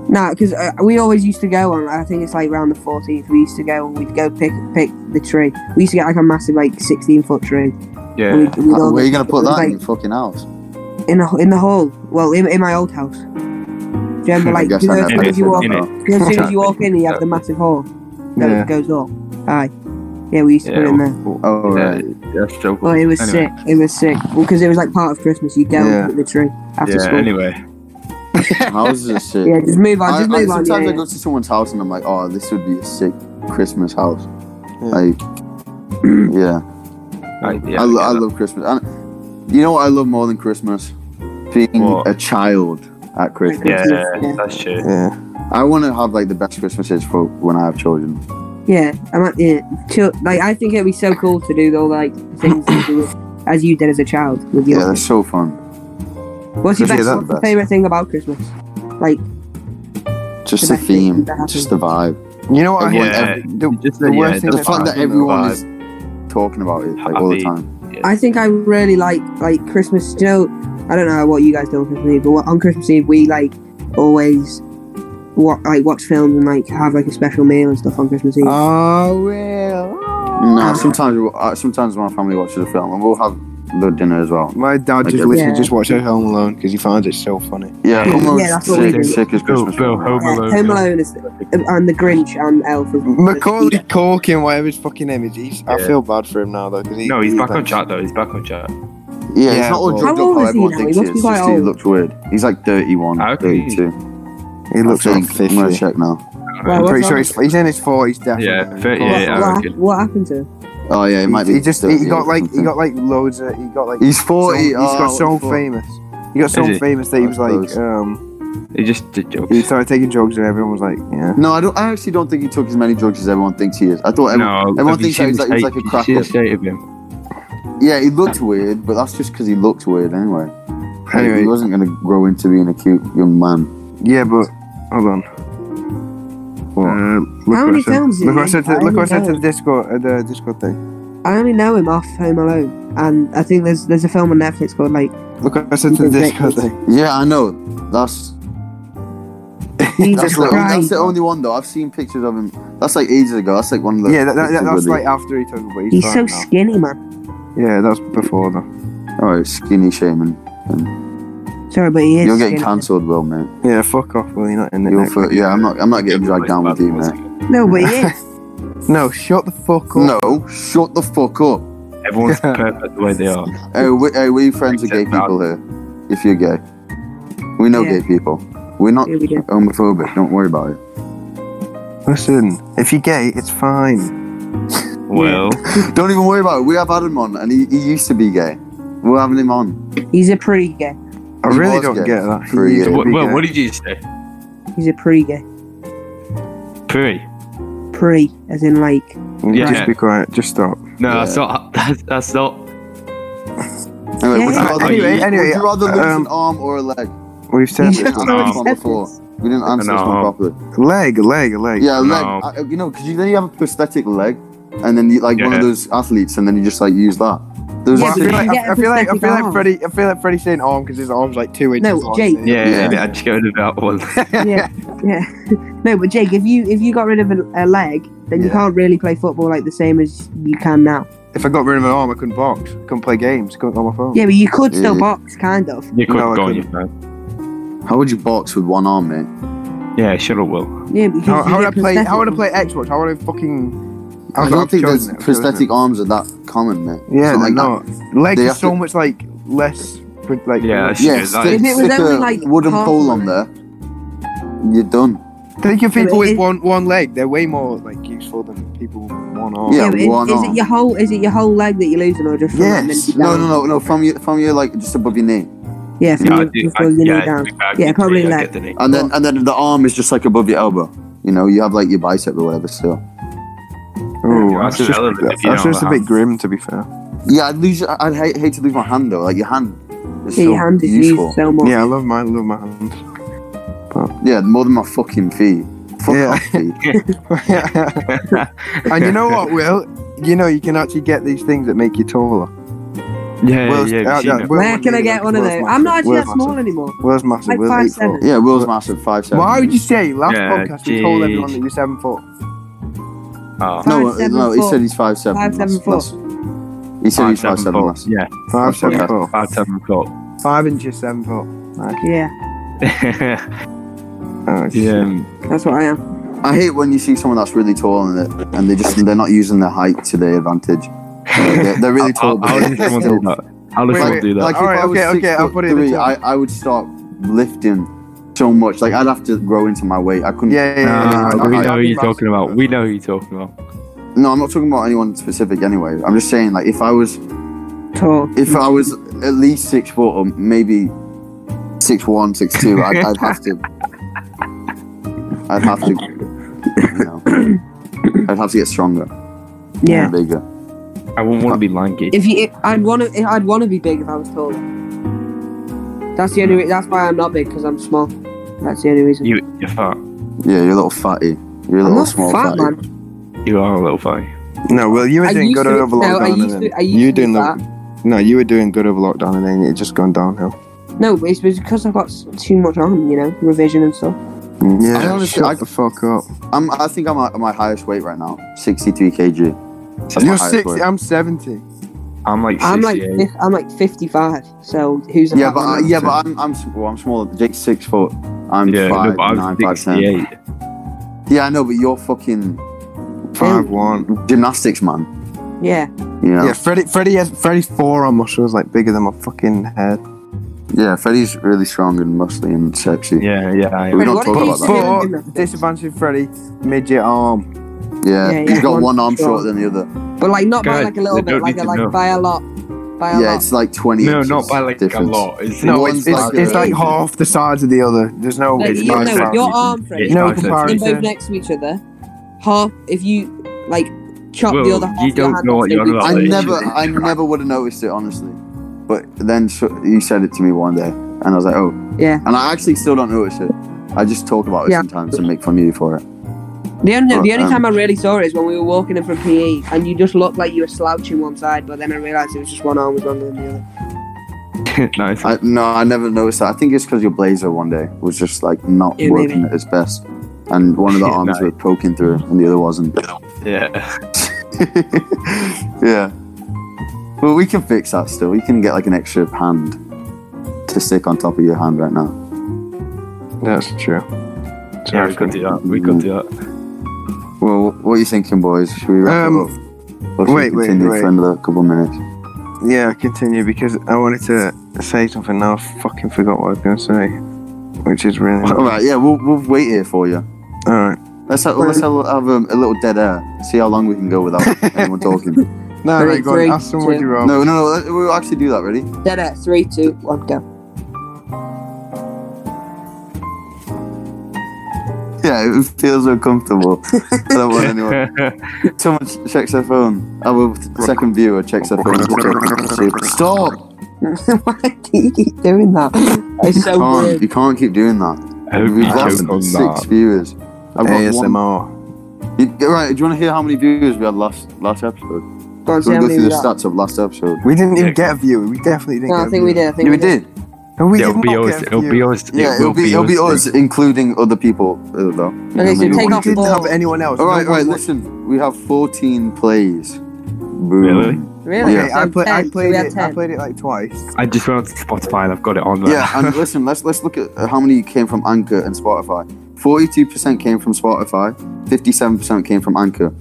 Speaker 2: No, because uh, we always used to go on. I think it's like round the fourteenth. We used to go and we'd go pick pick the tree. We used to get like a massive like sixteen foot tree. And
Speaker 5: yeah.
Speaker 2: we'd, we'd
Speaker 1: Where
Speaker 2: all
Speaker 1: are
Speaker 2: get-
Speaker 1: you gonna put that in
Speaker 2: like-
Speaker 1: your fucking house?
Speaker 2: in the in the hall. Well, in, in my old house. Do you remember,
Speaker 1: I
Speaker 2: like
Speaker 1: guess
Speaker 2: you know,
Speaker 1: I have
Speaker 2: as soon as you walk,
Speaker 5: in it.
Speaker 2: you know, as soon as you walk in, you have the massive hall that
Speaker 3: Yeah.
Speaker 2: goes up. Aye, yeah, we used to put it in there.
Speaker 1: Oh,
Speaker 5: *laughs*
Speaker 1: right.
Speaker 5: That's so
Speaker 2: Well, it was
Speaker 5: Anyway.
Speaker 2: sick. It was sick because it was like part of Christmas. You go
Speaker 3: Yeah.
Speaker 2: and put the tree after
Speaker 5: Yeah,
Speaker 2: school.
Speaker 5: anyway.
Speaker 1: Houses are sick.
Speaker 2: Yeah, just move on.
Speaker 1: I,
Speaker 2: Just
Speaker 1: I,
Speaker 2: move on.
Speaker 1: sometimes
Speaker 2: Yeah,
Speaker 1: I go to someone's house and I'm like, oh, this would be a sick Christmas house.
Speaker 3: Yeah.
Speaker 2: *clears throat*
Speaker 1: Like, yeah,
Speaker 5: I, yeah,
Speaker 1: I,
Speaker 5: I
Speaker 1: lo-
Speaker 5: get
Speaker 1: I
Speaker 5: that.
Speaker 1: love Christmas. And you know what I love more than Christmas? Being
Speaker 5: What?
Speaker 1: a child at Christmas.
Speaker 5: yeah,
Speaker 2: Yeah.
Speaker 5: that's true.
Speaker 3: Yeah.
Speaker 1: I want to have like the best Christmases for when I have children.
Speaker 2: yeah. I might, yeah. Chill. Like I think it'd be so cool to do the like things you do as you did as a child with your.
Speaker 1: Yeah, that's so fun.
Speaker 2: What's your
Speaker 1: Yeah,
Speaker 2: best?
Speaker 1: that's
Speaker 2: what's your
Speaker 1: best.
Speaker 2: favorite thing about Christmas? Like
Speaker 1: Just the
Speaker 2: The best thing
Speaker 1: theme,
Speaker 2: that happens.
Speaker 1: just the vibe.
Speaker 3: You know what? I
Speaker 1: Everyone-
Speaker 3: hate?
Speaker 5: Yeah.
Speaker 3: The,
Speaker 5: Just
Speaker 3: the
Speaker 5: the-
Speaker 3: worst
Speaker 5: yeah,
Speaker 3: thing
Speaker 1: The
Speaker 5: the
Speaker 1: fact that
Speaker 5: vibe.
Speaker 1: everyone is talking about it like all the
Speaker 5: Happy.
Speaker 1: time.
Speaker 2: I think I really like like Christmas. You know, I don't know what you guys do on Christmas Eve, but what- on Christmas Eve we like always wa like watch films and like have like a special meal and stuff on Christmas Eve.
Speaker 3: Oh well.
Speaker 1: No, sometimes we- uh, sometimes my family watches a film and we'll have the dinner as well.
Speaker 3: My dad
Speaker 1: Like
Speaker 3: just
Speaker 1: a-
Speaker 3: literally
Speaker 2: Yeah.
Speaker 3: just watches Home Alone because he finds it so funny.
Speaker 1: Yeah,
Speaker 2: Yeah,
Speaker 1: almost
Speaker 2: that's what we
Speaker 1: sick,
Speaker 2: do.
Speaker 1: sick as
Speaker 5: Bill,
Speaker 1: Christmas.
Speaker 5: Bill, Home
Speaker 2: Yeah,
Speaker 5: Alone.
Speaker 2: Home Alone is and the Grinch and Elf. Is,
Speaker 3: Macaulay
Speaker 2: Yeah.
Speaker 3: Culkin, whatever his fucking name is, he's, I
Speaker 5: Yeah.
Speaker 3: feel bad for him now though because he,
Speaker 5: No, he's
Speaker 3: he
Speaker 5: back on
Speaker 3: thinks-
Speaker 5: track though. He's back on track.
Speaker 1: Yeah,
Speaker 3: Yeah,
Speaker 1: it's not all
Speaker 3: well-
Speaker 1: drugged up
Speaker 2: How old
Speaker 1: how
Speaker 2: is he
Speaker 1: everyone
Speaker 2: now? He
Speaker 1: thinks
Speaker 2: must
Speaker 1: it
Speaker 2: be
Speaker 1: is.
Speaker 2: quite
Speaker 1: Just, he
Speaker 2: old.
Speaker 1: looked weird. He's like 31,
Speaker 5: How can he-
Speaker 1: 32.
Speaker 3: He looks
Speaker 1: I
Speaker 3: like
Speaker 1: think. I'm gonna
Speaker 3: 50.
Speaker 1: check now.
Speaker 2: Well,
Speaker 3: I'm
Speaker 2: what's
Speaker 3: pretty sure
Speaker 2: up?
Speaker 3: he's, he's in his 40s, definitely.
Speaker 5: Yeah,
Speaker 2: What,
Speaker 5: 38. I
Speaker 2: what
Speaker 5: reckon.
Speaker 2: hap- what happened to him?
Speaker 1: Oh yeah, it might
Speaker 3: he,
Speaker 1: be.
Speaker 3: he just he,
Speaker 1: 30 or
Speaker 3: got like he
Speaker 1: something.
Speaker 3: got like loads of he got like
Speaker 1: He's
Speaker 3: so,
Speaker 1: 40.
Speaker 3: he's got
Speaker 1: oh,
Speaker 3: so
Speaker 1: 40.
Speaker 3: famous. He got so
Speaker 5: Is he?
Speaker 3: famous that he was
Speaker 1: I
Speaker 3: like
Speaker 1: suppose.
Speaker 3: um
Speaker 5: He just did jokes.
Speaker 3: he started taking drugs and everyone was like yeah.
Speaker 1: No, I don't. I actually don't think he took as many drugs as everyone thinks he is. I thought. Everyone,
Speaker 5: no,
Speaker 1: everyone
Speaker 5: have you
Speaker 1: thinks that
Speaker 5: seen
Speaker 1: he's
Speaker 5: the
Speaker 1: like- he's
Speaker 5: state-
Speaker 1: like a
Speaker 5: did you see the
Speaker 1: cracker.
Speaker 5: state of him.
Speaker 1: Yeah, he looked weird, but that's just because he looked weird anyway. Like,
Speaker 3: Anyway.
Speaker 1: he wasn't gonna grow into being a cute young man.
Speaker 3: Yeah, but hold on.
Speaker 1: What?
Speaker 3: Uh, look
Speaker 2: How
Speaker 3: what
Speaker 2: many
Speaker 3: I said-
Speaker 2: films is
Speaker 3: Look
Speaker 2: he
Speaker 3: what I
Speaker 2: in?
Speaker 3: said to,
Speaker 2: How
Speaker 3: look
Speaker 2: many
Speaker 3: what I said to the
Speaker 2: films?
Speaker 3: disco uh, the disco thing.
Speaker 2: I only know him off Home Alone, and I think there's there's a film on Netflix called
Speaker 3: *laughs*
Speaker 2: like
Speaker 3: Look what I said to the disco thing.
Speaker 1: Yeah, I know. That's
Speaker 2: Jesus
Speaker 1: that's the, that's
Speaker 2: Christ.
Speaker 1: the only one though. I've seen pictures of him. That's like ages ago. That's like one of the.
Speaker 3: Yeah, that, that,
Speaker 1: pictures
Speaker 3: that's
Speaker 1: with
Speaker 3: like after he took it, but he's,
Speaker 2: He's
Speaker 3: back
Speaker 2: so
Speaker 3: now.
Speaker 2: skinny, man.
Speaker 3: Yeah, that's before though.
Speaker 1: it. All right, skinny shaman.
Speaker 2: Sorry, but he is.
Speaker 1: You're getting
Speaker 2: skinny.
Speaker 1: cancelled, Will, mate.
Speaker 3: Yeah, fuck off, Will. You're not in the
Speaker 1: You're
Speaker 3: next-
Speaker 1: for, yeah, I'm not. I'm not getting dragged down with you, mate.
Speaker 2: No,
Speaker 3: *laughs*
Speaker 2: but he is.
Speaker 3: No, shut the fuck up.
Speaker 1: No, shut the fuck up.
Speaker 5: Everyone's perfect the way they are.
Speaker 1: Hey, we, hey, we friends of gay
Speaker 5: Except
Speaker 1: people here. If you're gay, we know
Speaker 2: Yeah.
Speaker 1: gay people. We're not
Speaker 2: Yeah, we do.
Speaker 1: homophobic. Don't worry about it.
Speaker 3: Listen, if you're gay, it's fine.
Speaker 5: Well,
Speaker 1: Don't even worry about it. We have Adam on, and he, he used to be gay. We're having him on.
Speaker 2: He's a pretty gay.
Speaker 3: I
Speaker 1: He
Speaker 3: really
Speaker 1: was
Speaker 3: don't
Speaker 1: gay
Speaker 3: get that.
Speaker 1: for a
Speaker 3: He
Speaker 1: year.
Speaker 3: used to
Speaker 5: what,
Speaker 3: be
Speaker 5: well,
Speaker 3: gay.
Speaker 5: what did you say?
Speaker 2: He's a pretty gay.
Speaker 5: Pre.
Speaker 2: Pre, as in
Speaker 3: *laughs*
Speaker 2: like
Speaker 5: Yeah.
Speaker 3: Just be quiet. Just stop.
Speaker 5: No,
Speaker 1: Yeah.
Speaker 5: that's not. *laughs* That's, that's not.
Speaker 1: Anyway, would you
Speaker 2: Yeah.
Speaker 1: rather,
Speaker 3: Anyway,
Speaker 1: would
Speaker 3: anyway,
Speaker 1: you rather lose
Speaker 3: um,
Speaker 1: an arm or a leg?
Speaker 2: *laughs*
Speaker 3: We've said
Speaker 1: We
Speaker 3: it.
Speaker 1: didn't
Speaker 5: No.
Speaker 1: answer this one before. We didn't answer this one
Speaker 5: No.
Speaker 1: properly.
Speaker 3: Leg, leg, leg.
Speaker 1: Yeah, a leg.
Speaker 5: No.
Speaker 1: I, you know, because you, then you have a prosthetic leg, and then you like one of
Speaker 5: Yeah.
Speaker 1: those athletes, and then you just like use that. There was
Speaker 3: Well,
Speaker 2: Yeah,
Speaker 1: a
Speaker 3: I
Speaker 2: but
Speaker 3: feel
Speaker 1: thing-
Speaker 2: you
Speaker 3: like
Speaker 2: get
Speaker 3: I, I feel like I
Speaker 2: everything
Speaker 3: feel like
Speaker 2: wrong.
Speaker 3: Freddie I feel like Freddie's saying arm because his arm's like two inches. long.
Speaker 2: Jake.
Speaker 5: Yeah,
Speaker 1: Yeah.
Speaker 5: yeah. I'd just get rid of that one.
Speaker 2: yeah, yeah.
Speaker 1: *laughs*
Speaker 2: No, but Jake, if you if you got rid of a, a leg, then you
Speaker 3: Yeah.
Speaker 2: can't really play football like the same as you can now.
Speaker 3: If I got rid of an arm, I couldn't box, couldn't play games, couldn't on my phone.
Speaker 2: Yeah, but you could still
Speaker 1: Yeah.
Speaker 2: box, kind of.
Speaker 5: You couldn't
Speaker 3: No, I
Speaker 5: go on your
Speaker 3: couldn't.
Speaker 5: phone.
Speaker 1: How would you box with one arm, mate?
Speaker 5: Yeah, sure I will.
Speaker 2: Yeah, because
Speaker 3: How,
Speaker 2: you
Speaker 3: how would I
Speaker 2: get
Speaker 3: play? How would I
Speaker 2: prosthetic.
Speaker 3: play Xbox? How would I fucking?
Speaker 1: I don't think those
Speaker 3: chosen it, I've chosen
Speaker 1: prosthetic
Speaker 3: it.
Speaker 1: arms are that common, mate.
Speaker 3: Yeah,
Speaker 1: It's that.
Speaker 3: they're not. Legs
Speaker 1: They
Speaker 3: are
Speaker 1: have
Speaker 3: so
Speaker 1: to-
Speaker 3: much like less. with, Like
Speaker 5: Yeah, I should
Speaker 1: Yeah,
Speaker 5: do that.
Speaker 1: stick,
Speaker 2: If it was
Speaker 1: stick
Speaker 2: only,
Speaker 1: a
Speaker 2: like,
Speaker 1: wooden
Speaker 2: half
Speaker 1: pole
Speaker 2: of
Speaker 1: on there. You're done.
Speaker 3: Think of
Speaker 2: Yeah,
Speaker 3: people
Speaker 2: but
Speaker 3: with
Speaker 2: it-
Speaker 3: one one leg. They're way more like useful than people with one arm.
Speaker 1: Yeah,
Speaker 2: Yeah, but
Speaker 1: one
Speaker 2: is, is
Speaker 1: arm.
Speaker 2: it your whole is it your whole leg that you're losing or just from like,
Speaker 3: Yes.
Speaker 2: maybe
Speaker 1: No,
Speaker 2: down?
Speaker 1: no, no, no. From your, from your like just above your knee,
Speaker 2: yeah from
Speaker 5: Yeah, I
Speaker 2: your,
Speaker 5: do. I,
Speaker 2: before your knee
Speaker 5: yeah,
Speaker 2: down.
Speaker 5: I,
Speaker 2: Yeah, probably
Speaker 5: I
Speaker 2: like-
Speaker 5: get the knee.
Speaker 1: and then and then the arm is just like above your elbow. You know, you have like your bicep or whatever. Still.
Speaker 3: Oh,
Speaker 5: That's
Speaker 3: that's just,
Speaker 5: irrelevant if you
Speaker 3: that's
Speaker 5: don't
Speaker 3: just a
Speaker 5: have
Speaker 3: bit
Speaker 5: hands.
Speaker 3: grim, to be fair.
Speaker 1: Yeah, I'd lose. I'd hate, hate to lose my hand though. Like your hand. Is
Speaker 2: Yeah,
Speaker 1: so
Speaker 2: your hand is
Speaker 1: useful.
Speaker 2: used so much.
Speaker 3: Yeah, I love my love my *laughs* hands.
Speaker 1: Yeah, more than my fucking feet. Fuck
Speaker 3: Yeah.
Speaker 1: off,
Speaker 2: *laughs*
Speaker 1: feet.
Speaker 3: and
Speaker 5: *laughs*
Speaker 3: you know *laughs* what, Will? You know you can actually get these things that make you taller.
Speaker 5: Yeah,
Speaker 3: Will's-
Speaker 5: yeah,
Speaker 3: uh,
Speaker 5: yeah.
Speaker 3: yeah,
Speaker 5: yeah.
Speaker 3: Will
Speaker 2: Where
Speaker 3: won't
Speaker 2: can I
Speaker 3: need
Speaker 2: get
Speaker 3: it,
Speaker 2: one of
Speaker 3: Will's
Speaker 2: those?
Speaker 3: massive,
Speaker 2: I'm not actually
Speaker 3: Will's
Speaker 2: that small
Speaker 3: massive.
Speaker 2: anymore.
Speaker 3: Will's massive.
Speaker 2: Like
Speaker 3: Will's
Speaker 2: five
Speaker 3: eight foot.
Speaker 2: seven.
Speaker 1: Yeah, Will's massive five seven.
Speaker 3: Why would you say last
Speaker 5: Yeah,
Speaker 3: podcast you told
Speaker 5: jeez.
Speaker 3: everyone that you're seven foot?
Speaker 5: Oh.
Speaker 1: No,
Speaker 2: Five, seven,
Speaker 1: no, he
Speaker 2: four.
Speaker 1: said he's five seven.
Speaker 2: Five, seven,
Speaker 1: That's- He said he's five
Speaker 5: seven
Speaker 1: seven.
Speaker 5: foot.
Speaker 1: that's-
Speaker 5: Yeah,
Speaker 3: Five
Speaker 1: That's
Speaker 3: seven
Speaker 1: okay.
Speaker 3: foot.
Speaker 5: five seven foot.
Speaker 3: Five inches, seven foot. Like,
Speaker 2: Yeah,
Speaker 5: *laughs*
Speaker 3: oh,
Speaker 5: yeah,
Speaker 3: shit.
Speaker 5: um,
Speaker 2: that's what I am.
Speaker 1: I hate when you see someone that's really tall and it, and they just they're not using their height to their advantage.
Speaker 5: *laughs*
Speaker 1: They're, they're really tall.
Speaker 5: I'll,
Speaker 1: but
Speaker 5: I'll,
Speaker 1: they're *laughs*
Speaker 5: I'll, someone
Speaker 1: still-
Speaker 5: do that. I'll
Speaker 3: Wait,
Speaker 5: just
Speaker 3: wait,
Speaker 5: do that.
Speaker 1: Like if
Speaker 3: Alright,
Speaker 1: I was
Speaker 3: okay,
Speaker 1: six
Speaker 3: okay, I'll
Speaker 1: foot
Speaker 3: put it in the
Speaker 1: three,
Speaker 3: top.
Speaker 1: I, I would start lifting so much. Like I'd have to grow into my weight. I couldn't.
Speaker 3: Yeah, yeah, yeah.
Speaker 5: Nah,
Speaker 1: I'll-
Speaker 5: we
Speaker 1: I'll
Speaker 5: know who
Speaker 3: be
Speaker 5: you're
Speaker 3: massive.
Speaker 5: talking about. We know who you're talking about.
Speaker 1: No, I'm not talking about anyone specific. Anyway, I'm just saying like if I was
Speaker 2: Tall.
Speaker 1: if I was at least six foot or maybe six one, six two, I'd, I'd have
Speaker 3: *laughs*
Speaker 1: to. I'd have to. You know, I'd have to get stronger.
Speaker 2: Yeah.
Speaker 1: and Bigger.
Speaker 5: I wouldn't want to be lanky.
Speaker 2: If you, if, I'd want to, I'd want to be big if I was taller. That's the only. Re- that's why I'm not big because I'm small. That's the only reason.
Speaker 5: You, you're fat.
Speaker 1: Yeah, you're a little fatty. You're a little
Speaker 2: I'm not
Speaker 1: small
Speaker 2: fat,
Speaker 1: fatty.
Speaker 2: man.
Speaker 5: You are a little funny.
Speaker 3: No, well, you were
Speaker 2: I
Speaker 3: doing
Speaker 2: used
Speaker 3: good
Speaker 2: to be-
Speaker 3: over
Speaker 2: no, I
Speaker 3: lockdown,
Speaker 2: used
Speaker 3: and
Speaker 2: to-
Speaker 3: then
Speaker 2: I used
Speaker 3: you
Speaker 2: to be
Speaker 3: were doing
Speaker 2: fat.
Speaker 3: the, no, you were doing good over lockdown, and then it just gone downhill.
Speaker 2: No, but it's because I've got s- too much on, you know, revision and stuff.
Speaker 3: Yeah,
Speaker 1: I honestly-
Speaker 3: shut
Speaker 1: I-
Speaker 3: the fuck up.
Speaker 1: I'm, I think I'm at my highest weight right now, 63 kg. That's my
Speaker 3: You're
Speaker 1: highest
Speaker 3: 60.
Speaker 1: weight.
Speaker 3: I'm 70.
Speaker 5: I'm like 68.
Speaker 2: I'm like, fif- I'm like 55. So who's a
Speaker 1: Yeah,
Speaker 2: fat
Speaker 1: but
Speaker 2: man?
Speaker 1: I, yeah, but I'm I'm s- well, I'm smaller. Jake's six foot. I'm
Speaker 5: yeah, no,
Speaker 1: five,
Speaker 5: but I'm
Speaker 1: nine, five, ten.
Speaker 5: 68.
Speaker 1: Yeah, I know, but you're fucking
Speaker 3: Five one.
Speaker 1: gymnastics man.
Speaker 2: yeah.
Speaker 1: You know?
Speaker 3: Yeah, Freddie. Freddie has Freddie's forearm muscle is like bigger than my fucking head.
Speaker 1: Yeah, Freddie's really strong and muscly and sexy. Yeah,
Speaker 5: Yeah, yeah, I am.
Speaker 1: We don't
Speaker 2: What
Speaker 1: talk
Speaker 2: did you
Speaker 1: about
Speaker 2: say?
Speaker 1: that.
Speaker 2: Yeah,
Speaker 3: But
Speaker 2: bigger than
Speaker 3: disadvantage Freddie, midget arm.
Speaker 2: Yeah,
Speaker 1: he's
Speaker 2: yeah,
Speaker 1: got
Speaker 2: one
Speaker 1: one arm
Speaker 2: short.
Speaker 1: shorter than the other.
Speaker 2: But like not by
Speaker 5: Guys,
Speaker 2: like a little
Speaker 5: they
Speaker 2: bit,
Speaker 5: don't
Speaker 2: like
Speaker 5: need
Speaker 2: a,
Speaker 5: to
Speaker 2: like
Speaker 5: know.
Speaker 2: by a lot, by a
Speaker 1: yeah,
Speaker 2: lot.
Speaker 1: it's like 20
Speaker 5: No,
Speaker 1: inches
Speaker 5: not by like
Speaker 1: difference.
Speaker 5: a lot. It's,
Speaker 1: No,
Speaker 3: No,
Speaker 1: one's
Speaker 3: it's it's,
Speaker 1: like
Speaker 3: like, it's
Speaker 1: a-
Speaker 3: like half the size of the other. There's no.
Speaker 2: No,
Speaker 3: it's
Speaker 2: you
Speaker 3: not
Speaker 2: know,
Speaker 3: fair.
Speaker 2: your arm, Freddie.
Speaker 5: It's
Speaker 3: No
Speaker 5: five centimeters.
Speaker 3: comparison.
Speaker 2: Them both next to each other. Half if you like chop
Speaker 5: Well,
Speaker 2: the other half.
Speaker 5: you
Speaker 2: of your
Speaker 5: don't
Speaker 2: hand
Speaker 5: know
Speaker 2: off,
Speaker 5: what
Speaker 2: they'd
Speaker 5: you're
Speaker 2: be
Speaker 5: on
Speaker 1: I
Speaker 5: about.
Speaker 2: bigger.
Speaker 1: never,
Speaker 5: *laughs*
Speaker 1: I never would have noticed it honestly, but then so, you said it to me one day, and I was like, oh,
Speaker 2: Yeah.
Speaker 1: And I actually still don't notice it. I just talk about it
Speaker 2: Yeah.
Speaker 1: sometimes and make fun of you for it.
Speaker 2: The only, the
Speaker 1: But,
Speaker 2: only
Speaker 1: um,
Speaker 2: time I really saw it is when we were walking in from PE, E, and you just looked like you were slouching one side, but then I realised it was just one arm was longer than the other.
Speaker 5: *laughs* nice.
Speaker 1: I, no, I never noticed that. I think it's because your blazer one day was just like not
Speaker 2: Yeah,
Speaker 1: working at its best, and one of
Speaker 3: *laughs*
Speaker 1: the arms
Speaker 5: Nice.
Speaker 1: were poking through, and the other wasn't. *laughs*
Speaker 5: Yeah.
Speaker 1: yeah. Well, we can fix that still. We can get like an extra hand to stick on top of your hand right now.
Speaker 3: That's true.
Speaker 5: Yeah, we could do that. We could do that.
Speaker 1: Well, what are you thinking, boys? Should we wrap
Speaker 3: Um,
Speaker 1: it up? Or should
Speaker 3: wait,
Speaker 1: we
Speaker 3: wait,
Speaker 1: continue
Speaker 3: wait.
Speaker 1: for another couple minutes?
Speaker 3: Yeah, continue because I wanted to say something now. I fucking forgot what I was going to say, which is really *laughs*
Speaker 1: All right, yeah, we'll, we'll wait here for you.
Speaker 3: all right.
Speaker 1: Let's have, let's have, have um, a little dead air. See how long we can go
Speaker 3: *laughs*
Speaker 1: without anyone talking. no,
Speaker 3: No,
Speaker 2: Three,
Speaker 3: no, go on.
Speaker 2: three,
Speaker 3: Ask someone
Speaker 2: two.
Speaker 3: you are.
Speaker 1: no, no. let- We'll actually do that. Ready?
Speaker 2: Dead at three, two, one, go.
Speaker 1: Yeah, it feels uncomfortable. I don't want
Speaker 5: *laughs*
Speaker 1: anyone. Someone ch- checks their phone. Our second viewer checks their phone. Stop!
Speaker 2: Why do you keep doing that? It's so
Speaker 1: Can't,
Speaker 2: weird.
Speaker 1: you can't keep doing that.
Speaker 5: I hope you
Speaker 1: We've
Speaker 5: choke
Speaker 1: lost
Speaker 5: on
Speaker 1: six
Speaker 5: that.
Speaker 1: viewers. I've got one-
Speaker 3: ASMR.
Speaker 1: You- right, do you want to hear how many viewers we had last last episode?
Speaker 2: God,
Speaker 1: So
Speaker 2: see
Speaker 1: we
Speaker 2: how
Speaker 1: go
Speaker 2: many
Speaker 1: through
Speaker 2: we
Speaker 1: the
Speaker 2: got.
Speaker 1: stats of last episode.
Speaker 3: We didn't even get a view. We definitely didn't.
Speaker 2: No,
Speaker 3: get
Speaker 2: I
Speaker 3: a
Speaker 2: think
Speaker 3: view.
Speaker 2: we did. I think
Speaker 1: Yeah,
Speaker 2: we
Speaker 1: we
Speaker 2: did.
Speaker 1: did.
Speaker 3: No, we
Speaker 5: it'll
Speaker 3: did
Speaker 5: be
Speaker 3: not
Speaker 5: us.
Speaker 3: get a
Speaker 5: It'll
Speaker 3: view.
Speaker 5: be us.
Speaker 1: Yeah, it'll, be, it'll be us,
Speaker 5: then.
Speaker 1: including other people uh, though. You know what I
Speaker 2: so
Speaker 1: mean?
Speaker 3: No,
Speaker 2: take
Speaker 3: we
Speaker 2: off
Speaker 3: didn't
Speaker 2: all-
Speaker 3: have anyone else.
Speaker 1: All
Speaker 3: No
Speaker 1: right,
Speaker 3: one
Speaker 1: right.
Speaker 3: wa-
Speaker 1: Listen, we have 14 plays. Boom.
Speaker 5: Really?
Speaker 2: Really?
Speaker 3: Okay, I,
Speaker 2: So
Speaker 3: play,
Speaker 2: 10,
Speaker 3: I
Speaker 2: so
Speaker 3: played
Speaker 2: we had
Speaker 3: it. I
Speaker 2: 10.
Speaker 3: played it like twice.
Speaker 5: I just went on to Spotify and I've got it on there.
Speaker 1: Yeah, and listen, let's let's look at how many came from Anchor and Spotify. Forty-two percent came from Spotify. Fifty-seven percent came from Anchor.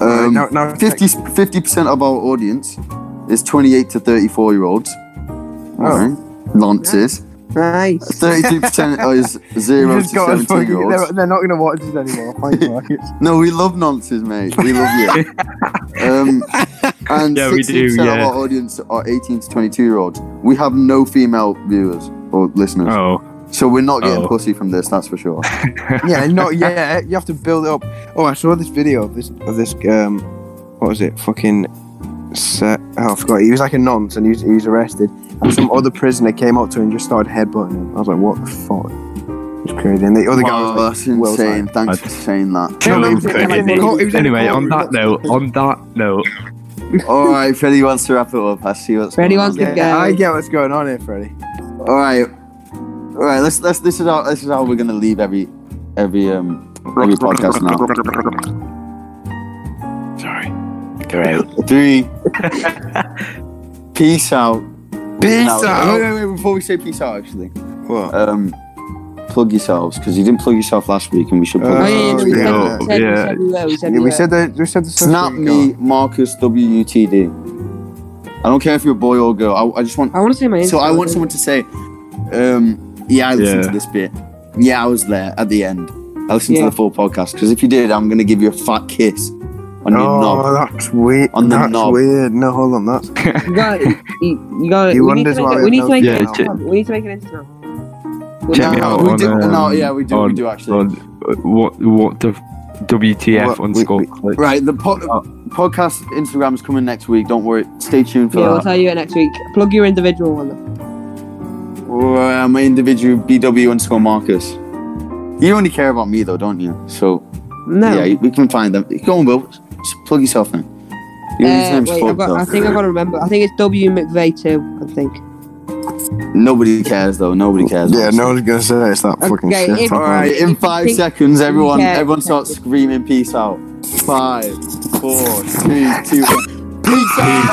Speaker 3: Uh,
Speaker 1: Um,
Speaker 3: no, no,
Speaker 1: 50 percent of our audience is twenty-eight to thirty-four year olds.
Speaker 3: Oh.
Speaker 1: nonsense.
Speaker 2: Nice.
Speaker 1: Thirty-two
Speaker 3: *laughs*
Speaker 1: percent is
Speaker 3: You
Speaker 1: zero to
Speaker 3: just got us
Speaker 1: seventeen year
Speaker 3: fucking, they're,
Speaker 1: olds.
Speaker 3: they're not gonna watch this anymore.
Speaker 1: *laughs*
Speaker 3: Thank you.
Speaker 1: No, we love nonsense, mate. We love
Speaker 3: *laughs*
Speaker 1: you. um, and
Speaker 5: Yeah, we
Speaker 1: sixty
Speaker 5: do,
Speaker 1: percent
Speaker 5: yeah.
Speaker 1: of our audience are eighteen to twenty-two year olds. We have no female viewers or listeners.
Speaker 5: Oh,
Speaker 1: So we're not getting
Speaker 5: Oh.
Speaker 1: pussy from this, that's for sure.
Speaker 3: yeah, not yet. You have to build it up. Oh, I saw this video of this of this um, what was it? Fucking set. Oh, I forgot. He was like a nonce, and he was, he was arrested. And some other prisoner came up to him and just started headbutting him. I was like, what the fuck? It's crazy. And *laughs* the other guy
Speaker 1: Wow,
Speaker 3: was
Speaker 1: Oh, that's
Speaker 3: like, well
Speaker 1: insane.
Speaker 3: done.
Speaker 1: Thanks
Speaker 5: I-
Speaker 1: for saying that.
Speaker 3: No, no, it was-
Speaker 5: so
Speaker 3: it was in the
Speaker 5: crazy.
Speaker 3: court- it was in the
Speaker 5: Anyway, on
Speaker 3: courtroom.
Speaker 5: that note, on that note,
Speaker 1: All right, Freddie wants to wrap it up. I see what's
Speaker 2: Freddie
Speaker 1: going
Speaker 2: wants
Speaker 1: on.
Speaker 2: to-
Speaker 3: Yeah, I get what's going on here, Freddie.
Speaker 1: All right, all right. Let's let's. This is how this is how we're gonna leave every every um every podcast now.
Speaker 3: Sorry. Go out. *laughs*
Speaker 1: Three. peace out.
Speaker 3: Peace
Speaker 1: Now- Wait,
Speaker 3: out.
Speaker 1: wait, wait, before we say peace out, actually,
Speaker 3: What?
Speaker 1: um, plug yourselves because you didn't plug yourself last week, and we should.
Speaker 3: Uh,
Speaker 1: Plug
Speaker 2: Oh, yeah, yeah, no, we
Speaker 3: yeah.
Speaker 2: said-
Speaker 5: Oh,
Speaker 2: we said- we said we were,
Speaker 5: yeah.
Speaker 2: we said
Speaker 3: Yeah,
Speaker 2: we
Speaker 3: we
Speaker 2: were.
Speaker 3: said that. We said the social
Speaker 1: Snap
Speaker 3: media
Speaker 1: me, Marcus WUTD. I don't care if you're a boy or girl. I, I just want
Speaker 2: I want to say my.
Speaker 1: So I
Speaker 2: Instagram,
Speaker 1: want someone to say, um, yeah, I listened
Speaker 5: Yeah.
Speaker 1: to this bit. Yeah, I was there at the end. I listened
Speaker 2: Yeah.
Speaker 1: to the full podcast because if you did, I'm gonna give you a fat kiss on your knob.
Speaker 3: Oh, that's weird.
Speaker 1: On the
Speaker 3: that's
Speaker 1: knob.
Speaker 3: weird. No, hold on. That's
Speaker 2: You got it. You, you got it.
Speaker 3: He
Speaker 2: we need
Speaker 3: wonders
Speaker 2: to
Speaker 3: why
Speaker 2: make, it-
Speaker 3: we have
Speaker 2: we need
Speaker 3: no
Speaker 2: to make
Speaker 5: Yeah,
Speaker 2: an
Speaker 5: ch-
Speaker 2: Instagram. We need to make an Instagram. We
Speaker 5: check me
Speaker 1: No,
Speaker 5: out.
Speaker 1: we
Speaker 5: on,
Speaker 1: do-
Speaker 5: um,
Speaker 1: no, yeah, we do, we
Speaker 5: on-
Speaker 1: do actually.
Speaker 5: on, uh, what what the WTF
Speaker 3: What- we-
Speaker 5: underscore?
Speaker 3: we-
Speaker 5: click.
Speaker 1: Right, the po-
Speaker 5: Oh.
Speaker 1: podcast Instagram is coming next week. Don't worry. Stay tuned for
Speaker 2: Yeah, we'll
Speaker 1: that.
Speaker 2: tell you it next week. Plug your individual one.
Speaker 1: Uh, my individual BW underscore Marcus. You only care about me though, don't you? So
Speaker 2: No.
Speaker 1: yeah, we can find them. Go on, Will. Just plug yourself in. Your
Speaker 2: Uh,
Speaker 1: username's
Speaker 2: wait, I've
Speaker 1: fucked
Speaker 2: got,
Speaker 1: though.
Speaker 2: I think I've got to remember. I think it's W McVeigh too. I think.
Speaker 1: Nobody cares though. Nobody cares.
Speaker 3: yeah. No one's gonna say that. It's that fucking
Speaker 2: Okay,
Speaker 3: shit.
Speaker 2: if-
Speaker 1: All right, in five
Speaker 2: Think-
Speaker 1: seconds, everyone,
Speaker 2: Yeah.
Speaker 1: everyone starts screaming peace out. Five, four, three, two, one. Peace out.